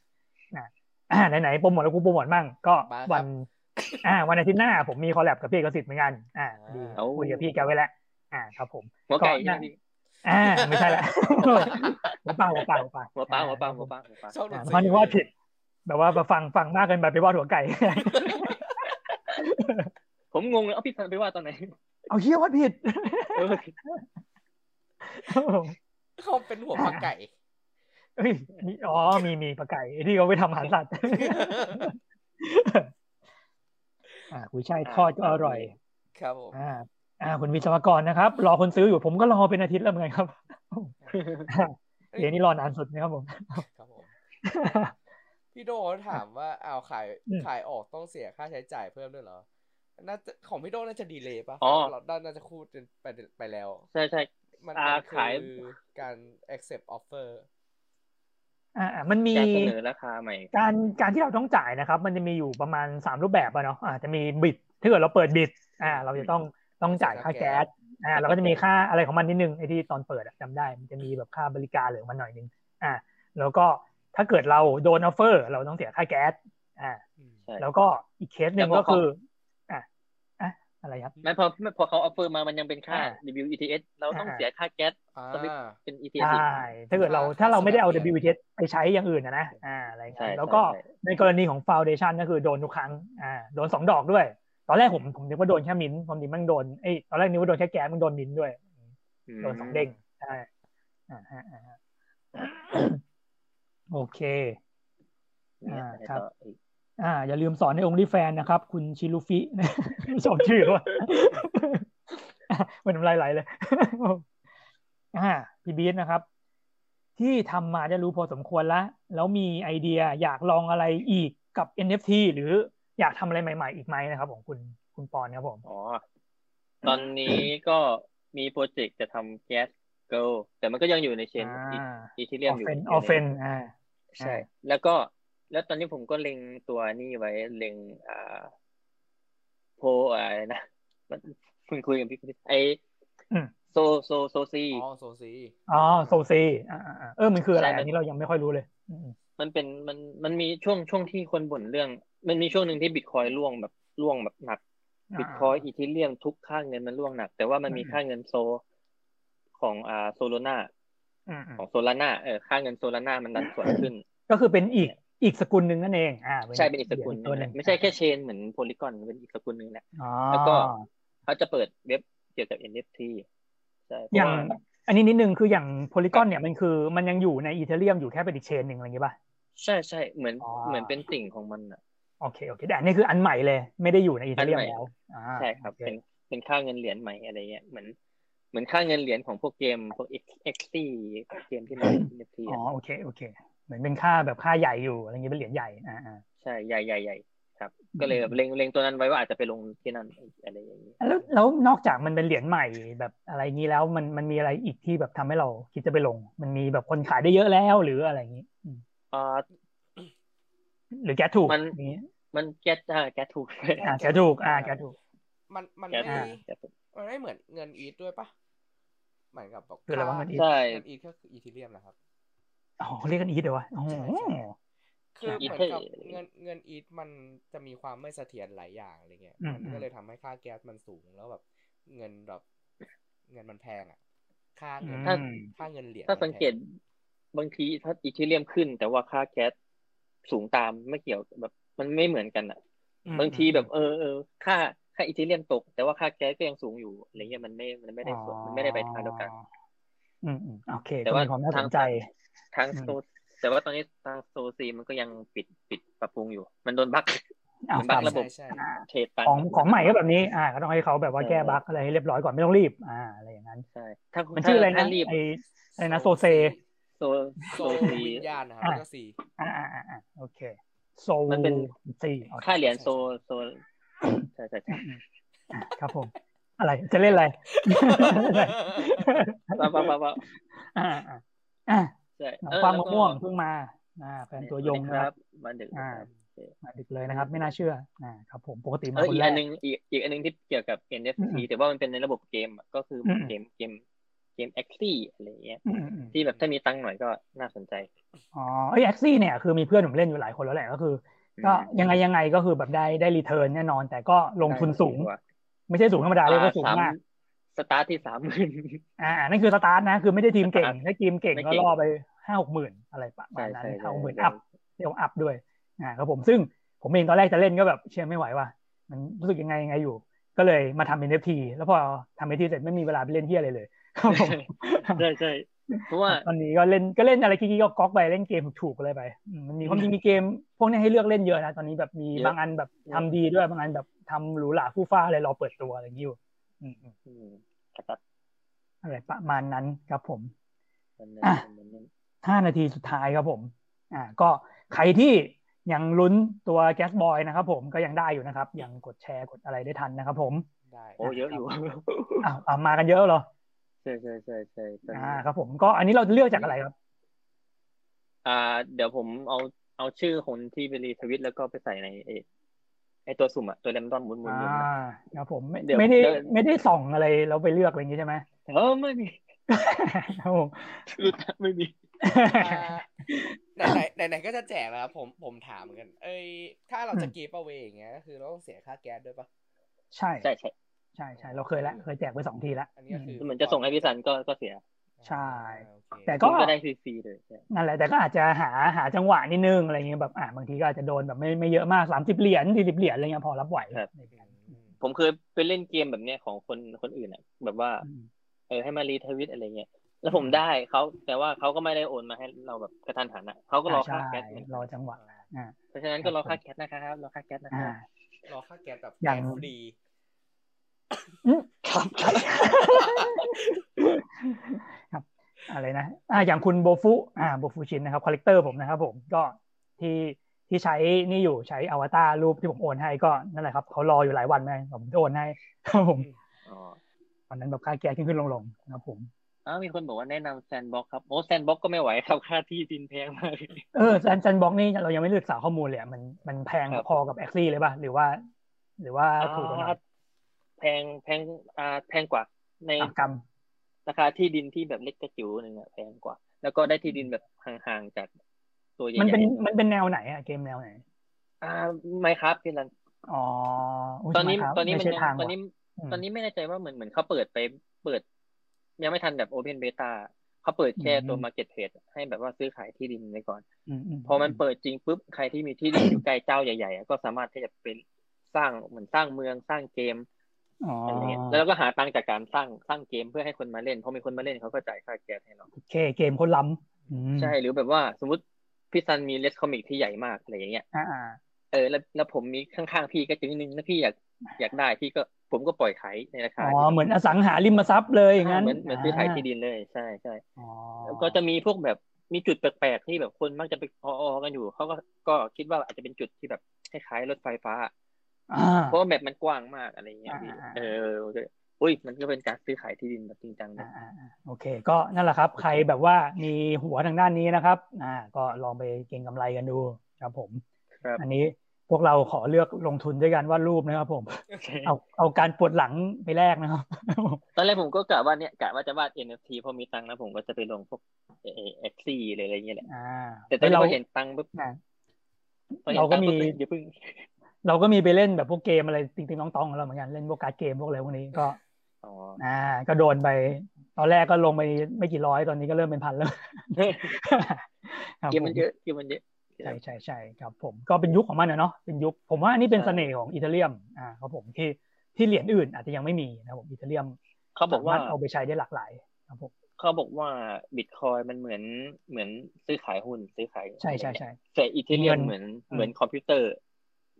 A: นะ อ่าไหนๆโปรโมทแล้วกูโปรโมทมั่งก็
C: มาครับ
A: วัน อ่า วันอาทิตย์หน้าผมมีคอลแลบกับพี่เอกสิทธิ์เหมือนกัน อ่า
C: อ่า
A: ดีคุยกับพี่แกไว้แล้วอ่า ครับผม
B: หัวไก่
A: ก่อนหน้า อ่าไม่ใช่ละ หัวเปล่าหัวเปล่าหัวเปล่า
B: หัวปลาหัวปลาหัวปลาหัวปลา
C: ชอบด
A: อ่าน เพราะนึกว่าผิด แบบว่าฟังฟังมากเกินไปไปว่าหัวไก่
B: ผมงงเลยเอาพี่ซันไปว่าตอนไหน
A: เอาเฮียว่าผิด
B: เออ
C: เขาเป็นหัวปลาไก่
A: เอ้ยมีอ๋อ มีมีปลาไก่ที่เขาไปทำอาหารสัตว์ อ่ากุยช่ายทอดก็อร่อย
C: ครับผม
A: อ่า อ่าคุณวิศวกรนะครับ รอคนซื้ออยู่ผมก็รอเป็นอาทิตย์แล้วเหมือนกันครับเดี๋ยวนี้รอนานสุดนะครับผม
C: ครับผม พี่โดถามว่าเอาวขาย
A: อืม
C: ขายออกต้องเสียค่าใช้จ่ายเพิ่มด้วยเหรอ น่าจะของพี่โดน่าจะดีเลยปะ
B: อ๋อ
C: เราด้านน่าจะคูดไปไปแล้ว
B: ใช่ใช่
C: มัน
B: อ่า
C: มันคือ
B: ขาย
C: การ accept offer
A: อ่าอ่ามันมี
B: การเสนอราคาใหม่
A: การการที่เราต้องจ่ายนะครับ มันจะมีอยู่ประมาณสามรูปแบบอะเนาะอ่าจะมีบิดถ้าเกิดเราเปิดบิด อ่า เราจะต้องต้องจ่ายค่าแก๊ส อ่าเราก็จะมีค่าอะไรของมันนิดนึงไอ้ที่ตอนเปิดอะจำได้ มันจะมีแบบค่าบริการเหลือมันหน่อยนึง อ่า แล้วก็ถ้าเกิดเราโดนออฟเฟอร์ เราต้องเสียค่าแก๊ส อ่า
B: ใช่
A: แล้วก็อีกเคสหนึ่ง
B: แล้วก็
A: ก็คือ อ่ะอ่ะอะไรครับ
B: ไม่พอไม่พอเขาออฟเฟอร์มามันยังเป็นค่า
A: อ่า
B: W ETS เราต้องเสียค่าแก๊ส
C: อ่า
B: สวิตช์ เป็น ETS
A: ใช่
B: อีก
A: ถ้าเกิดเราถ้าเราไม่ได้เอา
C: ใช่
A: WTS ไปใช้อย่างอื่นนะนะอ่าอะไรเงี้
B: ใช่
A: ยแล้วก็
B: ใช่
A: ในกรณีของ Foundation ก็คือโดนทุกครั้งอ่าโดนสองดอกด้วย ตอนแรกผมผมนึกว่าโดนแค่มิ้นท์ความจริงมันโดนเอ้ยตอนแรกนึกว่าโดนแค่แก๊สมันโดนมิ้นท์ด้วย
B: อืม
A: โดนสองเด้งใช่อ่าฮะอ่าฮะ โอเค
B: เนี่ย
A: อ่า
B: อะไร
A: ครับ
B: ต่ออีก
A: อ่า อย่าลืมสอนในองค์ดีแฟนนะครับ คุณชิลูฟิ สมชื่อว่า มันน้ำลายไหลเลย อ่าพี่บีทนะครับ ที่ทำมาได้รู้พอสมควรแล้วแล้วมีไอเดียอยากลองอะไรอีกกับ NFT หรืออยากทำอะไรใหม่ ๆ อีกไหมนะครับของคุณคุณปอนครับผม
B: อ๋อ ตอนนี้ก็มีโปรเจกต์จะทำแก๊สเกลแต่มันก็ยังอยู่ในเชน
A: อ่า
B: อีที
A: อ
B: เรีย
A: อ
B: ม
A: ฟ
B: อยู่
A: เฟนออฟเฟนอ่า
B: ใช่ แล้วก็แล้วตอนนี้ผมก็เล็งตัวนี่ไว้เล็งอ่าโพลอะไรนะ มันเพิ่งคุยกับพี่ไอ
A: อืม
B: โซโซโซซี
C: อ๋อโซซี
A: อ๋อโซซีอ่าอ่าอ่าเออมันคืออะไร
B: ใช่มัน
A: อันนี้เรายังไม่ค่อยรู้เลยอืม
B: มันเป็นมันมันมีช่วงช่วงที่คนบ่นเรื่อง มันมีช่วงหนึ่งที่บิตคอยล่วงแบบล่วงแบบหนัก
A: อ่า
B: บิตคอยอีทีเรียมทุกค่าเงินมันล่วงหนัก แต่ว่ามันมี
A: อืม
B: ค่าเงินโซของอ่าโซโลนา
A: อืมอืม
B: ของโซลานาเออค่าเงินโซลานามันดันสวนขึ้น
A: ก็คือเป็นอีกอีกสกุลหนึ่งนั่นเองอ่า
B: ใช่เป็นอีกสกุลห
A: เหรียญ
B: นึ่
A: ตัว
B: ง
A: ห
B: แห
A: นึ่ง
B: ละไม่ใช่แค่เชนเหมือนโพลิกอนเป็นอีกสกุลหนึ่งแหละ
A: อ๋อ
B: แล้วก็ เขาจะเปิดเว็บเกี่ยวกับ NFT ใช่
A: อ
B: เพราะ
A: ย่าง
B: ว่า
A: อันนี้นิดนึงคืออย่างโพลิกอนเนี่ยมันคือมันยังอยู่ในอีเทเรียมอยู่แค่เป็นอีกเชนหนึ่งอะไรอย่างงี้ป่ะ
B: ใช่ใช่เหมือน
A: อ๋อ
B: เหมือนเป็นสิ่งของมันอ่ะ
A: โอเคโอเคแต่อันนี้คืออันใหม่เลย ไม่ได้อยู่ในอีเทเรียม
B: อันใหม่
A: แล้วอ่า
B: ใช่ครับ
A: โอเ
B: เป็นเป็นค่าเงินเหรียญใหม่อะไรเงี้ยเหมือนเหมือนค่าเงินเหรียญของพวกเกมพวก X X T เกมที่มันเป็น NFT
A: อ๋อ
B: อะ
A: โอเคโอเค เหมือนเป็นค่าแบบค่าใหญ่อยู่อะไรอย่างงี้เป็นเหรียญใหญ่อ่าอ่า
B: ใช่ใหญ่ใหญ่ใหญ่ครับ
A: อืม
B: ก็เลยแบบเล็งเล็งตัวนั้นไว้ว่าอาจจะไปลงที่นั่นอะไรอย่างนี้
A: แล้วแล้วนอกจากมันเป็นเหรียญใหม่แบบอะไรอย่างงี้แล้วมันมันมีอะไรอีกที่แบบทำให้เราคิดจะไปลง มันมีแบบคนขายได้เยอะแล้วหรืออะไรอย่างงี้อืม
B: อ่า
A: หรือแกถูก
B: มัน
A: อย่างงี้
B: มันแก๊สอ่าแก๊สถูก
A: อ่าแกถูกอ่าแกถูก
C: มันมัน
B: แก๊ส
C: ไม่
B: ถู
A: อ่า
B: กแก๊สถูก
C: มันไม่เหมือนเงินอีทด้วยปะเหมือนกับบอก
A: คืออะไรวะ
C: ค่า
A: เงินอีท
B: ใช่
C: เงินอีทก็คืออีทีเรียมนะครับ
A: อ๋อเรียกกันอีทเดี๋ยววะโอ้โห
C: คือ
B: อี
C: เหมือ
B: เท่
C: นกับเงินเงินอีทมันจะมีความไม่เสถียรหลายอย่างอะไรเงี้ย
A: อืม
C: มัน
A: อื
C: ก็
A: ม
C: เลยทำให้ค่าแก๊สมันสูงแล้วแบบเงินแบบเงินมันแพงอ่ะ ค่าเงิน
A: อืม
C: ค่าเงินเหรียญ
B: ถ้า
C: มันแพ
B: สังเกตบางทีถ้าอีเทเรียมขึ้น แต่ว่าค่าแก๊สสูงตามไม่เกี่ยวแบบ มันไม่เหมือนกันอ่ะ บางทีแบบเออเออค่าค่าอีเทเรียมตก แต่ว่าค่าแก๊สก็ยังสูงอยู่อะไรเงี้ยมันไม่มันไม่ได้ส่วนมันไม่ได้ไปทางเดียวกัน
A: อืมอืมโอเค
B: แต่
A: ก็
B: ว่า
A: มีความน่าส
B: ทาง
A: นใจ
B: ทางโซแต่ว่าตอนนี้ทางโซซีมันก็ยังปิดปิดปรับปรุงอยู่ มันโดนบั๊ก
A: อ้าว
B: มันบั๊
A: ตา
B: ก
A: ม
B: ระบบ
C: ใช่
A: อ่า
C: ใช่
B: เทรดตัน
A: ของของใหม่ก็แบบนี้ อ่า ก็ต้องให้เขาแบบว่า
B: ใช่
A: แก้บั๊กอะไรให้เรียบร้อยก่อนไม่ต้องรีบ อ่า อะไรอย่างนั้น
B: ใช่ถ้า
A: มัน
B: ถ้า
A: ชื่ออะไร
B: ถ้า
A: นะ
B: รีบ
A: ไออะไรนะโซเซ
B: โซโซ
C: โซ
B: ซี
C: วิญญาณนะครับ
A: อ่ะ
C: แล้วก็ สี่
A: อ่าอ่าอ่าอ่าโอเคโซ
B: มันเป็น
A: ซีโอเค
B: ค่าเหรียญโซ
C: ใช่
B: โซใช่ใช่ใช่
A: อ่ะครับผม อะไรจะเล่น อะไร
B: ว่าว่าว่าว่า
A: อ่าอ่าอ่า
B: ใช่
A: หนัง
B: เออ
A: ความ
B: แล้
A: มะ
B: ก็
A: ม่วงเพิ่งมา อ่าแฟนตัวยง
B: สส
A: นะค
B: ดีค
A: รั
B: รับ บวันดึก
A: อ่า
B: ครับโอเค
A: มาดึกเลยนะครับ ไม่น่าเชื่อ อ่า ครับ ผมปกติ
B: เอ
A: มา
B: อ
A: คน
B: อีก
A: แร
B: อั
A: ก
B: นหนึงอีกอีกอันหนึงที่เกี่ยวกับ NFT
A: อืม
B: แต่ว่ามันเป็นในระบบเกมอะก็คืออ
A: ม
B: เกมเกมเกมแอคซี่อะไรเงี้ย
A: อืมอืมอืม
B: ที่แบบถ้ามีตังค์หน่อยก็น่าสนใจ
A: อ๋อไอแอ็กซี่เนี่ยคือมีเพื่อนผมเล่นอยู่หลายคนแล้วแหละก็คือ ก็ยังไงยังไงก็คือแบบได้ได้รีเทิร์นแน่นอน แต่ก็ลงทุนสูง ไม่ใช่สูงธรรมดา
B: อ่า
A: เรียกว่าสูง
B: สาม
A: มาก
B: สตาร์ทที่สาม หมื่น
A: อ่านั่นคือสตาร์ทนะ คือไม่ได้ทีมเก่ง
B: สตาร์ท
A: ถ้าทีมเก่ง
B: ไม่
A: ก็
B: เก่ง
A: ล่อไปห้าหกหมื่นอะไรประมา
B: ใช่
A: ณนั้น
B: ใช่ใช่
A: ห้าหกหมื่น
B: ใช่
A: อัพเรียกว่าอัพด้วยอ่าครับผมซึ่งผมเองตอนแรกจะเล่นก็แบบเชื่อไม่ไหวว่ะมันรู้สึกยังไงยังไงอยู่ ก็เลยมาทำ NFT แล้วพอทำ NFT เสร็จไม่มีเวลาไปเล่นเฮียอะไรเลยครับผม
B: ใช่ใช่เพราะว่า
A: ตอนนี้ก็เล่นก็เล่นอะไรกี้ๆก็ก๊อกไปเล่นเกมถูกๆอะไรไปอืมมันมีความจริงมีเกม พวกนี้ให้เลือกเล่นเยอะนะตอนนี้แบบมีบางอันแบบทำดีด้วยบางอันแบบทำหรูหราฟู่ฟ้าอะไรรอเปิดตัวอะไรอย่างนี้อยู่อืม
B: อืมครับ
A: อะไรประมาณนั้นครับผม
B: วันนั้น
A: อ่ะ
B: วันนั้น
A: ห้านาทีสุดท้ายครับผม อ่า ก็ใครที่ยังลุ้นตัวแก๊สบอยนะครับผมก็ยังได้อยู่นะครับ ยังกดแชร์กดอะไรได้ทันนะครับผม
C: ได้
B: โอ้เยอะอยู่
A: อ้าวอ่ะมากันเยอะเหรอ
B: ใช่ใช่ใช่ใช่ตอน
A: อ่า
B: นี้
A: ครับผม ก็อันนี้เราจะเลือกจากอะไรครับ
B: อ่า เดี๋ยวผมเอาเอาชื่อคนที่ไปรีทวิตแล้วก็ไปใส่ในไอ้ไอตัวสุ่มอะตัวแรมดอนหมุนหมุน
A: อ่า
B: หมุนอะ
A: ครับผมไม่
B: เดี๋ยว
A: ไม่ได้
B: เดี๋ยว
A: ไม่ได้ส่องอะไรแล้วไปเลือกอะไรอย่างงี้ใช่ไหม
B: เออไม่มี
A: ครับผม
B: รู้จักไม่มี
C: อ่าไหนไหนไหนๆก็จะแจกแล้วครับผมผมถามเหมือนกัน เอ้ยถ้าเราจะ
A: อืม
C: กีบเอาเวอย่างเงี้ยก็คือเราต้องเสียค่าแก๊สด้วยปะ
A: ใช่
B: ใช่ใช่
A: ใช่ใช่เราเคยละเคยแจกไปสองทีละ
C: อันนี้ก็คือ
A: ม
B: เหมือนจะส่งให้พี่สันก็ก็เสีย
A: ใช่
C: อ่าโอเค
A: แต่ ก็
B: คุณก็ได้ฟรีๆเลยใช่
A: นั่นแหละแต่ก็อาจจะหาหาจังหวะนิดนึงอะไรอย่างเงี้ยแบบอ่าบางทีก็อาจจะโดนแบบไม่ไม่เยอะมากสามสิบเหรียญสี่สิบเหรียญอะไรเงี้ยพอรับไหว
C: อืม
B: ผมเคยไปเล่นเกมแบบเนี้ยของคนคนอื่นอะแบบว่า
A: อืม
B: เออให้มารีทวิตอะไรเงี้ย แล้วผมได้เขาแต่ว่าเขาก็ไม่ได้โอนมาให้เราแบบกระทันหันอ่ะเขาก็รอค่าแก๊สเหมือน
A: ร
B: กั
A: อน จังหวะอ่า
B: เพราะฉะนั้นก็รอ
A: ครั
B: ค่า
A: บ
B: แก๊สนะครับรอค่าแก๊สนะค
A: อ่า
B: รับ
C: รอค่าแก๊สแบบ
A: อย่าง
C: แก๊สฟรี
B: ครับครับ
A: ครับอะไรนะอ่าอย่างคุณโบฟุอ่าโบฟุชินนะครับคอลเลกเตอร์ผมนะครับผมก็ที่ที่ใช้นี่อยู่ใช้อวตารรูปที่ผมโอนให้ก็นั่นแหละครับเขารออยู่หลายวันไหมผมโอนให้ครับผม
B: อ๋อ
A: ตอนนั้นแบบค่าแก๊สขึ้นขึ้นลงลงๆนะครับผม
B: อ้าวมีคนบอกว่าแนะนำแซนบ็อกครับโอ้แซนบ็อกก็ไม่ไหวครับค่าที่ดินแพงมาก
A: เออแซนแซนบ็อกนี่เรายังไม่ได้ศึกษาข้อมูลเลยอะมันมันแพง
B: ครับ
A: พอกับแอ็กซี่เลยป่ะหรือว่า หรือว่าถูกกว่าหน่อย
B: แพงแพงอ่าแพงกว่าใน
A: อ่ะกรรม
B: ราคาที่ดินที่แบบเล็กกระจิ๋วหนึ่งอะแพงกว่า แล้วก็ได้ที่ดินแบบห่างๆจากตัวใหญ่
A: มันเป็น
B: ๆ
A: มันเป็นแนวไหนอะเกมแนวไหน
B: อ่าไม่ครับพี่รัน
A: อ๋ออุ๊ย
B: ตอนนี้
A: ไม่ครับ
B: ตอนนี้
A: ไม่
B: มัน
A: ใช่
B: ยัง
A: ทาง
B: ตอน
A: ว่ะ
B: นี้
A: อืม
B: ตอนนี้ไม่แน่ใจว่าเหมือนเหมือนเขาเปิดไปเปิด ยังไม่ทันแบบโอเพนเบต้าเขาเปิดแค่
A: อืม
B: ตัวมา r k เก็ตเพจให้แบบว่าซื้อขายที่ดินไว้ก่อน
A: อืมๆ
B: พอมันเปิดจริงปุ๊บใครที่มีที่ดินอยู่ใกล้เจ้าใหญ่ๆอะก็สามารถที่จะเป็นสร้างเหมือนสร้างเมืองสร้างเกม
A: อ๋อ
B: อะไรเงี้ยแล้วเราก็หาตังค์จากการสร้างสร้างเกมเพื่อให้คนมาเล่นพอมีคนมาเล่นเขาก็จ่ายค่าแก๊สให้เรา
A: โอเคเกมคนล้ำอืม
B: ใช่หรือแบบว่าสมมติพี่ซันมีเลสคอมิกที่ใหญ่มากอะไรอย่างเงี้ย
A: อ่าอ่า
B: เออแล้วแล้วผมมีข้างๆพี่ก็จึงนึงแล้วพี่อยากอยากได้พี่ก็ผมก็ปล่อยขายในราคา
A: อ๋อเหมือนอสังหาริมทรัพย์เลยอย่างนั้น
B: เหมือนเหมือนซื้อขายที่ดินเลยใช่ใช่
A: อ๋อ
B: แล้วก็จะมีพวกแบบมีจุดแปลกๆที่แบบคนมักจะไปพออกันอยู่เขาก็ก็คิดว่าอาจจะเป็นจุดที่แบบคล้ายๆรถไฟฟ้า
A: อ่า
B: เพราะว่าแมปมันกว้างมากอะไรเงี้ยพี่
A: อ่าๆ
B: เอออุ้ยมันก็เป็นการซื้อขายที่ดินแบบจริงจังเล
A: อ่าย อ่าอ่าโอเค ก็นั่นแหละครับ ใครแบบว่ามีหัวทางด้านนี้นะครับ อ่า ก็ลองไปเก็งกำไรกันดูครับผม
B: ครับ
A: อันนี้พวกเราขอเลือกลงทุนด้วยการวาดรูปนะครับ ผม เอาเอาการปวดหลังไปแลกนะครับ
B: ตอนแรกผมก็กะว่าเนี่ยกะว่าจะวาด NFT พอมีตังค์นะผมก็จะไปลงพวก เอเอฟซีเลยอะไรเงี้ยแหละ
A: อ่า
B: แต่ตอนนี้
A: เรา
B: พอเห็นตังค์ปุ๊บ
A: อ่า
B: พอห็น
A: เราก็
B: ตังค์ปุ๊บ
A: มี
B: อย่าเพิ่ง
A: เราก็มีไปเล่นแบบพวกเกมอะไรติงติงน้องตองของเราเหมือนกันเล่นพวกการ์ดเกมพวกอะไรพวกนี้ก็
B: อ๋อ
A: อ่า ก็โดนไป ตอนแรกก็ลงไปไม่กี่ร้อยตอนนี้ก็เริ่มเป็น พันแล้วครับ
B: เกมมันเยอะเกมมันเยอะ
A: ใช่ใช่ใช่ครับผมก็เป็นยุคของมันอะเนาะเป็นยุคผมว่านี่เป็น
B: ใช่
A: เสน่ห์ของอิตาเลียมอ่าครับผมที่ที่เหรียญอื่นอาจจะยังไม่มีนะครับผมอิตาเลียม
B: เขาบอกว่า
A: สมรถเอาไปใช้ได้หลากหลาย ครับผม
B: เขาบอกว่าบิตคอยมันเหมือนเหมือนซื้อขายหุ้นซื้อขาย
A: ใช่ใช่ใช่
B: แต่อีเทเรียม
A: เงิน
B: เหมือนเหมือนคอมพิวเตอร์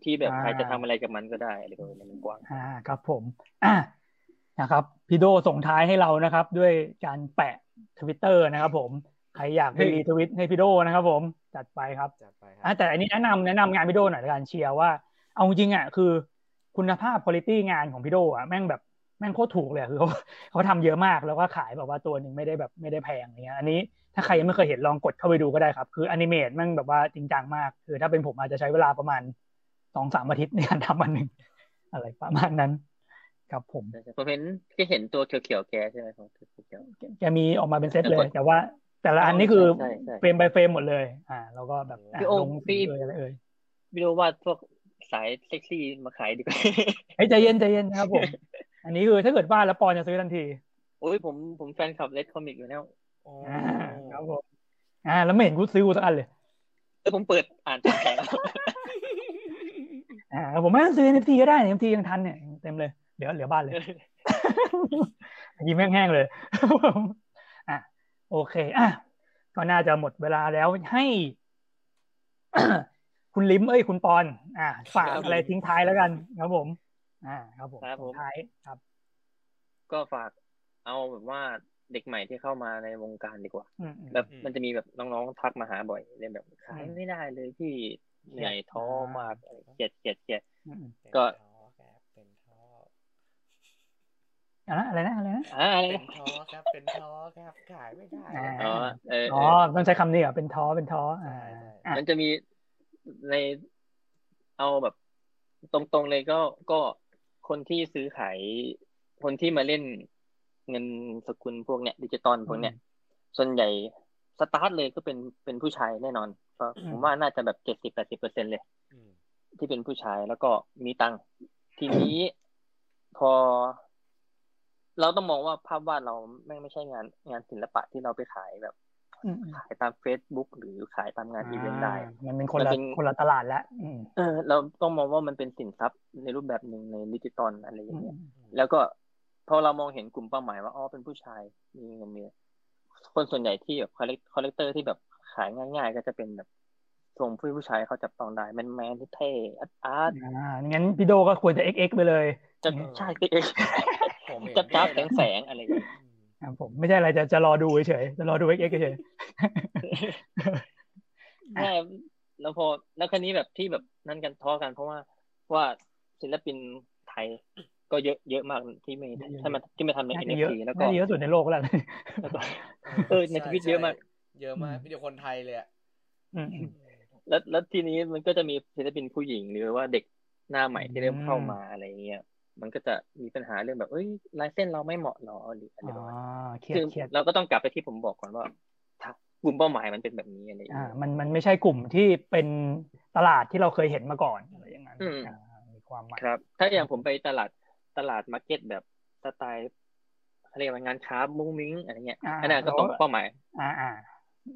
B: ที่แบบ
A: อ่า
B: ใครจะทำอะไรกับมันก็ได้อะไรประมาณนั้นมันกว้าง
A: อ่าครับผมอ่ะนะครับพี่โดส่งท้ายให้เรานะครับ ด้วยการแปะทวิตเตอร์นะครับ ผมใครอยากไปรีทวิตให้พี่โดนะครับ ผมจัดไปครับ
C: จัดไปครั
A: อ่ะแต่อันนี้แนะนำแนะนำงานพี่โดหน่อยในการเชียร์ว่า เอาจริงอ่ะคือคุณภาพคุณ i t y งานของพี่โดอ่ะแม่งแบบแม่งโคตรถูกเลยอะคือเขา เขาทำเยอะมากแล้วก็ขายแบบว่าตัวหนึ่งไม่ได้แบบไม่ได้แพงเนี้ยอันนี้ถ้าใครยังไม่เคยเห็นลองกดเข้าไปดูก็ได้ครับ คืออนิเมตแม่งแบบว่าจริงจังมาก คือถ้าเป็นผมอาจจะใช้เวลาประมาณสองสามอาทิตย์ในการทำวันหนึ่ง อะไรประมาณนั้น ครับผม
B: ใช่ใช่ผมเห็นแค่เห็นตัวเขียวๆแกใช่ไหมของตัวเขียวๆ
A: จะมีออกมาเป็นเซตเลย
B: แต่กด
A: แต่ว่า แต่ละอันนี่คือ
B: ใช่ใช่
A: เฟรม by เฟรมหมดเลย อ่า แล้วก็แบบอ่ะ
B: พี่โอ้
A: ลง
B: พี่
A: สีเลยอะไรเอ่ย
B: ไม่รู้ว่าพวกสายเซ็กซี่มาขายดีกว่า
A: เฮ้ยใจเย็นใจเย็นนะครับผม อันนี้คือถ้าเกิดว่าแล้วปอนจะซื้อทันที
B: โอ้ยผมผมแฟนคลับเลดคอมิกอยู่แล้ว
C: โอ้
A: อ่าครับผมอ่า แล้วไม่เห็นกูซื้อกูสักอันเลย
B: เออผมเปิดอ่านตามแสง
A: อ่าผมไม่ต้องซื้อ NFT ก็ได้ NFT ยังทันเนี่ยยังเต็มเลยเหลือเหลือบ้านเลย ยิ้มแห้งๆเลย ครับผมอ่ะโอเคอ่ะก็น่าจะหมดเวลาแล้วให้ คุณลิ้มเอ้ยคุณปอน อ่าฝาก
B: ครับผม
A: อะไรทิ้งท้ายแล้วกันครับผม อ่า ครับผม
B: ครับผม
A: ทิ้งท้ายครับ
B: ก็ฝากเอาแบบว่าเด็กใหม่ที่เข้ามาในวงการดีกว่า
A: อืมอืม
B: แบบ
D: อืม
B: มันจะมีแบบน้องๆทักมาหาบ่อยเลยแบบขายไม่ได้เลยพี่เหนื่อยท้อมากอะไรเกลียดเกลียดเกลียด
A: อืม
B: ก็
D: เป็นท้อครับเป็นท้อ
A: อ่ะนะอะไรนะอะไรนะ
B: อ่าอะไร
C: เป็น
B: นะ
C: ท้อครับ เป็นท้อครับ ขายไม่ได้
B: อ๋อเออ
A: อ๋
B: เอ
A: อ
B: อ
A: ต้องใช้คำนี้เหรอเป็นท้อเป็นท้ออ่า
C: ใช่ใช่
A: อ่ะ
B: มันจะมีในเอาแบบ ตรงๆเลยก็ก็คนที่ซื้อขายคนที่มาเล่นเงินสกุลพวกเนี้ยดิจิตอลพวกเนี้ยส่วนใหญ่สตาร์ทเลยก็เป็นเป็นผู้ชายแน่นอนเพราะผมว่าน่าจะแบบเจ็ดสิบแปดสิบเปอร์เซ็นเลย
D: อืม
B: ที่เป็นผู้ชายแล้วก็มีตังค์ทีนี้ พอ เราต้องมองว่าภาพวาดเราแม่งไม่ใช่งานงานศิลปะที่เราไปขายแบบ
A: อืมอืม
B: ขายตาม Facebook หรือขายตามงานอีเวนต์ได้
A: อ่ามันเป็นคนละ
B: มันเป็น
A: คนละตลาดแล้วอืม
B: เออ เราต้องมองว่ามันเป็นสินทรัพย์ในรูปแบบหนึ่งในดิจิตอลอะไรอย่างเงี้ย
D: อืม
B: แล้วก็พอเรามองเห็นกลุ่มเป้าหมายว่าอ๋อเป็นผู้ชายมีเงินมีคนส่วนใหญ่ที่แบบคอลเลกคอลเลกเตอร์ที่แบบขายง่าย ๆ ก็จะเป็นแบบทรงผู้ผู้ชายเขาจับต้องได้แมนแมนๆเท่ๆอาร์ต
A: อ่างั้นพี่โดก็ควรจะ XX ไปเลย
B: ๆจะใช่เอง
C: ผมเห็น
B: จับจ้าบแสงแสงๆอะไรอย่างเงี้ย
C: อืม
A: ครับผมไม่ใช่อะไรจะจะรอดูเฉยๆจะรอดู XX เฉย
B: ใช่แล้วพอแล้วครั้นี้แบบที่แบบนั่นกันท้อกันเพราะว่าว่าศิลปินไทยก็เยอะเยอะมากที่ไม่
A: เยอะ
B: ที่มาที่มาทำใน
A: น่าจะเยอะ
B: NFT แล้วก็
A: น่าจะเยอะสุดในโลกแล้ว
B: แล้วก็ เออในทวิตเยอะมาก
C: ใช่เยอะมากมีแต่คนไทยเลยอะ
A: อืมอืม
B: แล้วแล้วทีนี้มันก็จะมีศิลปินผู้หญิงหรือว่าเด็กหน้าใหม่ที่เริ่มเข้ามาอะไรอย่างเงี้ยมันก็จะมีปัญหาเรื่องแบบเอ้ยลายเส้นเราไม่เหมาะหรอหรืออะไร
A: อ๋อ
B: ประมาณนั้น
A: เครียด
B: ซึ่ง
A: เครียด
B: เราก็ต้องกลับไปที่ผมบอกก่อนว่าถ้ากลุ่มเป้าหมายมันเป็นแบบนี้อะไรอย่าง
A: อ่า
B: เงี้ย
A: มันมันไม่ใช่กลุ่มที่เป็นตลาดที่เราเคยเห็นมาก่อนอะไรอย่างนั้น
B: อืม
A: อ่ามีความหมาย
B: ครับ ถ้าอย่างผมไปตลาดตลาดมาร์เก็ตแบบสไตล์เขาเรียกว่างานค้ามุ้งมิ้งอะไรเงี้ย
A: า
B: อันนั้นก็ตรงเป้าหมาย
A: อ่าอ่า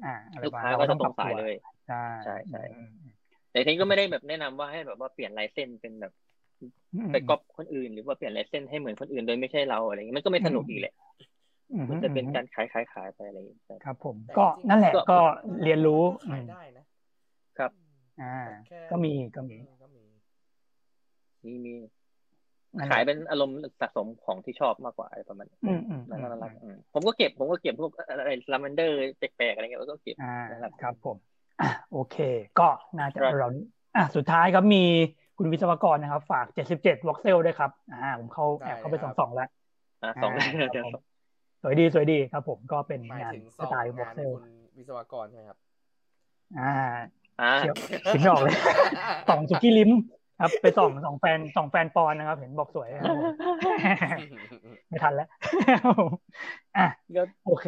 A: อ่าอะไร
B: ลูก
A: ประมณ
B: ค้า
A: นั้น
B: ก็จะต
A: ป
B: ร
A: บ
B: งสาย
A: ตัว
B: เลย
A: ใช่
B: ใช่ใช่
A: อืมอืม
B: แต่ทีนี้ก็ไม่ได้แบบแนะนำว่าให้แบบว่าเปลี่ยนลายเส้นเป็นแบบ
A: อืม
B: ไปก๊อปคนอื่น หรือว่าเปลี่ยนลายเส้นให้เหมือนคนอื่นโดยไม่ใช่เราอะไรเงี้ยมันก็ไม่สนุกอีกแหละ
A: อืม
B: มันจะเป็นการขายขายขายไปอะไรอย่างเงี้ยครับ
A: ครับ ผม
C: แต่
A: ก็
C: จริงๆ
A: นั่นแหละก็เรียนรู้
C: ขายได้นะครับ
A: อ่า
C: แค่
A: ก็มีก็มี
C: ก็มี
B: นี่มี
A: นั่นแหละ
B: ขายเป็นอารมณ์สะสมของที่ชอบมากกว่าอะไรประมาณนี้
A: อืมอืม
B: น่า
A: อืม
B: รักน่ารักอืมผมก็เก็บผมก็เก็บพวกอะไรลาเวนเดอร์แปลกๆอะไรเงี้ยก็เก็บ
A: อ่า
B: น่ารัก
A: ครับผมอ่ะโอเค ก็น่าจะ
B: ครับ
A: เราอ่ะสุดท้ายครับมีคุณวิศวกรนะครับ ฝาก 77วอกเซลด้วยครับ อ่า ผมเข้า
C: ได้
A: แอบเข้าไป
C: เลย
A: ส
C: ค
A: อ
C: รั
A: ง
C: บ
A: สองแล้ว
B: อ่ะสอง
A: า
B: เดี๋
A: ครั
B: ยว
A: บผมสวยดีสวยดีครับผมก็เป็น
C: หมาย
A: งาน
C: ถึง
A: ส
C: สอง
A: ไตล์วอง
C: าก น
A: เซล
C: คุณวิศวกรใช่ไหมครับ
A: อ่า
B: อ่า
A: เดี๋ยว ถึงไม่ออก เลย สองสุกี้ลิ้มครับ ไปส่องสองแฟนสองแฟนปอนนะครับ เห็นบอกสวยครับผม ไม่ทันแล้ว อ่ะ
B: ก็
A: โอเค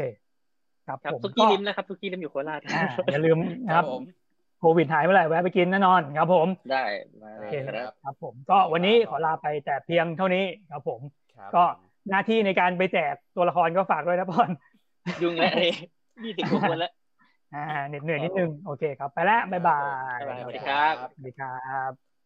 A: ครับ
B: ครับ
A: ผม
B: สุกี้ริมนะครับสุกี้ริมอยู่โคราช
A: อ่าอย่าลืมนะ
D: ค
A: ค
D: รั
A: รั
D: บบ ผม
A: โควิดหายเมื่อไหร่แวะไปกินแน่นอนครับผม
B: ได้มาเล
A: โอย เค
B: ค
A: ค
B: รั
A: รั
B: บบ
A: ครับผมก็วันนี้ขอลาไปแต่เพียงเท่านี้ครับผม
C: ครับ
A: ก็ หน้าที่ในการไปแจกตัวละครก็ฝากด้วยนะ พอน
B: ยุงแล้วเอ้ยี่สิบกว่าคนแล้ว
A: อ่าเหน็ดเหนื่อยนิดนึงโอเคครับ ไปแล้วบ๊ายบาย
B: บ๊ายบาย
A: สวัสดี
B: ครับ
A: ครับ